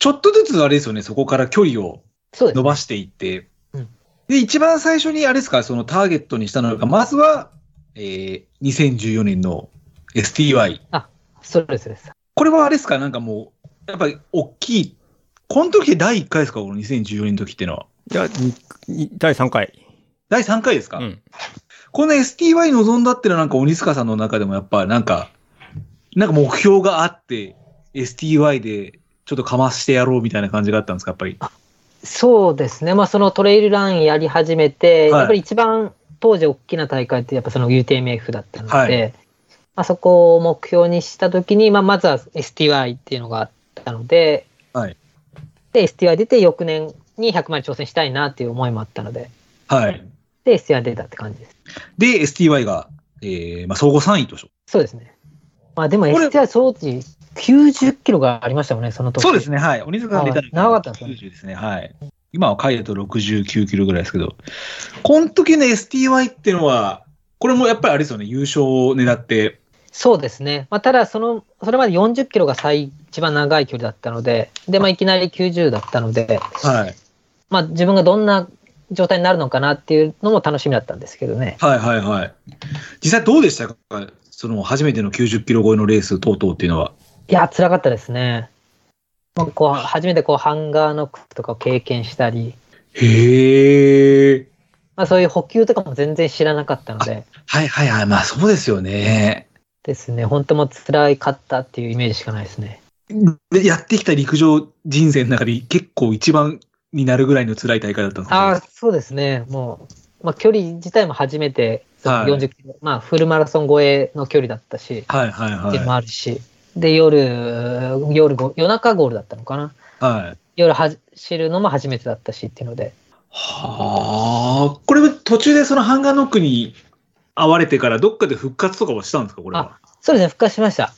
Speaker 1: ちょっとずつあれですよね、そこから距離を
Speaker 3: そうです
Speaker 1: 伸。ばしていって
Speaker 3: うん、
Speaker 1: で、一番最初にあれですか、そのターゲットにしたのが、まずは、えー、2014年の STY。
Speaker 3: そうです。そうです
Speaker 1: これはあれですか、なんかもう、やっぱり大きい、この時第1回ですか、この2014年の時ってのは。
Speaker 2: いや、にに第3回。
Speaker 1: 第3回ですか、
Speaker 2: うん。
Speaker 1: この STY 望んだってのはなんか鬼塚さんの中でもやっぱなんか、なんか目標があって、STY でちょっとかましてやろうみたいな感じがあったんですか、やっぱり。
Speaker 3: そうですね、まあ、そのトレイルランやり始めて、
Speaker 1: はい
Speaker 3: やっぱり一番当時大きな大会って、やっぱその UTMF だったので、
Speaker 1: はい
Speaker 3: まあ、そこを目標にしたときに、まあ、まずは STY っていうのがあったので、
Speaker 1: はい
Speaker 3: で STY 出て、翌年に100まで挑戦したいなっていう思いもあったので、
Speaker 1: はい。
Speaker 3: で STY 出たって感じです。
Speaker 1: で、STY が、えー、まあ、総合3位としょ。
Speaker 3: そうですね。まあ、でも
Speaker 1: これ
Speaker 3: STY 当時90キロがありましたもんね、その時
Speaker 1: そうですね、はい。鬼塚さん出たの
Speaker 3: あ長かったですね
Speaker 1: 90ですね、はい。今は海だと69キロぐらいですけど、この時の STY っていうのは、これもやっぱりあれですよね、優勝を狙って、
Speaker 3: そうですね、まあ、ただその、それまで40キロが最一番長い距離だったので、でまあ、いきなり90だったので、
Speaker 1: はい。
Speaker 3: まあ、自分がどんな状態になるのかなっていうのも楽しみだったんですけどね。
Speaker 1: はいはいはい。実際どうでしたかその初めての90キロ超えのレース等々っていうのは。
Speaker 3: いや、辛かったですね。まあ、こう初めてこうハンガーノックとかを経験したり、
Speaker 1: へえ。
Speaker 3: まあ、そういう補給とかも全然知らなかったので、
Speaker 1: はいはいはい。まあそうですよね。
Speaker 3: ですね、本当もう辛いかったっていうイメージしかないですね。
Speaker 1: でやってきた陸上人生の中で結構一番になるぐらいの辛い大会だったんですか
Speaker 3: ああ、そうですね、もう、まあ、距離自体も初めて、
Speaker 1: はい
Speaker 3: 40キロ、まあ、フルマラソン超えの距離だったし、
Speaker 1: はいはい
Speaker 3: っていうのも
Speaker 1: は
Speaker 3: あるし、で、夜、夜ご、夜中ゴールだったのかな。
Speaker 1: い。はい。
Speaker 3: 夜走るのも初めてだったしっていうので、
Speaker 1: はあ、これ途中でそのハンガーノックに会われてからどっかで復活とかはしたんですかこれは。
Speaker 3: そうですね、復活しました。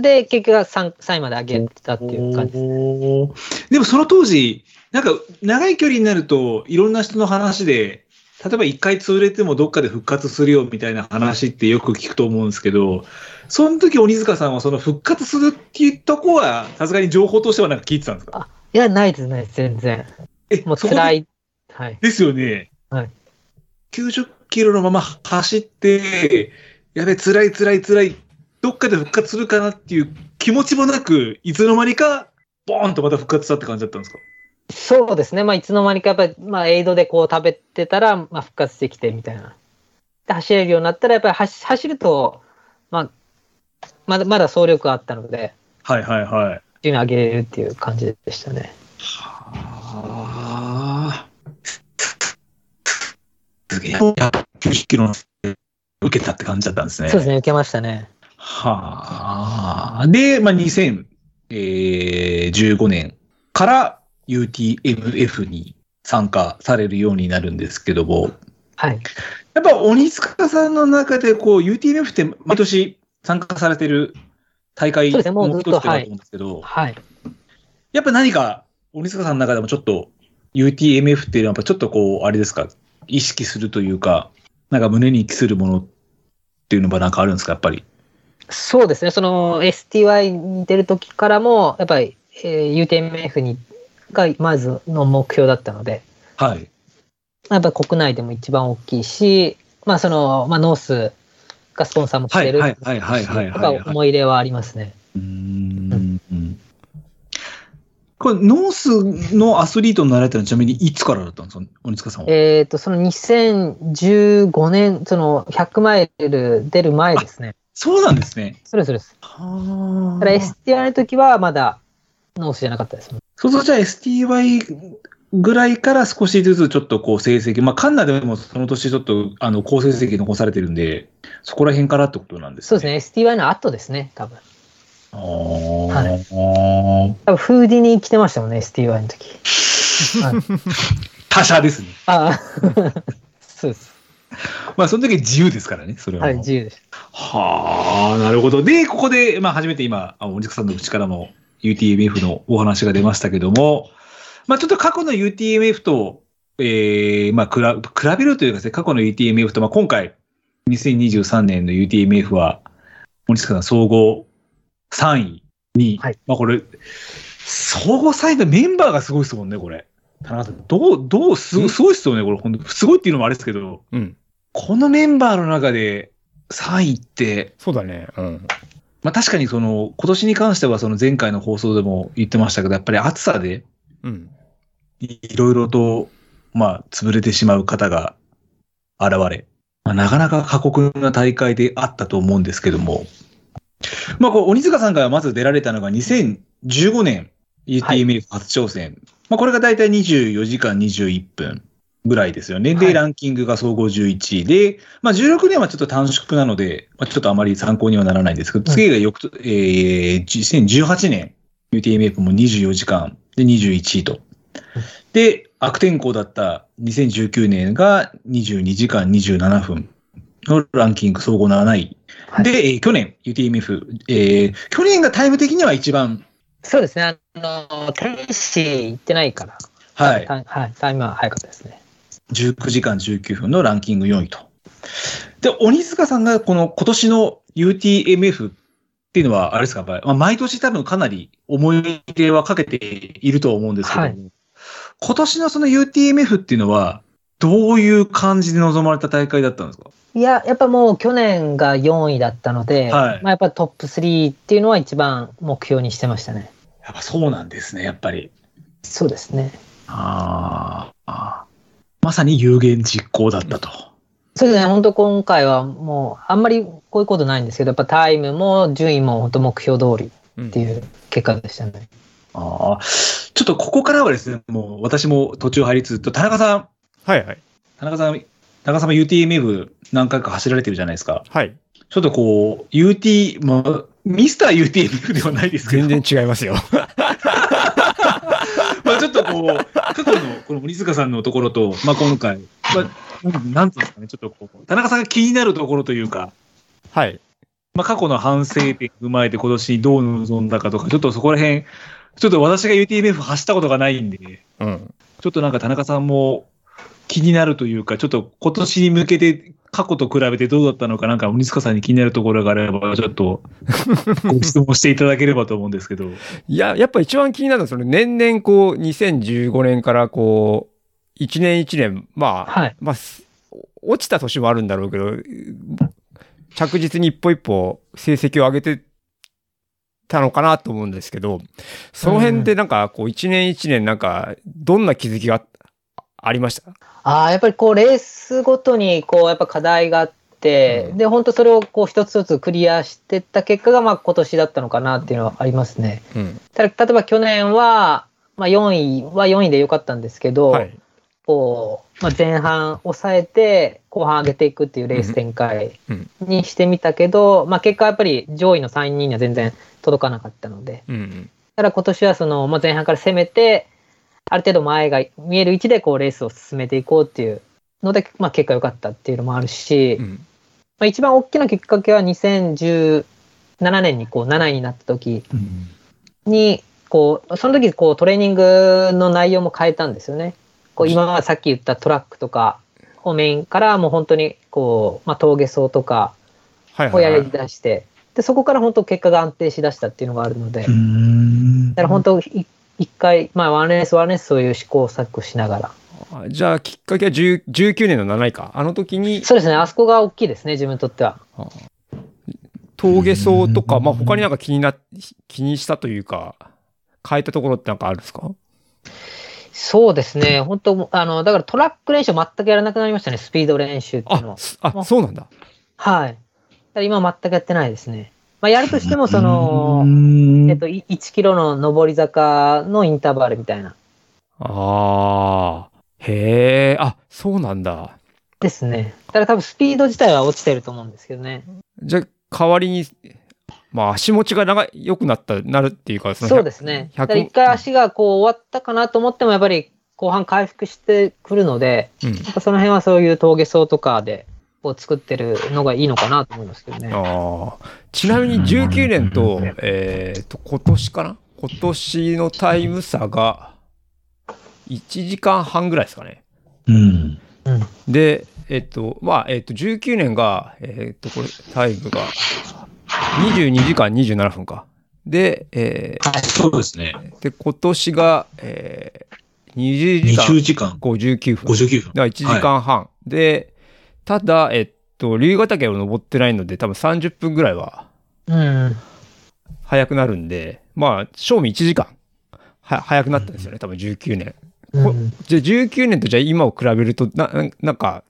Speaker 3: で、結局は 3, 3位まで上げてたっていう感じです。
Speaker 1: おーでもその当時、なんか長い距離になるといろんな人の話で、例えば一回潰れてもどっかで復活するよみたいな話ってよく聞くと思うんですけど、その時鬼塚さんはその復活するっていうとこは、さすがに情報としてはなんか聞いてたんですか
Speaker 3: いや、ないです、ないです、全然。
Speaker 1: え、
Speaker 3: もう
Speaker 1: そこで
Speaker 3: 辛い。はい。
Speaker 1: ですよね。
Speaker 3: はい
Speaker 1: 90キロのまま走って、やべ、辛い辛い辛い、どっかで復活するかなっていう気持ちもなく、いつの間にか、ボーンとまた復活したって感じだったんですか
Speaker 3: そうですね。まあ、いつの間にかやっぱり、まあ、エイドでこう食べてたら、まあ、復活できてみたいな。で走れるようになったら、やっぱり走走ると、まあ、まだ、まだ走力があったので、
Speaker 1: はいはいはい。
Speaker 3: 順位を上げれるっていう感じでしたね。
Speaker 1: はあ。すげえ。190キロの受けたって感じだったんですね。
Speaker 3: そうですね、受けましたね。
Speaker 1: はあ。で、まあ、2015年から UTMF に参加されるようになるんですけども、
Speaker 3: はい。
Speaker 1: やっぱ鬼塚さんの中で、こう、UTMF って毎年参加されてる大会
Speaker 3: そうですねもうずっと
Speaker 1: の一つだと思うんですけど、
Speaker 3: はい。
Speaker 1: やっぱ何か、鬼塚さんの中でもちょっと、UTMF っていうのは、やっぱちょっとこう、あれですか、意識するというか、なんか胸に期するものっていうのはなんかあるんですか、やっぱり。
Speaker 3: そうですね、その STY に出る時からも、やっぱり、えー UTMF にがまずの目標だったので、
Speaker 1: はい。
Speaker 3: やっぱり国内でも一番大きいし、まあその、まあ、ノースがスポンサーもし
Speaker 1: は
Speaker 3: て
Speaker 1: い
Speaker 3: る、
Speaker 1: はいはいはいはい
Speaker 3: やっぱ
Speaker 1: はい、
Speaker 3: 思い入れはありますね。
Speaker 1: うーんこれ、ノースのアスリートになられたのはちなみにいつからだったんですか、鬼塚さんは。
Speaker 3: えっ、と、その2015年、その100マイル出る前ですね。
Speaker 1: そうなんですね。
Speaker 3: それそれです。
Speaker 1: は
Speaker 3: だ
Speaker 1: あ
Speaker 3: から STR の時はまだノースじゃなかったですもん。
Speaker 1: そうそう、じゃあ STY ぐらいから少しずつちょっとこう成績、まあ、カンナでもその年ちょっとあの好成績残されてるんで、そこら辺からってことなんです
Speaker 3: そう
Speaker 1: ね。ね。
Speaker 3: ですね、STY の後ですね、多分。
Speaker 1: あ
Speaker 3: は
Speaker 1: ー
Speaker 3: 多分フーディに来てましたもんね、STY
Speaker 1: [LAUGHS]
Speaker 3: の時。はい、
Speaker 1: 他者ですね。
Speaker 3: ああ、そうです。
Speaker 1: まあ、その時自由ですからね、それは。
Speaker 3: はい、自由でした。
Speaker 1: はあ、なるほど。で、ここで、まあ、初めて今、あの、おじくさんの口からも UTMF のお話が出ましたけども、まあ、ちょっと過去の UTMF と、ええまあ、くら、比べるというかですね、過去の UTMF と、まあ、今回、2023年の UTMF は、森塚さん総合3位に、
Speaker 3: はい
Speaker 1: まあ、これ、総合3位のメンバーがすごいですもんね、これ。田中さん、どう、どう、すごい、すごいっすよね、これ、ほんとすごいっていうのもあれですけど、
Speaker 2: うん。
Speaker 1: このメンバーの中で3位って、
Speaker 2: そうだね。うん。
Speaker 1: まあ確かにその、今年に関してはその前回の放送でも言ってましたけど、やっぱり暑さで
Speaker 2: うん。
Speaker 1: いろいろと、まあ潰れてしまう方が現れ、まあ、なかなか過酷な大会であったと思うんですけども、まあこう、鬼塚さんがまず出られたのが2015年 UTMF 初挑戦。まあこれがだいたい24時間21分ぐらいですよね。で、
Speaker 3: はい
Speaker 1: ランキングが総合11位で、まあ16年はちょっと短縮なので、まあちょっとあまり参考にはならないんですけど、次が翌と、えー、2018年 UTMF も24時間で21位と。で、悪天候だった2019年が22時間27分のランキング総合7位。
Speaker 3: はい
Speaker 1: で、えー去年 UTMF、えー去年がタイム的には一番、
Speaker 3: そうですね、あの、天使行ってないから、
Speaker 1: はい、
Speaker 3: タイはい、タイムは早かったですね。
Speaker 1: 19時間19分のランキング4位と。で、鬼塚さんがこの今年の UTMF っていうのは、あれですか、やっぱりまあ、毎年多分かなり思い入れはかけていると思うんですけども、
Speaker 3: はい
Speaker 1: 今年のその UTMF っていうのは、どういう感じで臨まれた大会だったんですか
Speaker 3: いや、やっぱもう去年が4位だったので、
Speaker 1: はい
Speaker 3: まあ、やっぱトップ3っていうのは一番目標にしてましたね。
Speaker 1: やっぱそうなんですね、やっぱり。
Speaker 3: そうですね。
Speaker 1: あーあー。まさに有言実行だったと。
Speaker 3: そうですね、本当今回はもう、あんまりこういうことないんですけど、やっぱタイムも順位も本当目標通りっ
Speaker 2: うん
Speaker 3: ていう結果でしたね。
Speaker 1: ああ。ちょっとここからはですね、もう私も途中入りつつ、田中さん、
Speaker 2: はいはい。
Speaker 1: 田中さん、田中さんも UTMF 何回か走られてるじゃないですか。
Speaker 2: はい。
Speaker 1: ちょっとこう、UT、まあ、ミスター UTMF ではないですけど、
Speaker 2: 全然違いますよ。 [LAUGHS]
Speaker 1: まあちょっとこう、過去のこの森塚さんのところと、まあ今回、まあ、なんなんつうんですかね、ちょっとこう、田中さんが気になるところというか、
Speaker 2: はい。
Speaker 1: まあ、過去の反省点踏まえて今年どう臨んだかとか、ちょっとそこら辺、ちょっと私が UTMF 走ったことがないんで、
Speaker 2: うん。
Speaker 1: ちょっとなんか田中さんも、気になるというか、ちょっと今年に向けて過去と比べてどうだったのか、なんか鬼塚さんに気になるところがあれば、ちょっとご質問していただければと思うんですけど。
Speaker 2: いや、やっぱ一番気になるのは、その年々こう、2015年からこう、一年一年、まあ、
Speaker 3: はい
Speaker 2: まあ、す落ちた年もあるんだろうけど、着実に一歩一歩成績を上げてたのかなと思うんですけど、その辺でなんかこう一年一年なんかどんな気づきがあありました
Speaker 3: ああ、やっぱりこう、レースごとに、こう、やっぱ課題があって、
Speaker 2: うん
Speaker 3: で、本当それをこう、一つ一つクリアしてった結果が、まあ、今年だったのかなっていうのはありますね。
Speaker 2: うん。
Speaker 3: ただ、例えば去年は、まあ、4位は4位で良かったんですけど、
Speaker 2: はい。
Speaker 3: こう、まあ、前半抑えて、後半上げていくっていうレース展開
Speaker 2: うん
Speaker 3: にしてみたけど、まあ、結果やっぱり上位の3位には全然届かなかったので、
Speaker 2: うん。
Speaker 3: ただ今年はその、まあ、前半から攻めて、ある程度前が見える位置でこうレースを進めていこうっていうので、まあ、結果良かったっていうのもあるし、
Speaker 2: うん。
Speaker 3: まあ、一番大きなきっかけは2017年にこう7位になった時に、こう、その時こうトレーニングの内容も変えたんですよね。こう今はさっき言ったトラックとかをメインからもう本当にこう、まあ、峠走とか
Speaker 2: はい
Speaker 3: を
Speaker 2: はい、
Speaker 3: や
Speaker 2: は
Speaker 3: り
Speaker 2: い。
Speaker 3: 出して、で、そこから本当結果が安定しだしたっていうのがあるので、
Speaker 1: ん
Speaker 3: だから本当、い一回、まあ、ワンレース、ワンレース、そういう試行錯誤しながら。
Speaker 2: あじゃあきっかけは10 19年の7位か。あの時に
Speaker 3: そうですね、あそこが大きいですね、自分にとっては。
Speaker 2: 峠層とか、
Speaker 1: うん
Speaker 2: まあ他になんか気にな、気にしたというか、変えたところってなんかあるんですか
Speaker 3: そうですね、本当、あの、だからトラック練習全くやらなくなりましたね、スピード練習っていうの
Speaker 2: あ
Speaker 3: は。、
Speaker 2: す
Speaker 3: も
Speaker 2: あ、
Speaker 3: う
Speaker 2: そうなんだ。
Speaker 3: はい。だから今全くやってないですね。まあ、やるとしても、その、えっと、い1キロの上り坂のインターバルみたいな。
Speaker 2: ああ、へえ、あ、そうなんだ。
Speaker 3: ですね。だから多分スピード自体は落ちてると思うんですけどね。
Speaker 2: じゃあ、代わりに、まあ、足持ちが長い、良くなった、なるっていうか、その
Speaker 3: そうですね。だから一回足がこう終わったかなと思っても、やっぱり後半回復してくるので、
Speaker 2: うん。
Speaker 3: やっぱその辺はそういう峠層とかで、こう作ってるのがいいのかなと思いますけどね。
Speaker 2: ああ。ちなみに19年と、えっ、と、今年かな今年のタイム差が、1時間半ぐらいですかね。
Speaker 1: うん。
Speaker 3: うん。
Speaker 2: で、えっと、まあ、えっと、19年が、えっと、これ、タイムが、22時間27分か。で、え
Speaker 1: そうですね。
Speaker 2: ーで、今年が、えー、20時
Speaker 1: 20
Speaker 2: 間
Speaker 1: 時間
Speaker 2: 59分。
Speaker 1: 59分。
Speaker 2: だから1時間半。で、ただ、えっと、竜ヶ岳を登ってないので、多分30分ぐらいは
Speaker 3: うん。
Speaker 2: 早くなるんで、まあ、正味1時間は早くなったんですよね、多分19年。
Speaker 3: う
Speaker 2: こ
Speaker 3: ん
Speaker 2: じゃあ19年とじゃあ今を比べると、な、ななんか、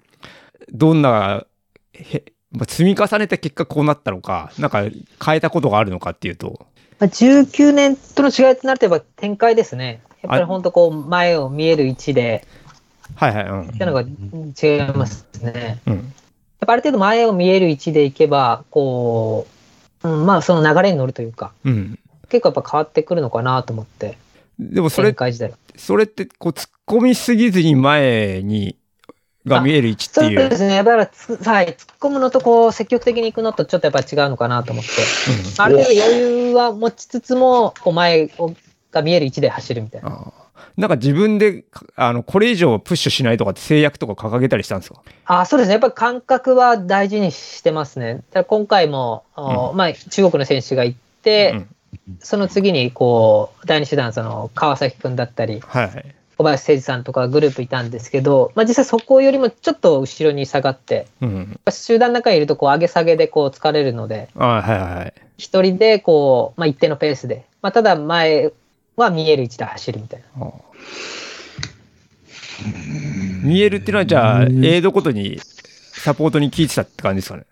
Speaker 2: どんな、へ、まあ、積み重ねた結果こうなったのか、なんか変えたことがあるのかっていうと、
Speaker 3: まあ、19年との違いとなると、やっぱ展開ですね。やっぱり本当こう、前を見える位置で、
Speaker 2: はいはい、うん
Speaker 3: っ。てのが違いますね。
Speaker 2: うん。
Speaker 3: やっぱある程度前を見える位置で行けば、こう、うん、まあその流れに乗るというか、
Speaker 2: うん。
Speaker 3: 結構やっぱ変わってくるのかなと思って、
Speaker 2: でもそ
Speaker 3: 展
Speaker 2: れ、
Speaker 3: 開自体は。
Speaker 2: それって、こう、突っ込みすぎずに前に、が見える位置って
Speaker 3: そう
Speaker 2: いう。うん
Speaker 3: ですね。やっぱりつ、はい、突っ込むのとこう、積極的に行くのとちょっとやっぱ違うのかなと思って。ある程度余裕は持ちつつも、こう前をが見える位置で走るみたいな。
Speaker 2: ああなんか自分で、かあの、これ以上プッシュしないとかって制約とか掲げたりしたんですか
Speaker 3: あそうですね。やっぱり感覚は大事にしてますね。ただ今回も、おまあ、中国の選手が行って、
Speaker 2: うん
Speaker 3: その次に、こう、第二手段、その、川崎くんだったり、
Speaker 2: はいはい。
Speaker 3: 小林誠司さんとかグループいたんですけど、まあ、実際そこよりもちょっと後ろに下がって、やっ
Speaker 2: うん。
Speaker 3: ぱ集団の中にいると、こう、上げ下げで、こう、疲れるので、
Speaker 2: ああはいはいはい。
Speaker 3: 一人で、こう、まあ、一定のペースで、まあ、ただ前は見える位置で走るみたいな。
Speaker 2: ああ見えるっていうのは、じゃあ、エイドごとにサポートに効いてたって感じですかね。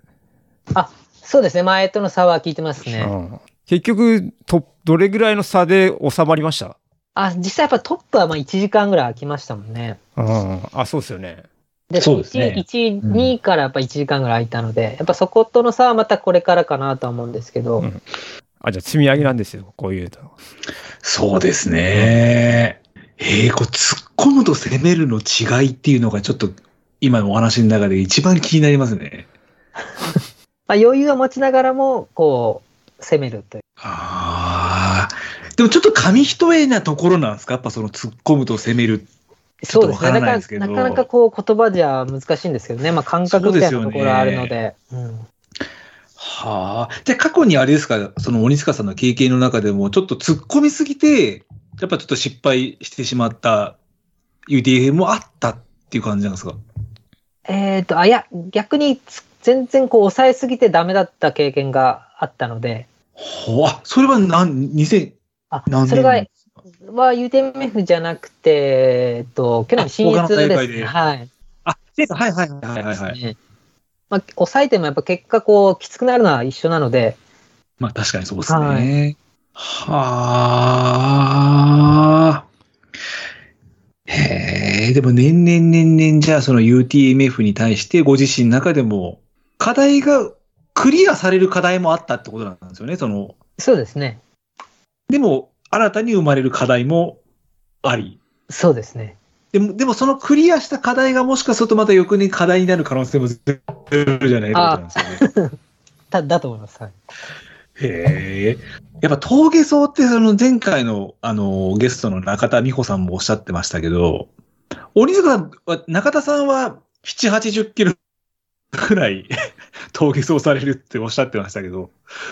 Speaker 3: そうですね。前との差は効いてますね。
Speaker 2: うん結局と、どれぐらいの差で収まりました
Speaker 3: あ、実際やっぱトップはまあ1時間ぐらい空きましたもんね。
Speaker 2: うんあ、そうですよね。
Speaker 3: で、
Speaker 1: そうですね
Speaker 3: 1、
Speaker 1: うん
Speaker 3: 2からやっぱ1時間ぐらい空いたので、やっぱそことの差はまたこれからかなとは思うんですけど、
Speaker 2: うんあ、じゃあ積み上げなんですよ、こういうと。
Speaker 1: そうですね。ええこう、突っ込むと攻めるの違いっていうのがちょっと、今のお話の中で一番気になりますね。
Speaker 3: まあ余裕を持ちながらも、こう、攻めるという。
Speaker 1: ああ。でもちょっと紙一重なところなんですかやっぱその突っ込むと攻めるちょっ
Speaker 3: そ
Speaker 1: と
Speaker 3: うで
Speaker 1: わ
Speaker 3: す
Speaker 1: から
Speaker 3: ね。な
Speaker 1: ない
Speaker 3: か
Speaker 1: ですけど
Speaker 3: なかなかこう言葉じゃ難しいんですけどね。まあ感覚みたいなところはあるので。うん
Speaker 1: はあ。じゃあ過去にあれですか、その鬼塚さんの経験の中でも、ちょっと突っ込みすぎて、やっぱちょっと失敗してしまった UDF もあったっていう感じなんですか
Speaker 3: えっと、あ、いや、逆につ全然こう抑えすぎてダメだった経験があったので、
Speaker 1: ほあ、それは何、2000
Speaker 3: あ
Speaker 1: 何年
Speaker 3: それがは UTMF じゃなくて、えっと、去年の新
Speaker 1: あ他の大
Speaker 3: 越で
Speaker 1: 会
Speaker 3: す
Speaker 1: で
Speaker 3: ね。はい。
Speaker 1: あ、そうかはいはいはいはいはい。
Speaker 3: ですねまあ、抑えてもやっぱ結果こう、きつくなるのは一緒なので、
Speaker 1: まあ確かにそうですね。はあ。へえ、でも年々年々じゃあその UTMF に対してご自身の中でも課題がクリアされる課題もあったってことなんですよね。その、
Speaker 3: そうですね。
Speaker 1: でも新たに生まれる課題もあり。
Speaker 3: そうですね。
Speaker 1: でも、でもそのクリアした課題がもしかするとまた翌年課題になる可能性もゼロじゃないってことなんですよね。
Speaker 3: だ、だと思います。はい。
Speaker 1: へえ。やっぱ峠層ってその前回のあのゲストの中田美穂さんもおっしゃってましたけど、鬼塚さんは、中田さんは7、80キロくらい [LAUGHS] 峠層されるっておっしゃってましたけど、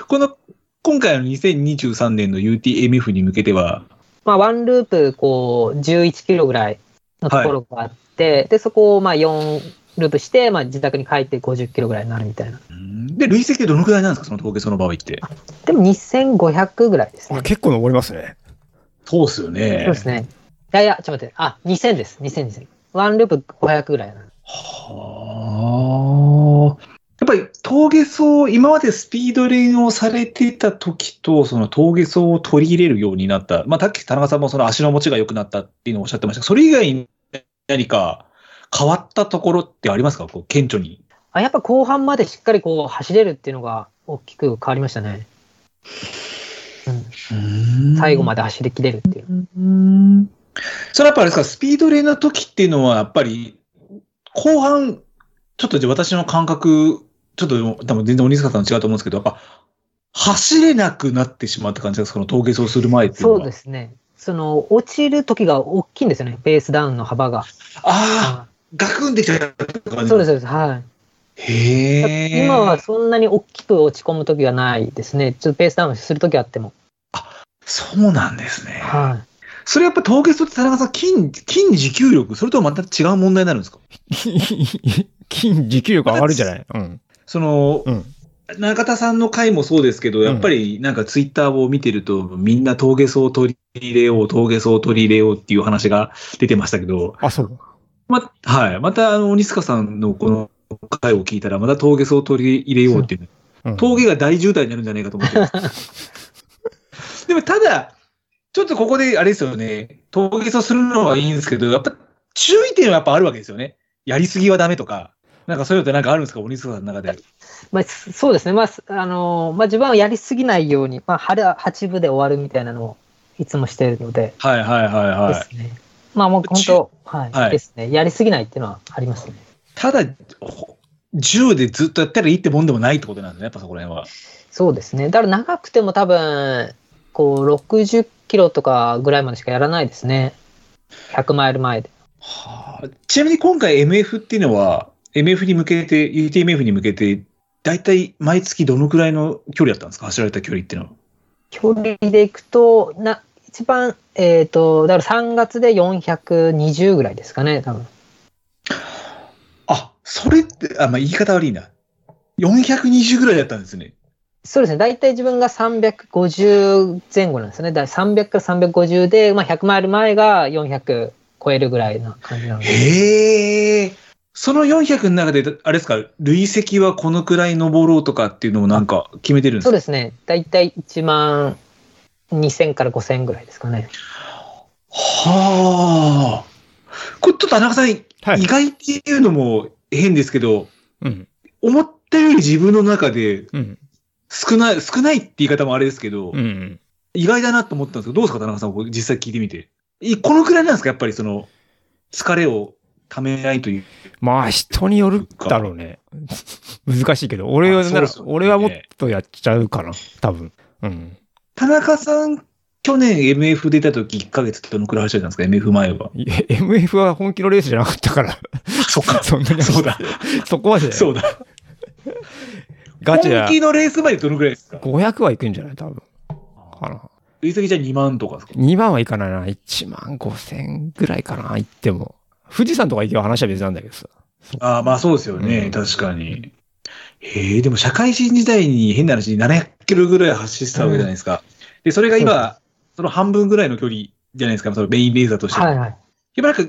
Speaker 1: この今回の2023年の UTMF に向けては、
Speaker 3: まあ、ワンループ、こう、11キロぐらいのところがあって、で、そこをまあ4ループして、まあ、自宅に帰って50キロぐらいになるみたいな。
Speaker 1: うんで、累積でどのくらいなんですかその峠層の場合って。
Speaker 3: でも2500ぐらいですね
Speaker 2: あ。結構登ります [LAUGHS] ね。
Speaker 1: そうっすよね。
Speaker 3: そうですね。いやいや、ちょっと待って。あ、2000です。2000、2000。ワンループ500ぐらいなの。
Speaker 1: はあ。やっぱり峠層、今までスピード練をされてた時と、その峠層を取り入れるようになった。まあ、さっき田中さんもその足の持ちが良くなったっていうのをおっしゃってましたが、それ以外に何か変わったところってありますかこう、顕著に。
Speaker 3: あ、やっぱ後半までしっかりこう走れるっていうのが大きく変わりましたね。うん、最後まで走りきれるっていう。
Speaker 1: それはやっぱあれですか、スピード練の時っていうのは、やっぱり、後半、ちょっとじゃあ私の感覚、ちょっと多分全然鬼塚さんと違うと思うんですけど、やっぱ、走れなくなってしまうって感じなんですか、この峠走する前っていうの
Speaker 3: そ
Speaker 1: は。。
Speaker 3: うですすね。その落ちる時が大きいんですよね。ベースダウンの幅が。
Speaker 1: ああ、ガクンできちゃった感じ。
Speaker 3: そうです、そうです。はい。
Speaker 1: す。へえ。
Speaker 3: 今は、そんなに大きく落ち込む時がないですね。ちょっとペースダウンする時あっても。
Speaker 1: そうなんですね。
Speaker 3: は
Speaker 1: それやっぱ峠走って田中さん、筋、筋持久力、それとはまた違う問題になるんですか
Speaker 2: 筋持久力上がるんじゃないうん。
Speaker 1: その、
Speaker 2: うん
Speaker 1: 中田さんの回もそうですけど、やっぱりなんかツイッターを見てると、みんな峠層を取り入れよう、峠層を取り入れようっていう話が出てましたけど、
Speaker 2: あ、そう。
Speaker 1: ま、はい。また、あの、鬼塚さんのこの回を聞いたら、また峠層を取り入れようっていう、
Speaker 2: うん
Speaker 1: 峠が大渋滞になるんじゃないかと思ってますでも、ただ、ちょっとここで、あれですよね、峠層するのはいいんですけど、やっぱ注意点はやっぱあるわけですよね。やりすぎはダメとか、なんかそういうのってなんかあるんですか、鬼塚さんの中で。
Speaker 3: い。まあ、すそうですね。まあ、すあのーまあ、自分はやりすぎないように、まあ、春は8分で終わるみたいなのをいつもしているので。
Speaker 1: はいはいはいはい。
Speaker 3: ですね。まあもう本当、はい、
Speaker 1: はい
Speaker 3: ですね。やりすぎないっていうのはありますね。
Speaker 1: ただ、ほ銃でずっとやったらいいってもんでもないってことなんですね、やっぱそこら辺は。
Speaker 3: そうですね。だから長くても多分、こう、60キロとかぐらいまでしかやらないですね。100マイル前で。
Speaker 1: はあ、ちなみに今回 MF っていうのは、MF に向けて、UTMF に向けて、だいたい毎月どのくらいの距離だったんですか走られた距離っていうのは。
Speaker 3: 距離でいくと、な、一番、えっ、と、だから3月で420ぐらいですかね、多分。
Speaker 1: あ、それって、あ、まあ、言い方悪いな。420ぐらいだったんですね。
Speaker 3: そうですね。大体自分が350前後なんですよね。だから300から350で、まあ100マイル前が400超えるぐらいな感じなので。
Speaker 1: へえ。その400の中で、あれですか、累積はこのくらい登ろうとかっていうのをなんか決めてるんです
Speaker 3: そ
Speaker 1: か
Speaker 3: うですね。だいたい1万2000から5000ぐらいですかね。
Speaker 1: はあ。これちょっと田中さん、
Speaker 2: はい
Speaker 1: 意。外っていうのも変ですけど、
Speaker 2: うん。
Speaker 1: 思ったより自分の中で
Speaker 2: うん。
Speaker 1: 少ない、少ないって言い方もあれですけど、
Speaker 2: うん。
Speaker 1: 意外だなと思ったんですけど、どうですか、田中さん、これ実際聞いてみて。いこのくらいなんですか、やっぱりその、疲れをためないという。
Speaker 2: まあ人によるだろうね。難しいけど、俺は
Speaker 1: あそう
Speaker 2: な
Speaker 1: で
Speaker 2: ら
Speaker 1: すよね
Speaker 2: 俺はもっとやっちゃうかな、多分。うん。
Speaker 1: 田中さん去年 MF 出た時1ヶ月ってどのくらい走ってたんですか ?MF 前は。
Speaker 2: いや MF は本気のレースじゃなかったから、
Speaker 1: そっか。
Speaker 2: [LAUGHS] そんなに走
Speaker 1: そう
Speaker 2: っ
Speaker 1: だ。
Speaker 2: たそこまで。
Speaker 1: そうだ。
Speaker 2: ガチや
Speaker 1: 本。気のレース前でどのくらいですか
Speaker 2: 500はいくんじゃない多分。かな。
Speaker 1: 売りすぎじゃ2万とかですか
Speaker 2: 2万はいかないな。1万5千ぐらいかな、行っても。富士山とか行けば話は別なんだけどさ。
Speaker 1: ああ、まあそうですよね。
Speaker 2: うん
Speaker 1: 確かに。ええでも社会人時代に変な話、700キロぐらい走ってたわけじゃないですか。で、それが今、その半分ぐらいの距離じゃないですか、そのメインレーザーとして。
Speaker 3: はいはい。
Speaker 1: やっぱなんか、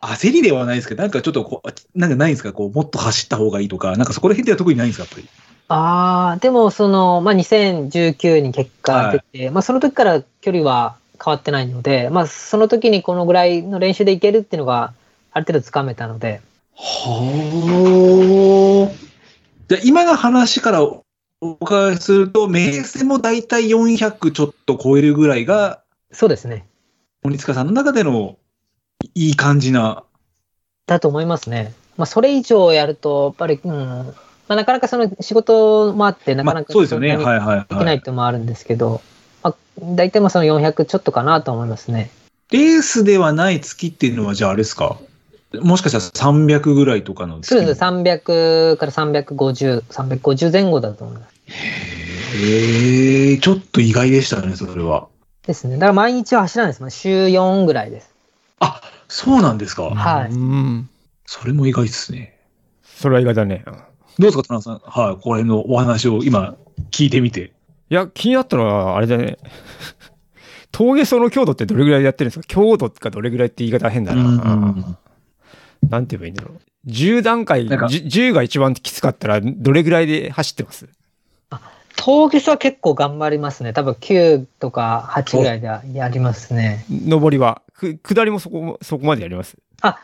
Speaker 1: 焦りではないですけど、なんかちょっとこう、なんかないんですかこう、もっと走った方がいいとか、なんかそこら辺では特にないんですかやっぱり。
Speaker 3: ああ、でもその、まあ、2019に結果出て、まあ、その時から距離は変わってないので、まあ、その時にこのぐらいの練習でいけるっていうのが、ある程度つかめたので、
Speaker 1: はあ。じゃあ今の話からお伺いすると、名線も大体400ちょっと超えるぐらいが、
Speaker 3: そうですね。
Speaker 1: 鬼塚さんの中でのいい感じな。
Speaker 3: だと思いますね。まあ、それ以上やると、やっぱり、うん、まあ、なかなかその仕事もあって、なか
Speaker 1: まあ
Speaker 3: な、か
Speaker 1: そうですよね。
Speaker 3: そんなに
Speaker 1: はいはい
Speaker 3: でき
Speaker 1: は。
Speaker 3: ないいってのもあるんですけど、まあ、大体まあその400ちょっとかなと思いますね。
Speaker 1: レースではない月っていうのは、じゃああれですかもしかしたら300ぐらいとかの月
Speaker 3: そうですね、300から350、350前後だと思います。
Speaker 1: へえ、ちょっと意外でしたね、それは。
Speaker 3: ですね。だから毎日は走らないです。まあ、週4ぐらいです。
Speaker 1: あ、そうなんですか。
Speaker 3: はい
Speaker 2: うん。
Speaker 1: それも意外ですね。
Speaker 2: それは意外だね。うん
Speaker 1: どうですか、田中さん。はい、ここら辺のお話を今聞いてみて。
Speaker 2: いや、気になったのは、あれだね。峠層の強度ってどれぐらいやってるんですか強度かどれぐらいって言い方変だな。
Speaker 1: うん
Speaker 2: なんて言えばいいんだろう。10段階、
Speaker 1: なんか
Speaker 2: 10が一番きつかったら、どれぐらいで走ってます
Speaker 3: 峠下は結構頑張りますね。多分9とか8ぐらいではやりますね。
Speaker 2: 上りは。く下りもそこも、そこまでやります。
Speaker 3: あ、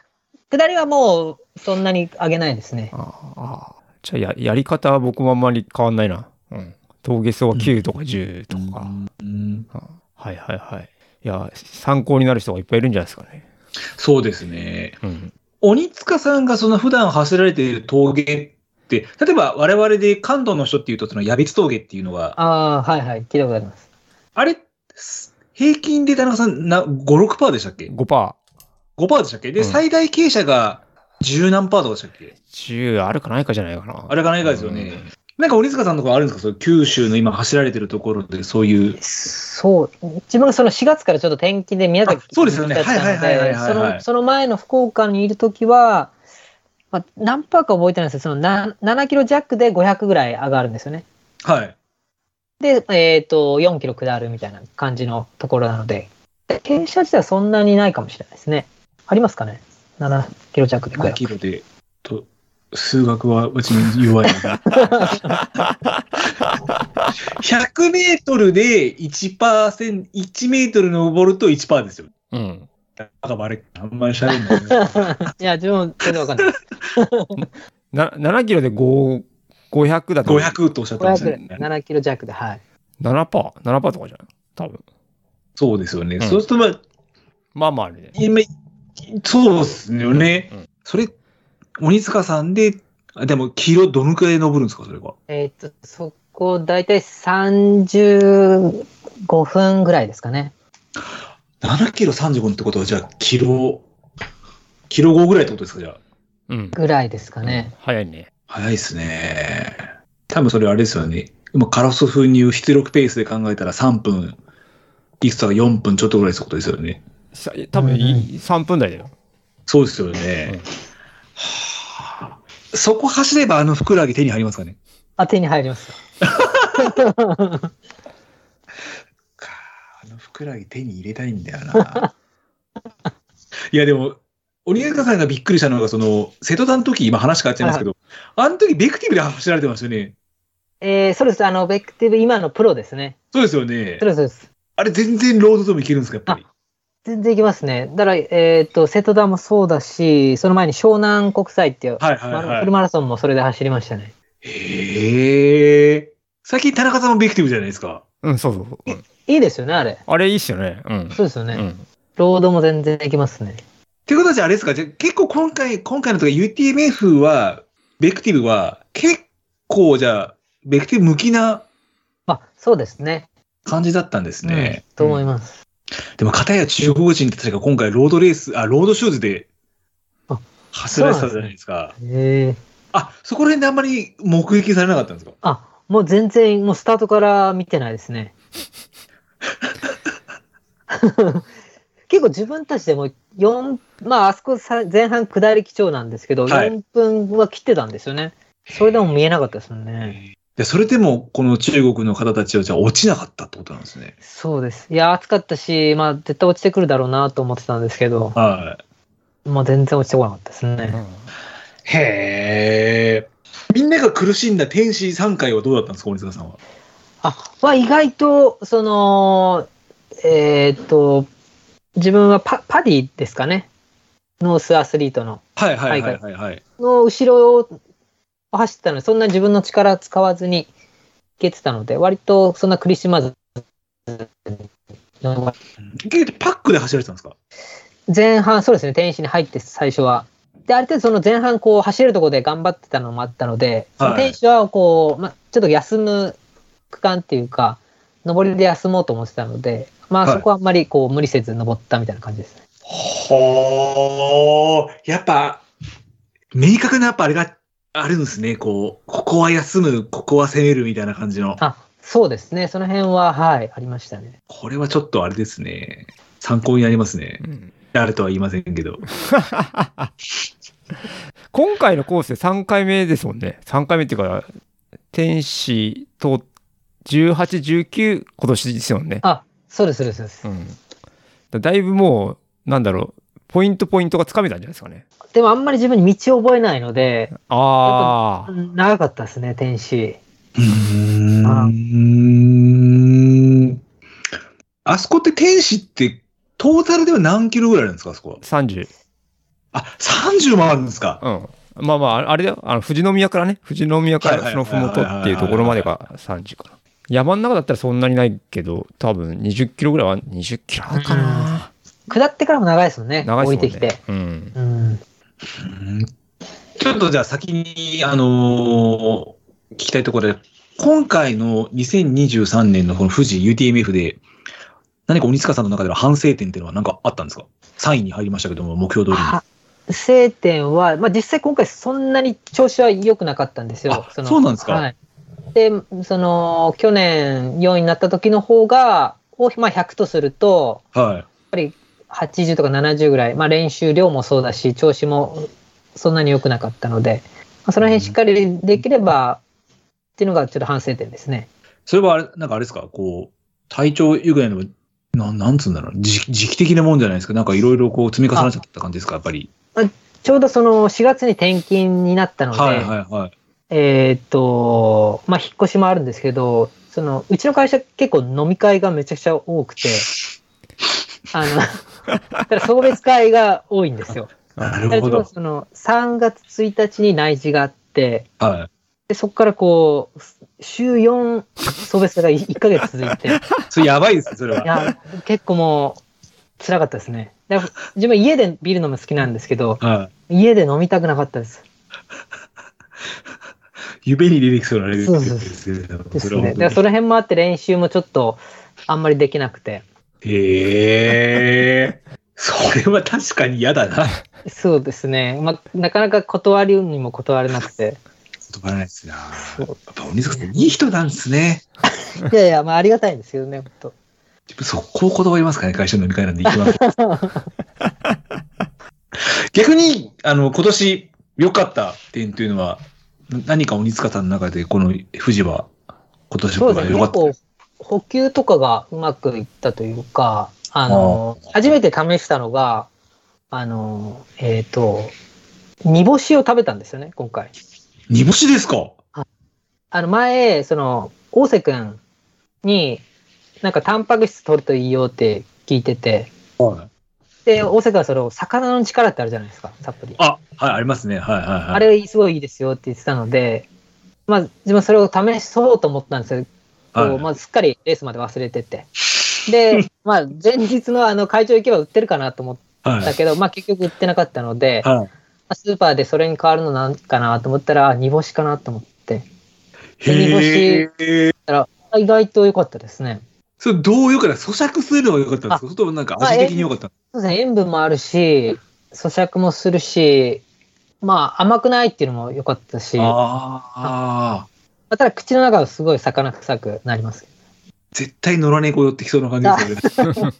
Speaker 3: 下りはもうそんなに上げないですね。
Speaker 2: ああ。じゃあや、やり方は僕もあんまり変わんないな。うん。峠層は9とか10とか。
Speaker 1: うん
Speaker 2: あはいはいはい。いや、参考になる人がいっぱいいるんじゃないですかね。
Speaker 1: そうですね。
Speaker 2: うん。
Speaker 1: 鬼塚さんがその普段走られている峠って、例えば我々で関東の人っていうと、その矢別峠っていうのが、あ
Speaker 3: ああ、はいはい、聞いたことあります。
Speaker 1: れ、す平均で田中さんな5、6%でしたっけ
Speaker 2: 5%。
Speaker 1: ?5% でしたっけで、
Speaker 2: うん
Speaker 1: 最大傾斜が十何パーとかでしたっけ
Speaker 2: 10あるかないかじゃないかな。
Speaker 1: あれがないかですよね。なんか鬼塚さんのところあるんですかそういう九州の今走られてるところで、そういう。
Speaker 3: そう、自分がその4月からちょっと転勤で宮崎
Speaker 1: あそうですよね
Speaker 3: だったの
Speaker 1: はいはいはいはいはいはい
Speaker 3: そのその前の福岡にいるときは、まあ、何パーか覚えてないんですけど、そのな7キロ弱で500ぐらい上がるんですよね。
Speaker 1: はい。
Speaker 3: で、えっ、と、4キロ下るみたいな感じのところなので、で傾斜自体はそんなにないかもしれないですね。ありますかね ?7 キロ弱で
Speaker 1: 何
Speaker 3: 500。
Speaker 1: キロで、と、数学はうちに弱いのだ。100メートルで1%パーセン、1メートル登ると1%パーですよ。
Speaker 2: うん。
Speaker 1: だからあれ、あんまり喋ん
Speaker 2: [LAUGHS]
Speaker 1: ない。
Speaker 3: いや、自分も全然わかんない
Speaker 1: [LAUGHS]
Speaker 3: です。
Speaker 2: な7キロで5、500だと。
Speaker 1: 500とおっしゃってました
Speaker 3: 500で、
Speaker 1: ね。
Speaker 3: 7キロ弱で、はい。
Speaker 2: 7%、7%とかじゃん。多分。
Speaker 1: そうですよね。
Speaker 2: うん
Speaker 1: そうすると、まあ、
Speaker 2: まあまああれで。
Speaker 1: 今、そうですよね。
Speaker 2: うん
Speaker 1: それ、鬼塚さんで、あでも、キロどのくらい登るんですか、それは。
Speaker 3: えっ、と、そこ、だいたい35分ぐらいですかね。
Speaker 1: 7キロ35ってことは、じゃあ、キロ、キロ5ぐらいってことですか、じゃあ。
Speaker 2: うん。
Speaker 3: ぐらいですかね。
Speaker 2: 早いね。
Speaker 1: 早いですね。多分それあれですよね。今、カラス風に言う出力ペースで考えたら3分、いくつか4分ちょっとぐらいってことですよね。
Speaker 2: さ多分い、
Speaker 3: うん
Speaker 2: 3分台だよ。
Speaker 1: そうですよ
Speaker 2: うん
Speaker 1: ね。はあそこ走ればあのふくらはぎ手に入りますかね
Speaker 3: あ、手に入りますよ。
Speaker 1: かあのふくらはぎ手に入れたいんだよな。 [LAUGHS] いや、でも、鬼塚さんがびっくりしたのが、その、瀬戸田の時、今話変わっちゃいますけど、あの時、ベクティブで走られてましたよね。
Speaker 3: えー、そうです。あの、ベクティブ、今のプロですね。
Speaker 1: そうですよね
Speaker 3: そう。です、そうです。
Speaker 1: あれ、全然ロードでもいけるんですか、やっぱり。
Speaker 3: 全然いきますね。だから、えっ、と、瀬戸田もそうだし、その前に湘南国際っていう、
Speaker 1: はいはいはい
Speaker 3: まあフルマラソンもそれで走りましたね。
Speaker 1: へえ。最近田中さんもベクティブじゃないですか。
Speaker 2: うん、そうそうそう。うん
Speaker 3: いいですよね、あれ。
Speaker 2: あれいいっすよね。うん。
Speaker 3: そうですよね。
Speaker 2: うん。
Speaker 3: ロードも全然いきますね。
Speaker 1: ってことはじゃああれですか、じゃあ結構今回、今回のとか UTMF は、ベクティブは結構じゃあ、ベクティブ向きな、
Speaker 3: まあ、そうですね。
Speaker 1: 感じだったんですね。
Speaker 3: と思います。
Speaker 1: でも、片や中国人って確か今回ロードレース、あ、ロードシューズで
Speaker 3: あ、
Speaker 1: 走られてたじゃないですか。
Speaker 3: へえ
Speaker 1: あ、そこら辺であんまり目撃されなかったんですか
Speaker 3: あ、もう全然、もうスタートから見てないですね。 [LAUGHS] 結構自分たちでも4、まあ、あそこさ前半下り基調なんですけど、
Speaker 1: はい
Speaker 3: 4分は切ってたんですよね。それでも見えなかったですよね。
Speaker 1: でそれでも、この中国の方たちは、じゃあ落ちなかったってことなんですね。
Speaker 3: そうです。いや、暑かったし、まあ、絶対落ちてくるだろうなと思ってたんですけど、
Speaker 1: は
Speaker 3: まあ、全然落ちてこなかったです
Speaker 2: う
Speaker 3: ね。
Speaker 2: ん
Speaker 1: い。へえ。みんなが苦しんだ天使3回はどうだったんですか、鬼塚さんは。
Speaker 3: あ、は意外と、その、えーっと、自分はパパディですかね。ノースアスリートの。
Speaker 1: はいはいはいはいはい。
Speaker 3: の後ろを走ってたので、そんな自分の力使わずにいけてたので、割とそんな苦しまず、
Speaker 1: 結局パックで走られてたんですか
Speaker 3: 前半、そうですね、天使に入って最初は。で、ある程度その前半、こう、走れるところで頑張ってたのもあったので、その
Speaker 1: はい
Speaker 3: 天使はこう、ま、ちょっと休む区間っていうか、上りで休もうと思ってたので、まあ
Speaker 1: はい
Speaker 3: そこはあんまりこう無理せず登ったみたいな感じですね。
Speaker 1: ほー。やっぱ、明確なやっぱあれがあるんですね。こう、ここは休む、ここは攻めるみたいな感じの。
Speaker 3: あ、そうですね。その辺は、はい、ありましたね。
Speaker 1: これはちょっとあれですね。参考になりますね。
Speaker 2: うん
Speaker 1: 誰とは言いませんけど。
Speaker 2: 今回のコースで3回目ですもんね。3回目っていうか、天使と18、19、今年ですよね。
Speaker 3: あ、そうです、そうですそうです。
Speaker 2: うん。だだいぶもう、なんだろう、ポイントポイントがつかめたんじゃないですかね。
Speaker 3: でもあんまり自分に道を覚えないので、
Speaker 2: ああ。
Speaker 3: 長かったですね、天使。
Speaker 1: う
Speaker 3: あ
Speaker 1: ーん。あそこって天使って、トータルでは何キロぐらいあるんですかあそこは。
Speaker 2: 30。
Speaker 1: あ、30もあるんですか
Speaker 2: うん。まあまあ、あれだよ。あの、富士宮からね、富士宮か
Speaker 1: はいは
Speaker 2: ら
Speaker 1: い
Speaker 2: そのふもとっていうところまでが30かな。山の中だったらそんなにないけど、多分20キロぐらいは20キロかな。
Speaker 3: 下ってからも長いですもんね、
Speaker 2: 長
Speaker 3: 降
Speaker 2: い
Speaker 3: り
Speaker 2: で
Speaker 3: て
Speaker 2: す
Speaker 3: き
Speaker 2: もんね
Speaker 3: て。。
Speaker 2: うん。
Speaker 3: うん。
Speaker 1: うんちょっとじゃあ先に、あのー聞きたいところで、今回の2023年のこの富士 UTMF で、何か鬼塚さんの中での反省点っていうのは何かあったんですか ?3 位に入りましたけども、目標通りに。
Speaker 3: は晴天は、まあ、実際今回そんなに調子は良くなかったんですよ
Speaker 1: あ。
Speaker 3: の
Speaker 1: そうなんですか
Speaker 3: はい。で、その、去年4位になった時の方が、を、まあ、100とすると、
Speaker 1: はい。
Speaker 3: 80とか70ぐらい、まあ、練習量もそうだし、調子もそんなに良くなかったので、まあその辺しっかりできれば、っていうのがちょっと反省点ですね。
Speaker 1: それはあれ、なんかあれですかこう、体調以外の、なん、なんつうんだろう時期時期的なもんじゃないですかなんかいろいろこう積み重なっちゃった感じですかやっぱり。
Speaker 3: ちょうどその4月に転勤になったので、
Speaker 1: はいはいはい。
Speaker 3: えーっと、まあ、引っ越しもあるんですけど、その、うちの会社結構飲み会がめちゃくちゃ多くて、
Speaker 1: [LAUGHS]
Speaker 3: あの、だから送別会が多いんですよ。
Speaker 1: な
Speaker 3: だか
Speaker 1: るほ
Speaker 3: らちょうど
Speaker 1: ど。
Speaker 3: その、3月1日に内示があって、
Speaker 1: はい。
Speaker 3: で、そこからこう、週4送別会が1ヶ月続いて、い
Speaker 1: それやばいですね、それは。
Speaker 3: や、結構もう、辛かったですね。だから自分家でビール飲むの好きなんですけど、
Speaker 1: はい。
Speaker 3: 家で飲みたくなかったです。
Speaker 1: 夢に出てきそうなレベル
Speaker 3: そう
Speaker 1: ですけど。
Speaker 3: です
Speaker 1: それは
Speaker 3: ね。
Speaker 1: 本当
Speaker 3: だから
Speaker 1: に
Speaker 3: その辺もあって練習もちょっとあんまりできなくて。
Speaker 1: へえ。それは確かに嫌だ
Speaker 3: [LAUGHS]
Speaker 1: な。
Speaker 3: そうですね。まあ、なかなか断るにも断れなくて。
Speaker 1: 断らないですな。や
Speaker 3: そう
Speaker 1: っぱ鬼塚さん、いい人なんですね。
Speaker 3: [LAUGHS] いやいや、まあありがたいんですけどね、ほんと。
Speaker 1: そこを断りますかね、会社の飲み会なんで行き
Speaker 3: [LAUGHS]
Speaker 1: ます。逆に、あの、今年良かった点というのは、何か鬼塚さんの中で、この富士は、今年
Speaker 3: そう
Speaker 1: 僕
Speaker 3: で
Speaker 1: は
Speaker 3: す
Speaker 1: 良
Speaker 3: ね。
Speaker 1: か
Speaker 3: 結
Speaker 1: った。
Speaker 3: 構補給とかがうまくいったというか、あの、初めて試したのが、あの、えっ、と、煮干しを食べたんですよね、今回。
Speaker 1: 煮干しですか
Speaker 3: あの前、その、大瀬くんに、なんかタンパク質取るといいよって聞いてて、
Speaker 1: はい。
Speaker 3: で、大阪はそれを魚の力ってあるじゃないですか、サプリ。あ
Speaker 1: あ、はい、ありますね。はいはいはい。
Speaker 3: れ、すごいいいですよって言ってたので、まあ、自分それを試そうと思ったんですけど、
Speaker 1: はい
Speaker 3: こうまあ、すっかりレースまで忘れてて。
Speaker 1: [LAUGHS]
Speaker 3: で、まあ、前日のあの会場行けば売ってるかなと思っ
Speaker 1: はい
Speaker 3: たけど、まあ、結局売ってなかったので、ま
Speaker 1: はい
Speaker 3: あスーパーでそれに変わるのなんかなと思ったら、あ煮干しかなと思って、
Speaker 1: へえ。
Speaker 3: あ意外と良かったですね。
Speaker 1: それどうよかった咀嚼するのが良かったんですか
Speaker 3: あ
Speaker 1: それともなんか味的に良かったんで
Speaker 3: そうですね、塩分もあるし、咀嚼もするし、まあ甘くないっていうのも良かったし、
Speaker 1: すか
Speaker 3: ま
Speaker 1: ああ。
Speaker 3: あ、ただ口の中はすごい魚臭くなります。
Speaker 1: 絶対野良猫寄ってきそうな感じですよね。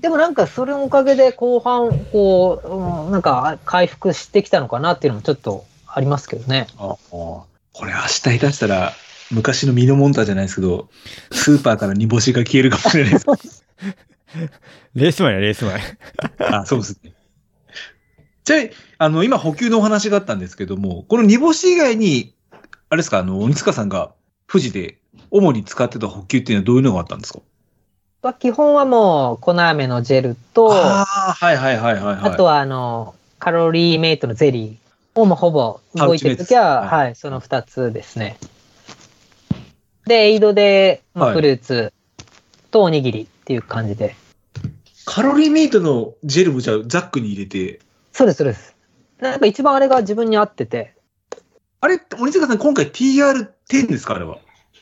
Speaker 3: でもなんかそれのおかげで後半、こう、うんなんか回復してきたのかなっていうのもちょっとありますけどね。
Speaker 1: ああこれ明日下手したら、昔のミノモンタじゃないですけど、スーパーから煮干しが消えるかもしれないです。
Speaker 2: レース前や、レース前。
Speaker 1: あ、そうですね。じゃあ、あの、今補給のお話があったんですけども、この煮干し以外に、あれですか、あの、鬼塚さんが富士で主に使ってた補給っていうのはどういうのがあったんですか
Speaker 3: まあ基本はもう粉飴のジェルと、
Speaker 1: ああ、はいはいはいはい、はい。
Speaker 3: あとはあの、カロリーメイトのゼリーをもうほぼ動いてると
Speaker 1: パウ
Speaker 3: き
Speaker 1: チのや
Speaker 3: は、
Speaker 1: つは
Speaker 3: はい、その2つですね。で、エイドで、ま
Speaker 1: は
Speaker 3: あ、
Speaker 1: い
Speaker 3: フルーツとおにぎりっていう感じで。
Speaker 1: カロリーメイトのジェルもじゃあザックに入れて、
Speaker 3: そうです、そうです。なんか一番あれが自分に合ってて、
Speaker 1: あれ、鬼塚さん今回 TR10 ですかあれは。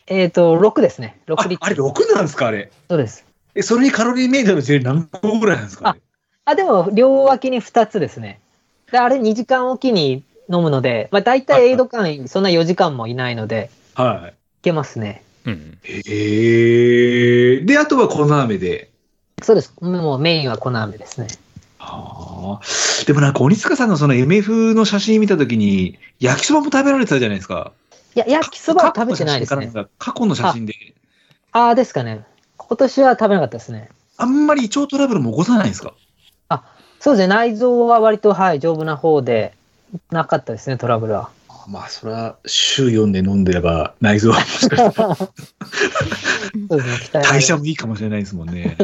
Speaker 3: えっ、と、6ですね。
Speaker 1: あ
Speaker 3: 6リッ
Speaker 1: あれ
Speaker 3: トル。
Speaker 1: 6なんですかあれ。
Speaker 3: そうです。
Speaker 1: え、それにカロリーメイトのジェル何個ぐらいなんですかあれ
Speaker 3: あ、でも、両脇に2つですね。で、あれ2時間おきに飲むので、まあ大体エイド間、そんな4時間もいないので、
Speaker 1: はい
Speaker 3: けますね。
Speaker 2: うん。
Speaker 1: い。へえ。で、あとは粉飴で。
Speaker 3: そうです。もうメインは粉飴ですね。
Speaker 1: ああ。でもなんか鬼塚さんのその MF の写真見たときに、焼きそばも食べられてたじゃないですか。
Speaker 3: いや、焼きそばは食べてないですね。。
Speaker 1: 過去の写真で。
Speaker 3: ああ、ですかね。今年は食べなかったですね。
Speaker 1: あんまり胃腸トラブルも起こさないんですか
Speaker 3: そうですね。内臓は割と、はい、丈夫な方で、なかったですね、トラブルは。
Speaker 1: まあ、それは週4で飲んでれば内臓はもしかしたら
Speaker 3: そうですね、期待
Speaker 1: 代謝もいいかもしれないですもんね。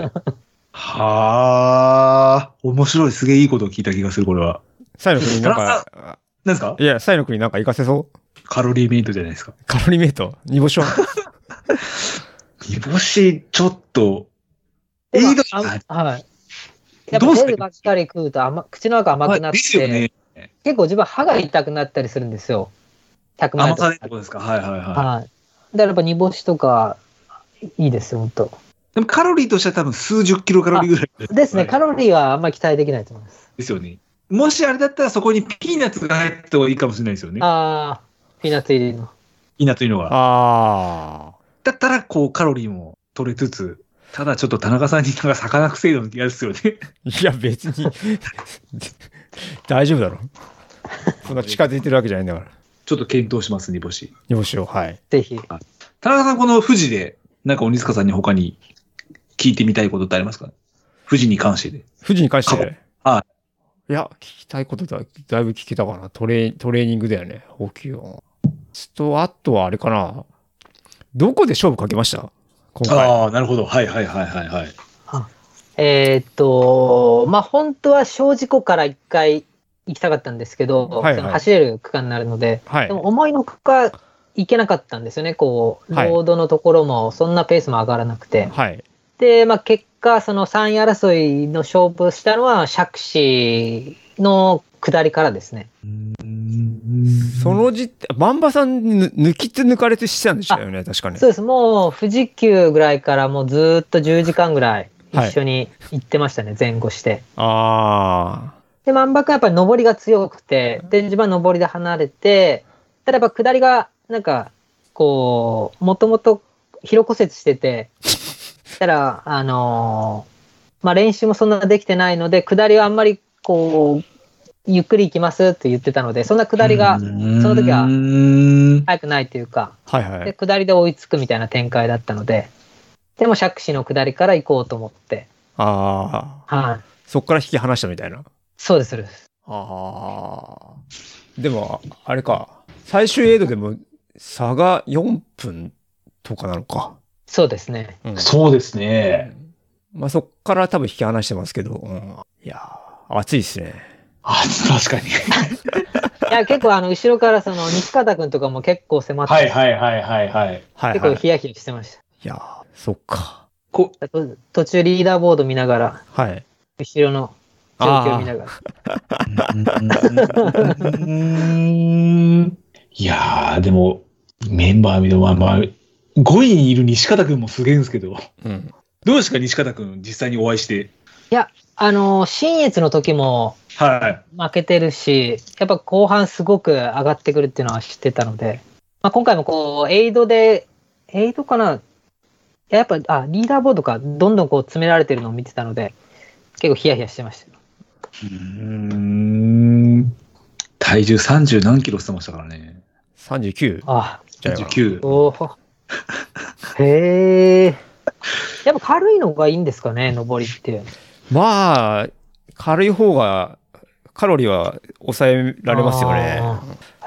Speaker 1: はあ、面白い、すげえいいことを聞いた気がする、これは。
Speaker 2: サイの国なんか、
Speaker 1: なんですか
Speaker 2: いや、サイの国なんか行かせそう
Speaker 1: カロリーメイトじゃないですか。
Speaker 2: カロリーメイト
Speaker 1: [LAUGHS]
Speaker 2: 煮干しは
Speaker 1: 煮干し、ちょっと、エ
Speaker 3: で
Speaker 1: イ
Speaker 3: も
Speaker 1: ド
Speaker 3: あ
Speaker 1: あ
Speaker 3: はい。やっ
Speaker 1: どうす
Speaker 3: ぱゼ
Speaker 1: か
Speaker 3: ルばっかり食うと甘口の中甘くな
Speaker 1: まあ
Speaker 3: っ
Speaker 1: ですよ
Speaker 3: て、
Speaker 1: ね。
Speaker 3: 結構自分歯が痛くなったりするんですよ。100万
Speaker 1: 甘
Speaker 3: 円と
Speaker 1: さ
Speaker 3: か
Speaker 1: でってことですか。はいはいは
Speaker 3: はい。だからやっぱ煮干しとか、いいですよ、本当。
Speaker 1: い。でもカロリーとしては多分数十キロカロリーぐらい。
Speaker 3: ですね、カ
Speaker 1: ロ
Speaker 3: ロリーはあんまり期待できないと思います。
Speaker 1: ですよね。もしあれだったらそこにピーナッツが入った方がいいかもしれないですよね。
Speaker 3: ああ、ピーナッツ入りの。
Speaker 1: ピーナッツというのが。
Speaker 2: あ
Speaker 1: だったら、こう、カロリーも取れつつ、ただちょっと田中さんになんか魚くせえの嫌ですよね。
Speaker 2: あ。いや、別に、 [LAUGHS] 大丈夫だろ。そんな近づいてるわけじゃないんだから。
Speaker 1: ちょっと検討します、煮干し。
Speaker 2: 煮干しを、はい。
Speaker 3: ぜひ。
Speaker 1: 田中さん、この富士で、なんか鬼塚さんに他に聞いてみたいことってありますか富士に関してで。
Speaker 2: 富士に関し
Speaker 1: 過
Speaker 2: て。。
Speaker 1: はい
Speaker 2: いや、聞きたいことだ、だいぶ聞けたかな。トレトレーニングだよね。補給を。と、あとはあれかな。どこで勝負かけました今回。
Speaker 1: ああ、なるほど。はいはいはいはいはい。
Speaker 3: えーっと、まあ、本当は小事故から一回行きたかったんですけど、
Speaker 2: はいはい
Speaker 3: その走れる区間になるので、
Speaker 2: はい
Speaker 3: で。も思いのほか行けなかったんですよね、こう、ロ
Speaker 2: はい
Speaker 3: ードのところも、そんなペースも上がらなくて。
Speaker 2: はい。
Speaker 3: で、まあ、結果、その3位争いの勝負したのは、釈子の下りからですね。
Speaker 2: その時点、バンバさんにぬ抜きって抜かれてしてたんでしたよね、確かね
Speaker 3: そう。です、もう富士急ぐらいからもうずーっと10時間ぐらい一緒に行ってましたね、前後して。
Speaker 2: あ
Speaker 3: で、万博はやっぱり上りが強くて、で、自分は上りで離れて、ただやっぱ下りが、なんか、こう、もともと疲労骨折してて、たら、あのーまあ、練習もそんなできてないので、下りはあんまり、こう、ゆっくり行きますって言ってたので、そんな下りが
Speaker 1: そ
Speaker 3: の時は
Speaker 1: は。
Speaker 3: 速くないというか、
Speaker 2: あ。はいは
Speaker 3: で、
Speaker 2: い。
Speaker 3: 下りで追いつくみたいな展開だったので、でも、釈子の下りから行こうと思って、
Speaker 2: ああ。
Speaker 3: はい。
Speaker 2: そっから引き離したみたいな。
Speaker 3: そうです、そうです。
Speaker 2: ああ。でも、あれか。最終エイドでも差が4分とかなのか。
Speaker 3: そうですね。
Speaker 2: うん
Speaker 1: そうですね。
Speaker 2: まあそっから多分引き離してますけど、うん、いやー、暑いですね。
Speaker 1: あ、確か
Speaker 3: [LAUGHS]
Speaker 1: に。
Speaker 3: い
Speaker 1: [LAUGHS]
Speaker 3: や、結構あの、後ろからその、西方くんとかも結構迫って、
Speaker 1: はいはいはいはい。
Speaker 2: はい、
Speaker 3: 結
Speaker 2: は
Speaker 3: 構
Speaker 2: い。
Speaker 3: ヒヤヒヤしてまし
Speaker 2: いやー、そっか。
Speaker 1: こ
Speaker 3: た。と途中リーダーボード見ながら、
Speaker 2: はい。
Speaker 3: 後ろの状況見ながら。
Speaker 1: いやー、でも、メンバーのまま、 5位にいる西方くんもすげえんですけど、
Speaker 2: うん。
Speaker 1: どうですか、西方くん、実際にお会いして。
Speaker 3: あの、新越の時も
Speaker 1: はい。
Speaker 3: 負けてるし、やっぱ後半すごく上がってくるっていうのは知ってたので、まあ、今回もこう、エイドで、エイドかないややっぱ、あ、リーダーボードか、どんどんこう詰められてるのを見てたので、結構ヒヤヒヤしてましたよ。
Speaker 1: うん。体重30何キロしてましたからね。
Speaker 2: 39
Speaker 3: あ
Speaker 2: じゃないかな
Speaker 1: 39。
Speaker 3: おお。へえ。やっぱ軽いのがいいんですかね、上りって。
Speaker 2: まあ、軽い方が、カロリーは抑えられますよね。
Speaker 3: あ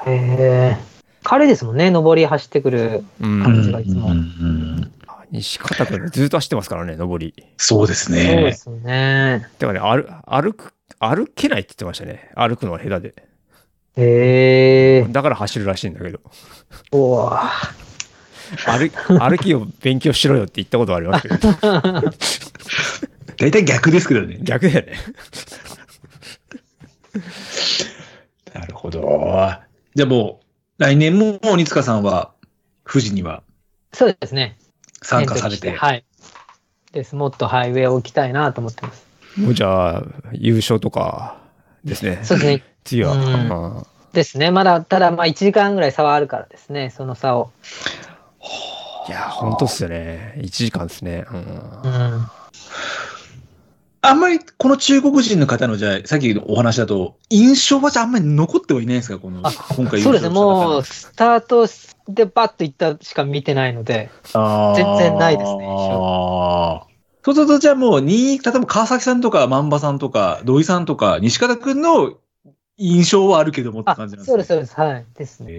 Speaker 3: へえ。軽いですもんね、上り走ってくる。
Speaker 2: うん
Speaker 3: う。ん
Speaker 1: ん
Speaker 2: 西方君ずっと走ってますからね、上り。
Speaker 1: そうです
Speaker 3: そうで
Speaker 1: ね。
Speaker 3: すね。
Speaker 2: だからね、歩、歩く、歩けないって言ってましたね。歩くのは下手で。
Speaker 3: へえ。
Speaker 2: だから走るらしいんだけど。
Speaker 3: おお。
Speaker 2: 歩、 [LAUGHS] 歩きを勉強しろよって言ったことはありますけど。
Speaker 1: 大体逆ですけどね。
Speaker 2: 逆だよね。
Speaker 1: なるほど。じゃあもう、来年も鬼塚さんは、富士には
Speaker 3: そうですね。
Speaker 1: 参加されて。
Speaker 3: はい。です。もっとハイウェイを置きたいなと思ってます。
Speaker 2: もうじゃあ、優勝とかですね。
Speaker 3: そうですね。
Speaker 2: 次は。
Speaker 3: うん
Speaker 2: ああ
Speaker 3: ですね。まだ、ただまあ1時間ぐらい差はあるからですね、その差を。
Speaker 2: いや、本当っすよね。1時間ですね。うん
Speaker 3: うん。
Speaker 1: あんまり、この中国人の方の、じゃあ、さっきのお話だと、印象はじゃああんまり残ってはいないんですかこの、
Speaker 3: あ
Speaker 1: 今回
Speaker 3: そうです
Speaker 1: 優勝した
Speaker 3: ね、
Speaker 1: 方
Speaker 3: もうスタートでバッと行ったしか見てないので、
Speaker 1: あー
Speaker 3: 全然ないですね
Speaker 1: あーそうすると、じゃあもう、に、例えば川崎さんとか、万場さんとか、土井さんとか、西方くんの印象はあるけどもって
Speaker 3: あ
Speaker 1: 感じなんですね。
Speaker 3: そうです、そうです、はい、ですね。
Speaker 1: へ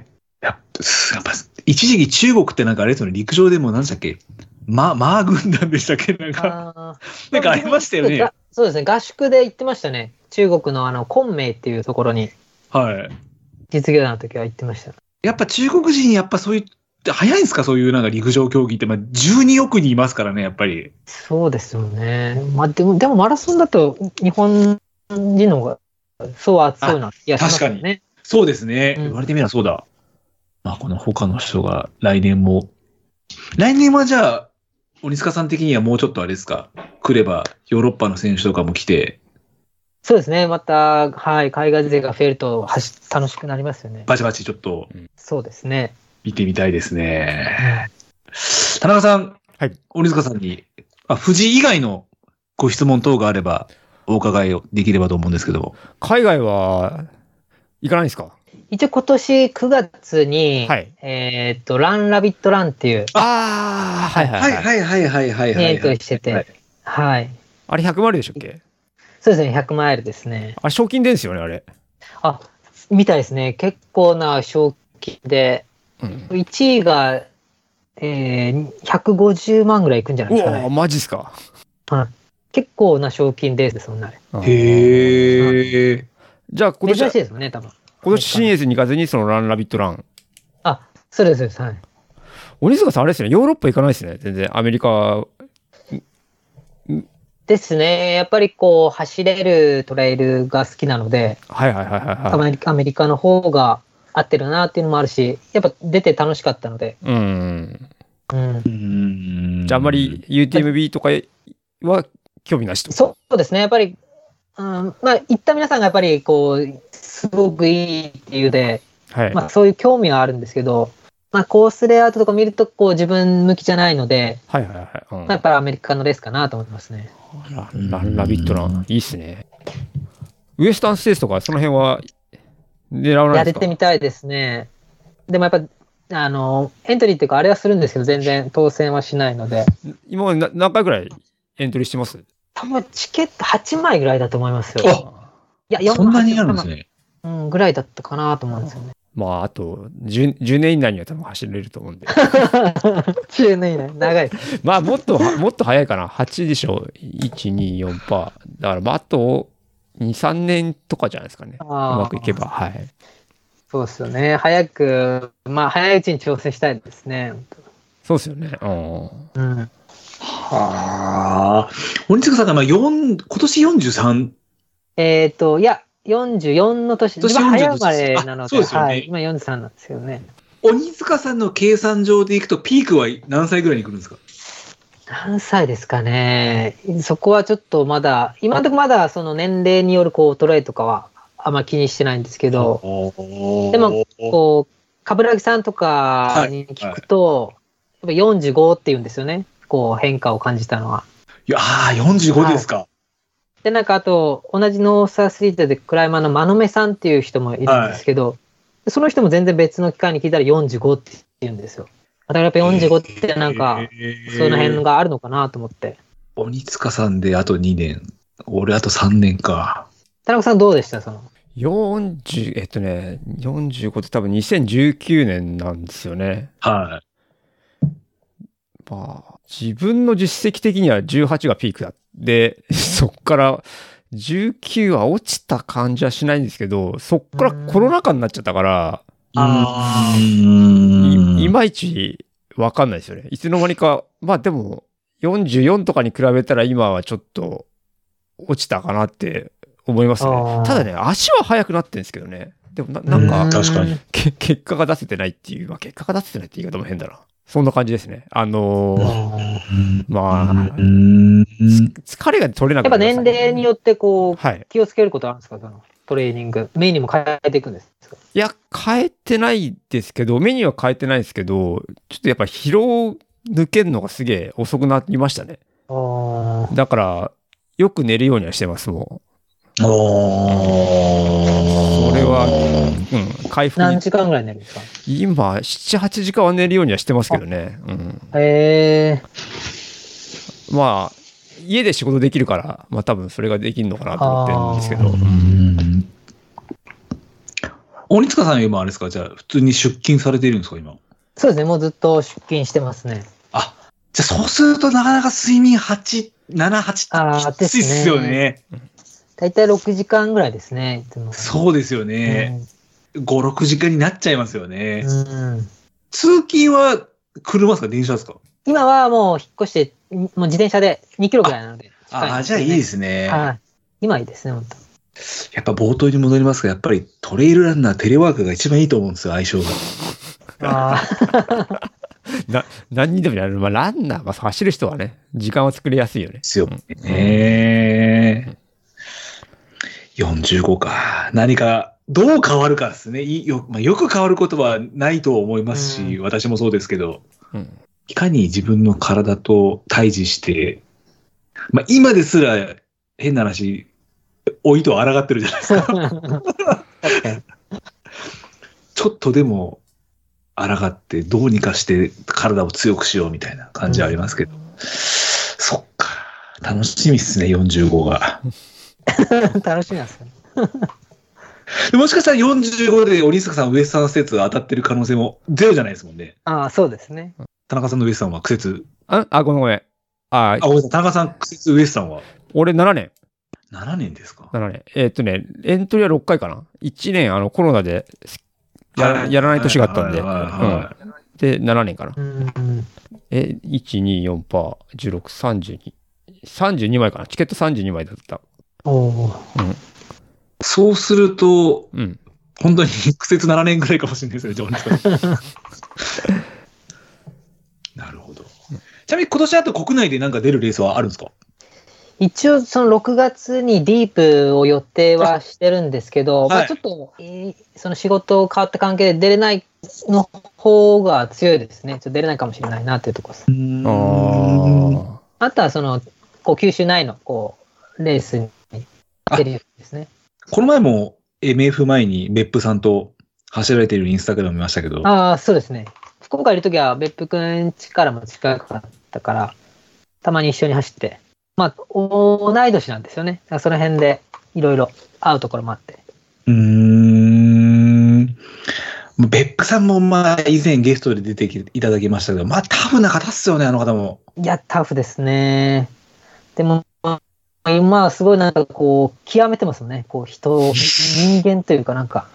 Speaker 1: えー。やっぱすやっぱ、一時期中国ってなんかあれですよね、陸上でも何でしたっけママー軍団でしたっけ [LAUGHS] なんか、
Speaker 3: あー
Speaker 1: なんかありましたよね
Speaker 3: が。 [LAUGHS] そうですね、合宿で行ってましたね、中国のあの昆明っていうところに、
Speaker 1: は
Speaker 3: 実業団の時は行ってました。
Speaker 1: い。やっぱ中国人、やっぱそういう、早いんですかそういうなんか陸上競技って、まあ、12億人いますからね、やっぱり。
Speaker 3: そうですよね、まあ、でもでもマラソンだと、日本人の方が、そうはそうな気がしますよね。
Speaker 1: そうですね。
Speaker 3: うん
Speaker 1: 言われてみればそうだ。まあ、この他の人が来年も。来年はじゃあ、鬼塚さん的にはもうちょっとあれですか来れば、ヨーロッパの選手とかも来て、
Speaker 3: そうですね、また、はい、海外勢が増えると走楽しくなりますよね。
Speaker 1: バチバチちょっと
Speaker 3: そうですね。
Speaker 1: 見てみたいですね。田中さん、
Speaker 2: はい
Speaker 1: 鬼塚さんに、あ、富士以外のご質問等があれば、お伺いをできればと思うんですけども。
Speaker 2: 海外は、行かないんですか
Speaker 3: 一応今年9月に、
Speaker 2: はい
Speaker 3: えーっと、ランラビットランっていう
Speaker 2: ああ、はいはいは
Speaker 1: い
Speaker 2: い。
Speaker 1: はいはいはい
Speaker 3: イベントをしてて、
Speaker 1: は
Speaker 3: はいい、
Speaker 2: あれ100マイルでしたっけ
Speaker 3: そうですね、100マイルですね。
Speaker 2: あれ賞金出るんですよね、あれ。
Speaker 3: あ、みたいですね。結構な賞金で、
Speaker 2: うん。
Speaker 3: 1位が、えー、150万ぐらいいくんじゃな
Speaker 2: う
Speaker 3: い
Speaker 2: わ
Speaker 3: ですか
Speaker 2: ー
Speaker 3: ね。
Speaker 2: マジっすか。
Speaker 3: 結構な賞金です、そんなに。
Speaker 2: え。
Speaker 1: へえ。
Speaker 2: じゃあ今年
Speaker 3: 珍し、
Speaker 2: はい
Speaker 3: ですよね、多分。
Speaker 2: 今年新越に行かずに、そのランラビットラン。
Speaker 3: あ、そうです、そうです。はい。
Speaker 2: 鬼塚さん、あれですね、ヨーロッパ行かないですね、全然。アメリカ、
Speaker 3: ですね。やっぱりこう、走れるトレイルが好きなので、
Speaker 2: はいはいはいはい
Speaker 3: ア
Speaker 2: はい。
Speaker 3: メリカアメリカの方が合ってるなっていうのもあるし、やっぱ出て楽しかったので、
Speaker 2: うん。
Speaker 3: うん、
Speaker 1: うん
Speaker 2: じゃあ、あんまり UTMB とかは興味なしと。
Speaker 3: そうですね、やっぱり、うんまあ、行った皆さんがやっぱりこう、すごくいいっていうで、
Speaker 2: はい。
Speaker 3: まあ、そういう興味はあるんですけど、まあ、コースレイアウトとか見ると、こう、自分向きじゃないので、
Speaker 2: はいはいはいはい
Speaker 3: まあやっぱりアメリカのレースかなと思いますね。
Speaker 2: うん。ランラビットラン、いいっすね。ウエスタンステースとか、その辺は狙わ
Speaker 3: い
Speaker 2: ない
Speaker 3: や
Speaker 2: で
Speaker 3: 出
Speaker 2: す
Speaker 3: て
Speaker 2: か
Speaker 3: みたいですね。でもやっぱ、あの、エントリーっていうか、あれはするんですけど、全然当選はしないので、
Speaker 2: 今までな何回ぐらいエントリーしてます
Speaker 3: 多分チケット8枚ぐらいだと思いますよ。
Speaker 1: あ
Speaker 3: いや、4枚
Speaker 1: そんなにあるんですね。
Speaker 3: うん、ぐらいだったかなと思うんですよね。
Speaker 2: まあ、あと 10, 10年以内には多分走れると思うんで。 [LAUGHS]
Speaker 3: 10年以内、長いです。
Speaker 2: まあ、もっとは、もっと早いかな。8でしょ。1、2、4%パー。だから、まあ、あと、2、3年とかじゃないですかね。う
Speaker 3: あー
Speaker 2: まくいけば。はい。
Speaker 3: そうですよね。早く、まあ、早いうちに挑戦したいですね。
Speaker 2: そうですよね。うん。
Speaker 3: うん。
Speaker 1: はあ。鬼塚さんがまあ四今年43。
Speaker 3: えっ、と、いや、44の年、
Speaker 1: 今年
Speaker 3: 一番
Speaker 1: 44
Speaker 3: 早生まれなの
Speaker 1: あ
Speaker 3: で、
Speaker 1: そうですよね
Speaker 3: はい、今43なんですけどね。
Speaker 1: 鬼塚さんの計算上でいくと、ピークは何歳ぐらいに来るんですか
Speaker 3: 何歳ですかね。そこはちょっとまだ、今のところまだその年齢によるこう衰えとかはあんま気にしてないんですけど、で
Speaker 1: で
Speaker 3: も、こう、冠城さんとかに聞くと、やっぱ45って言うんですよね。こう変化を感じたのは。
Speaker 1: いやー、45ですか。
Speaker 3: で、なんかあと、同じノースアスリートでクライマーの真野目さんっていう人もいるんですけど、その人も全然別の機会に聞いたら45って言うんですよ。だからやっぱ45ってなんか、その辺
Speaker 1: が。
Speaker 3: があるのかなと思って。
Speaker 1: 鬼塚さんであと2年、俺あと3年か。
Speaker 3: 田中さんどうでしたその。
Speaker 2: 40、えっとね、45って多分2019年なんですよね。
Speaker 1: は
Speaker 2: まあ、自分の実績的には18がピークだ。で、 [LAUGHS] そっから19は落ちた感じはしないんですけど、そっからコロナ禍になっちゃったから、
Speaker 1: い。
Speaker 3: あ
Speaker 1: ー
Speaker 2: いいまいちわかんないですよね。いつの間にか、まあでも、44とかに比べたら今はちょっと落ちたかなって思います
Speaker 3: あ
Speaker 2: ね
Speaker 3: ー。
Speaker 2: ただね、足は速くなってんですけどね。でもななん
Speaker 1: う
Speaker 2: か
Speaker 1: ん、確かに。
Speaker 2: け結果が出せてないっていう、まあ、結果が出せてないって言い方も変だな。そんな感じですね。あのー
Speaker 3: や
Speaker 2: まあ
Speaker 1: う、ん
Speaker 2: つ疲れが取れなく
Speaker 3: っぱ
Speaker 2: なりま
Speaker 3: 年
Speaker 2: したね
Speaker 3: 齢によってこう、
Speaker 2: はい。
Speaker 3: 気をつけることあるんですかそのトレーニング。メニューも変えていくんですか
Speaker 2: いや、変えてないですけど、メニューは変えてないですけど、ちょっとやっぱ疲労抜けるのがすげえ遅くなりましたね。
Speaker 3: あ
Speaker 2: だから、よく寝るようにはしてます、も
Speaker 1: おー
Speaker 2: それはう。うん。回復
Speaker 3: 何
Speaker 2: に。
Speaker 3: 時間ぐらいになるんですか
Speaker 2: 今、7、8時間は寝るようにはしてますけどね。うん。
Speaker 3: へえ
Speaker 2: まあ、家で仕事できるから、まあ多分それができるのかなと思ってるん
Speaker 1: う
Speaker 2: ですけど。
Speaker 1: ん鬼塚さんは今あれですかじゃあ普通に出勤されているんですか今。
Speaker 3: そうですね。もうずっと出勤してますね。
Speaker 1: あ、じゃあそうするとなかなか睡眠8、7、8
Speaker 3: あ
Speaker 1: っ
Speaker 3: ー
Speaker 1: てきついっすよね。
Speaker 3: ですだいたい6時間ぐらいですね。いつも
Speaker 1: そうですよ
Speaker 3: う
Speaker 1: ね。5、6時間になっちゃいますよね。
Speaker 3: んうん
Speaker 1: 通勤は車ですか電車ですか
Speaker 3: 今はもう引っ越して、もう自転車で2キロぐらいなので。
Speaker 1: ああ、じゃあいいですね。
Speaker 3: ねはい。今いいですね、本当。
Speaker 1: やっぱ冒頭に戻りますが、やっぱりトレイルランナー、テレワークが一番いいと思うんですよ、相性が。
Speaker 3: ああ、
Speaker 2: な何にでもやる。まあランナー、まあ走る人はね、時間は作りやすいよね
Speaker 1: で。すよね。45か。何か、どう変わるかですね。いよ,、まあ、よく変わることはないと思いますし、
Speaker 3: う
Speaker 1: 私もそうですけど、
Speaker 2: うん。
Speaker 1: いかに自分の体と対峙して、まあ、今ですら変な話、老いと抗ってるじゃないですか。 [LAUGHS] ちょっとでも抗って、どうにかして体を強くしようみたいな感じはありますけど。そっか。楽しみっすね、45が。
Speaker 3: 楽しみなんですよね。
Speaker 1: でもしかしたら45で鬼塚さん、ウエスタン施設が当たってる可能性もゼロじゃないですもんね。
Speaker 3: ああ、そうですね。
Speaker 1: 田中さんのウエスタンは苦節。
Speaker 2: あ、あごめんごめん。あ
Speaker 1: あ、、ごめんなさい。田中さん、苦節ウエスタンは
Speaker 2: 俺7年。
Speaker 1: 7年ですか
Speaker 2: 7年。えーっとね、エントリーは6回かな。1年、あの、コロナで、やら
Speaker 1: はい
Speaker 2: やらない年があったんで。
Speaker 1: はいはいは
Speaker 2: うんで、7年かな
Speaker 3: う。ん。
Speaker 2: え、1、2、4パー、16、32。32枚かな。チケット32枚だった。
Speaker 3: おー
Speaker 1: そうすると、
Speaker 2: うん。
Speaker 1: 本当に苦節7年ぐらいかもしれないですね、じゃあ鬼塚さん。
Speaker 2: [LAUGHS]
Speaker 1: なるほど。ちなみに今年あと国内でなんか出るレースはあるんですか
Speaker 3: 一応、その6月にディープを予定はしてるんですけど、
Speaker 1: はい
Speaker 3: まあちょっと、えーその仕事変わった関係で出れないの方が強いですね。ちょっと出れないかもしれないなっていうところです。
Speaker 2: あー
Speaker 3: あとは、その、こう、九州内の、こう、レースに出るようですね。
Speaker 1: この前も MF 前に別府さんと走られているインスタグラム見ましたけど、
Speaker 3: ああ、そうですね。福岡いるときは別府くん家からも近かったから、たまに一緒に走って。まあ、同い年なんですよね。だからその辺でいろいろ会うところもあって。
Speaker 1: うーん。別府さんもまあ以前ゲストで出てきいただきましたけど、まあタフな方っすよね、あの方も。
Speaker 3: いや、タフですね。でも、まあ今はすごいなんかこう、極めてますよね。こう、人を、人間というかな
Speaker 1: [LAUGHS]
Speaker 3: んか、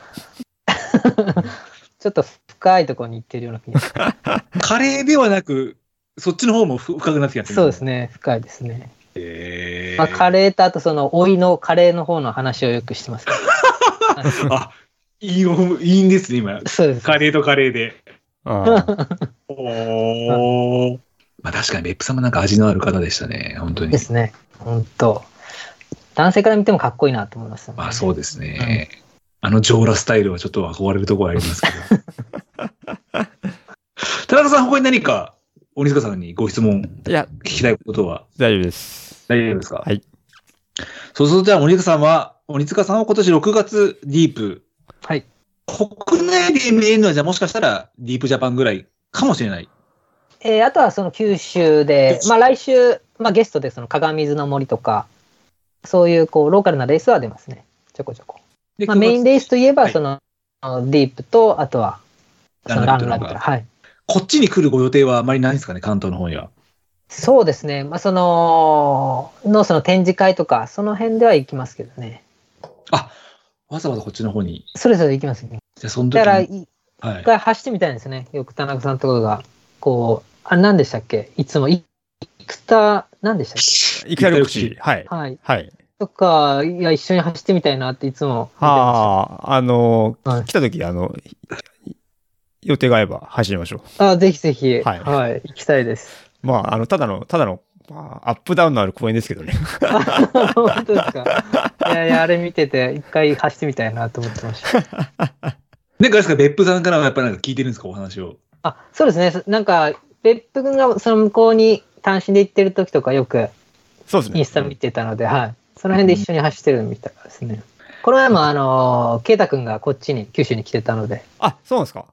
Speaker 3: ちょっと深いところに行ってるような気がする。
Speaker 1: カレーではなく、そっちの方もふ深くなってきたん
Speaker 3: そうです
Speaker 1: ね。
Speaker 3: ね。深いですね。
Speaker 1: えー
Speaker 3: まあ、カレーとあとその、老いのカレーの方の話をよくしてます。
Speaker 1: あ、いいよ、いいんですね、今。
Speaker 3: そうです。
Speaker 1: カレーとカレーで。
Speaker 2: うん
Speaker 4: おー。
Speaker 1: まあ確かに別府さんもなんか味のある方でしたね、本当に
Speaker 3: [LAUGHS] で。すね。本当男性から見てもかっこいいなと思います、ね。
Speaker 1: まあそうですね。あのジョーラスタイルはちょっと憧れるところありますけど。田中さん、他に何か、鬼塚さんにご質問 [LAUGHS]
Speaker 2: いや、
Speaker 1: 聞きたいことは
Speaker 2: 大丈夫です。
Speaker 1: 大丈夫ですか
Speaker 2: はい。
Speaker 1: そうすると、じゃあ、鬼塚さんは、鬼塚さんは今年6月、ディープ。
Speaker 3: はい。
Speaker 1: 国内で見れるのは、じゃあもしかしたら、ディープジャパンぐらいかもしれない。
Speaker 3: えーあとはその九州で
Speaker 1: 九、州
Speaker 3: まあ来週、まあゲストでその鏡水の森とか、そういうこうローカルなレースは出ますね。ちょこちょこ。
Speaker 1: で
Speaker 3: まあメインレースといえ
Speaker 1: は
Speaker 3: ば、
Speaker 1: い
Speaker 3: その、ディープと、あとは、その
Speaker 1: ラ
Speaker 3: ラ
Speaker 1: ンラ
Speaker 3: ンラ
Speaker 1: ビ
Speaker 3: ビ
Speaker 1: ッ
Speaker 3: ッ
Speaker 1: ト
Speaker 3: ト
Speaker 1: が
Speaker 3: はい。
Speaker 1: こっちに来るご予定はあまりないんですかね、関東の方には。
Speaker 3: そうですね。まあその、のその展示会とか、その辺では行きますけどね。
Speaker 1: わざわざこっちの方に。
Speaker 3: それぞれ行きますよね。
Speaker 1: じゃあ、その時
Speaker 3: だから、
Speaker 1: に。
Speaker 3: 一
Speaker 1: はい。
Speaker 3: 回走ってみたいんですね。よく田中さんとかが、こう、あれ何でしたっけいつも、い生田、何でしたっ
Speaker 2: いきなり口。はい
Speaker 3: け。はい。
Speaker 2: はい。
Speaker 3: とか、いや、一緒に走ってみたいなっていつも見てま
Speaker 2: はあ、あの、
Speaker 3: はい
Speaker 2: 来た時、あの、予定が合えば走りましょ
Speaker 3: した。あぜひぜひ、
Speaker 2: は
Speaker 3: はいい、行きたいです。 [LAUGHS]
Speaker 2: う。まあ、あの、ただの、ただの、まあアップダウンのある公園ですけどね。 [LAUGHS]
Speaker 3: 本当ですか。いやいや、あれ見てて、一回走ってみたいなと思ってま [LAUGHS] した。
Speaker 1: なんかあれですか、別府さんからはやっぱりなんか聞いてるんですか、お話を。
Speaker 3: あ、そうですね。そなんか、別府君がその向こうに単身で行ってる時とか、よく
Speaker 2: そうですね。
Speaker 3: インスタ見てたので、はい。その辺で一緒に走ってるみたいですね。この前も、あのー、圭太君がこっちに、九州に来てたので、
Speaker 2: あ、そうなんですか。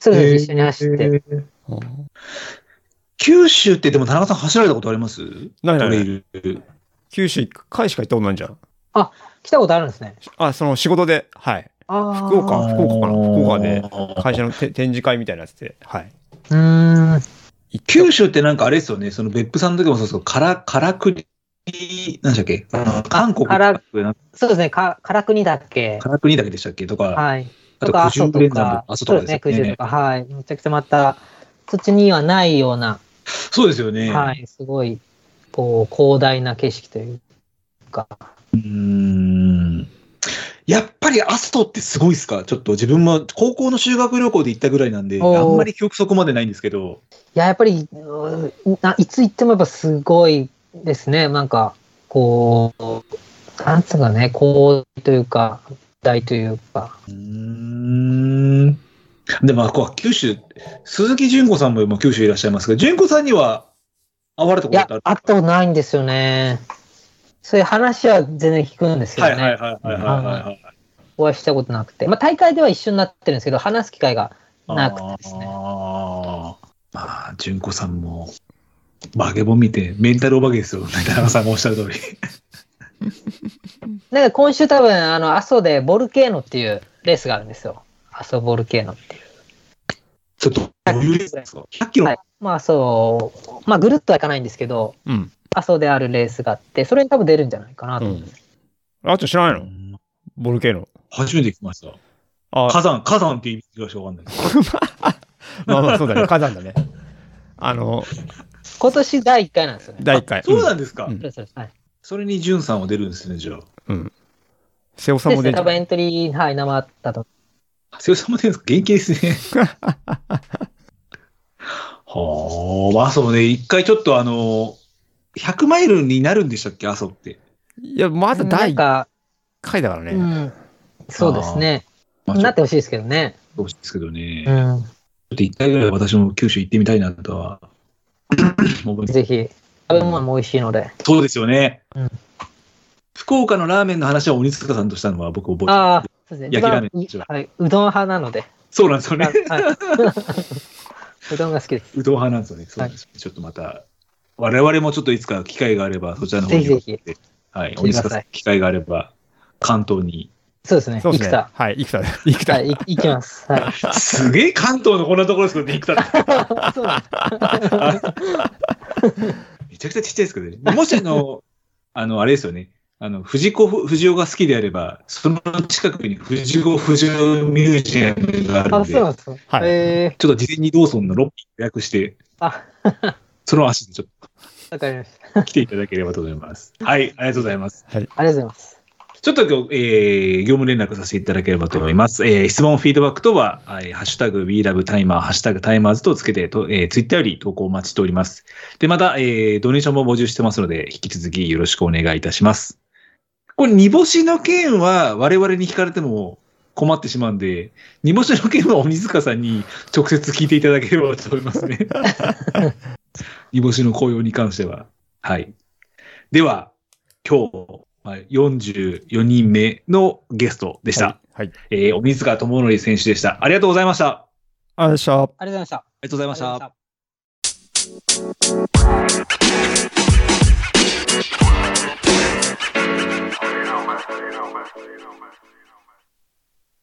Speaker 3: そうですね、一緒に走って。
Speaker 1: 九州ってでも田中さん走られたことあります
Speaker 2: ないない
Speaker 1: ト
Speaker 2: な
Speaker 1: レイ
Speaker 2: い。
Speaker 1: ル。
Speaker 2: 九州一回しか行ったことないんじゃん。
Speaker 3: 来たことあるんですね。
Speaker 2: あ、その仕事で、はい。
Speaker 3: 福
Speaker 2: 福岡、福岡かな。福岡で、
Speaker 1: で
Speaker 2: 会社のて展示会みたいなやつで、はい。
Speaker 3: うーん。
Speaker 2: 行った
Speaker 1: 九州ってなんかあれですよね、その別府さんの時もそうですけど、から、からくり、なんでしたっけあの韓国
Speaker 3: から
Speaker 1: とか
Speaker 3: そうですね、か、唐国だっけ
Speaker 1: からくりだけでしたっけとか、
Speaker 3: はい。
Speaker 1: あ
Speaker 3: と
Speaker 1: と
Speaker 3: か、阿
Speaker 1: 九
Speaker 3: 蘇
Speaker 1: 十
Speaker 3: と
Speaker 1: 連山
Speaker 3: か
Speaker 1: とか、、阿蘇
Speaker 3: そう
Speaker 1: と
Speaker 3: で
Speaker 1: か
Speaker 3: す
Speaker 1: です
Speaker 3: ね、九
Speaker 1: よね
Speaker 3: 十と。か、はい。めちゃくちゃまた、土地にはないような、
Speaker 1: そうですよね。
Speaker 3: はい、すごい、こう、広大な景色というか。
Speaker 1: うーん。やっぱり阿蘇ってすごいっすかちょっと自分も高校の修学旅行で行ったぐらいなんで、
Speaker 3: おー
Speaker 1: あんまり記憶そこまでないんですけど、
Speaker 3: いや、やっぱり、うんないつ行ってもやっぱすごいですね、なんか、こう、なんつうかね、広大というか、大というか。
Speaker 1: うーん。でも、こう九州、鈴木純子さんも今九州いらっしゃいますけど、純子さんには会われた
Speaker 3: い
Speaker 1: こと
Speaker 3: や
Speaker 1: ってある、
Speaker 3: 会ったことないんですよね。そういう話は全然聞くんですけど
Speaker 1: は
Speaker 3: ね。
Speaker 1: いはいはいはいはいはいはい。
Speaker 3: お会いしたことなくて。まあ、大会では一緒になってるんですけど、話す機会がなくてですね。
Speaker 1: あーまあ、純子さんも、バケボン見て、メンタルお化けですよ。田中さんがおっしゃる通り。
Speaker 3: なんか今週多分、あの、阿蘇でボルケーノっていうレースがあるんですよ。阿蘇ボルケーノっていう。
Speaker 1: ちょっと、どういうレースですか ?100 キロ。
Speaker 3: はい。まあ、そう、まあ、ぐるっとはいかないんですけど、
Speaker 2: うん。
Speaker 3: 阿蘇であるレースがあって、それに多分出るんじゃないかな
Speaker 2: う
Speaker 3: と。
Speaker 2: ん。あと知らないの
Speaker 1: うん
Speaker 2: ボルケーノ。
Speaker 1: 初めて聞きました。
Speaker 2: あ、
Speaker 1: 火山、火山って言うしかわかんないです。
Speaker 2: まあまあ
Speaker 3: [LAUGHS]
Speaker 2: そうだね。火山だね。あの、
Speaker 3: 今年第1回なんですよね。
Speaker 2: 第1回。
Speaker 1: そうなんんですか。
Speaker 2: うん
Speaker 3: そうですはい。
Speaker 1: それに純さんは出るんですね、じゃあ。
Speaker 2: 瀬尾さん
Speaker 3: で
Speaker 2: も
Speaker 3: す
Speaker 2: 出て
Speaker 3: ね、
Speaker 2: た
Speaker 3: 多分エントリー、はい、生あったと。
Speaker 1: 瀬尾さんも出るんですか元気です
Speaker 3: [LAUGHS]
Speaker 1: ね。はあ、まあ、そうね、一回ちょっとあの、100マイルになるんでしたっけ、阿蘇って。
Speaker 2: いや、まだ
Speaker 3: な
Speaker 2: 第
Speaker 3: ん
Speaker 2: 1
Speaker 3: か、
Speaker 2: 回だからね。
Speaker 3: うん。そうですね。
Speaker 1: まあ、ちょ
Speaker 3: な
Speaker 1: っ
Speaker 3: ってほしいですけどね。
Speaker 1: とですけどね。ち
Speaker 3: う
Speaker 1: ょ
Speaker 3: ん。
Speaker 1: っと一回ぐらい私も九州行ってみたいなとは。思います
Speaker 3: ぜひ。食べ物も美味しいので。
Speaker 1: そうですよね。
Speaker 3: うん
Speaker 1: 福岡のラーメンの話は鬼塚さんとしたのは僕覚えてる
Speaker 3: ああ、そうですね。
Speaker 1: 焼きラーメン
Speaker 3: 一番いはいうどん派なので。
Speaker 1: そうなんですよね。
Speaker 3: はい、う [LAUGHS] どんが好きです。
Speaker 1: うどん派なんですよね。そうです、ちょっとまた、我々もちょっといつか機会があれば、そちらの方に。
Speaker 3: ぜひぜ
Speaker 1: ひ。はい。
Speaker 3: 来て
Speaker 1: 鬼
Speaker 3: ください
Speaker 1: 塚さん、機会があれば、関東に。
Speaker 3: そうですね。
Speaker 2: そう
Speaker 3: 生
Speaker 2: ですね。
Speaker 3: 田。
Speaker 2: はい、生田だ。生田。
Speaker 3: はい、い [LAUGHS] 行きます。はい。
Speaker 1: すげえ関東のこんなところですけどね、生田さん
Speaker 3: そうなんです。
Speaker 1: めちゃくちゃちっちゃいですけどね。もしあの、あの、あれですよね。あの、藤子不二雄が好きであれば、その近くに藤子不二雄ミュージアムがある
Speaker 3: あ、
Speaker 1: んで、
Speaker 3: そうなん
Speaker 1: ち
Speaker 3: ですね。
Speaker 2: はい
Speaker 3: え
Speaker 1: ょっと事前にローソンのロッピー予約して、
Speaker 3: ー、あ、
Speaker 1: その足でちょっ
Speaker 3: わかりました。
Speaker 1: と来ていただければと思います。はい、ありがとうございます。
Speaker 3: ありがとうございます。
Speaker 1: ちょっと今日、えー業務連絡させていただければと思います。えー質問、フィードバックとは、えーハッシュタグ、WeLoveTimer、ハッシュタグ、タイマーズとつけてと、えー、ツイッターより投稿お待ちしております。で、また、えードネーションも募集してますので、引き続きよろしくお願いいたします。これ、煮干しの件は我々に聞かれても困ってしまうんで、煮干しの件は鬼塚さんに直接聞いていただければと思います
Speaker 2: [LAUGHS]
Speaker 1: ね。煮干しの紅葉に関しては。はい。では、今日、まあ44人目のゲストでした。
Speaker 2: はい。はい、
Speaker 1: えー、鬼塚智則選手でした。ありがとうございました。あ
Speaker 2: ありがとうございました。
Speaker 3: ありがとうございました。
Speaker 1: りがとうござい
Speaker 3: あ
Speaker 1: ました。
Speaker 4: you know, man. You know, man.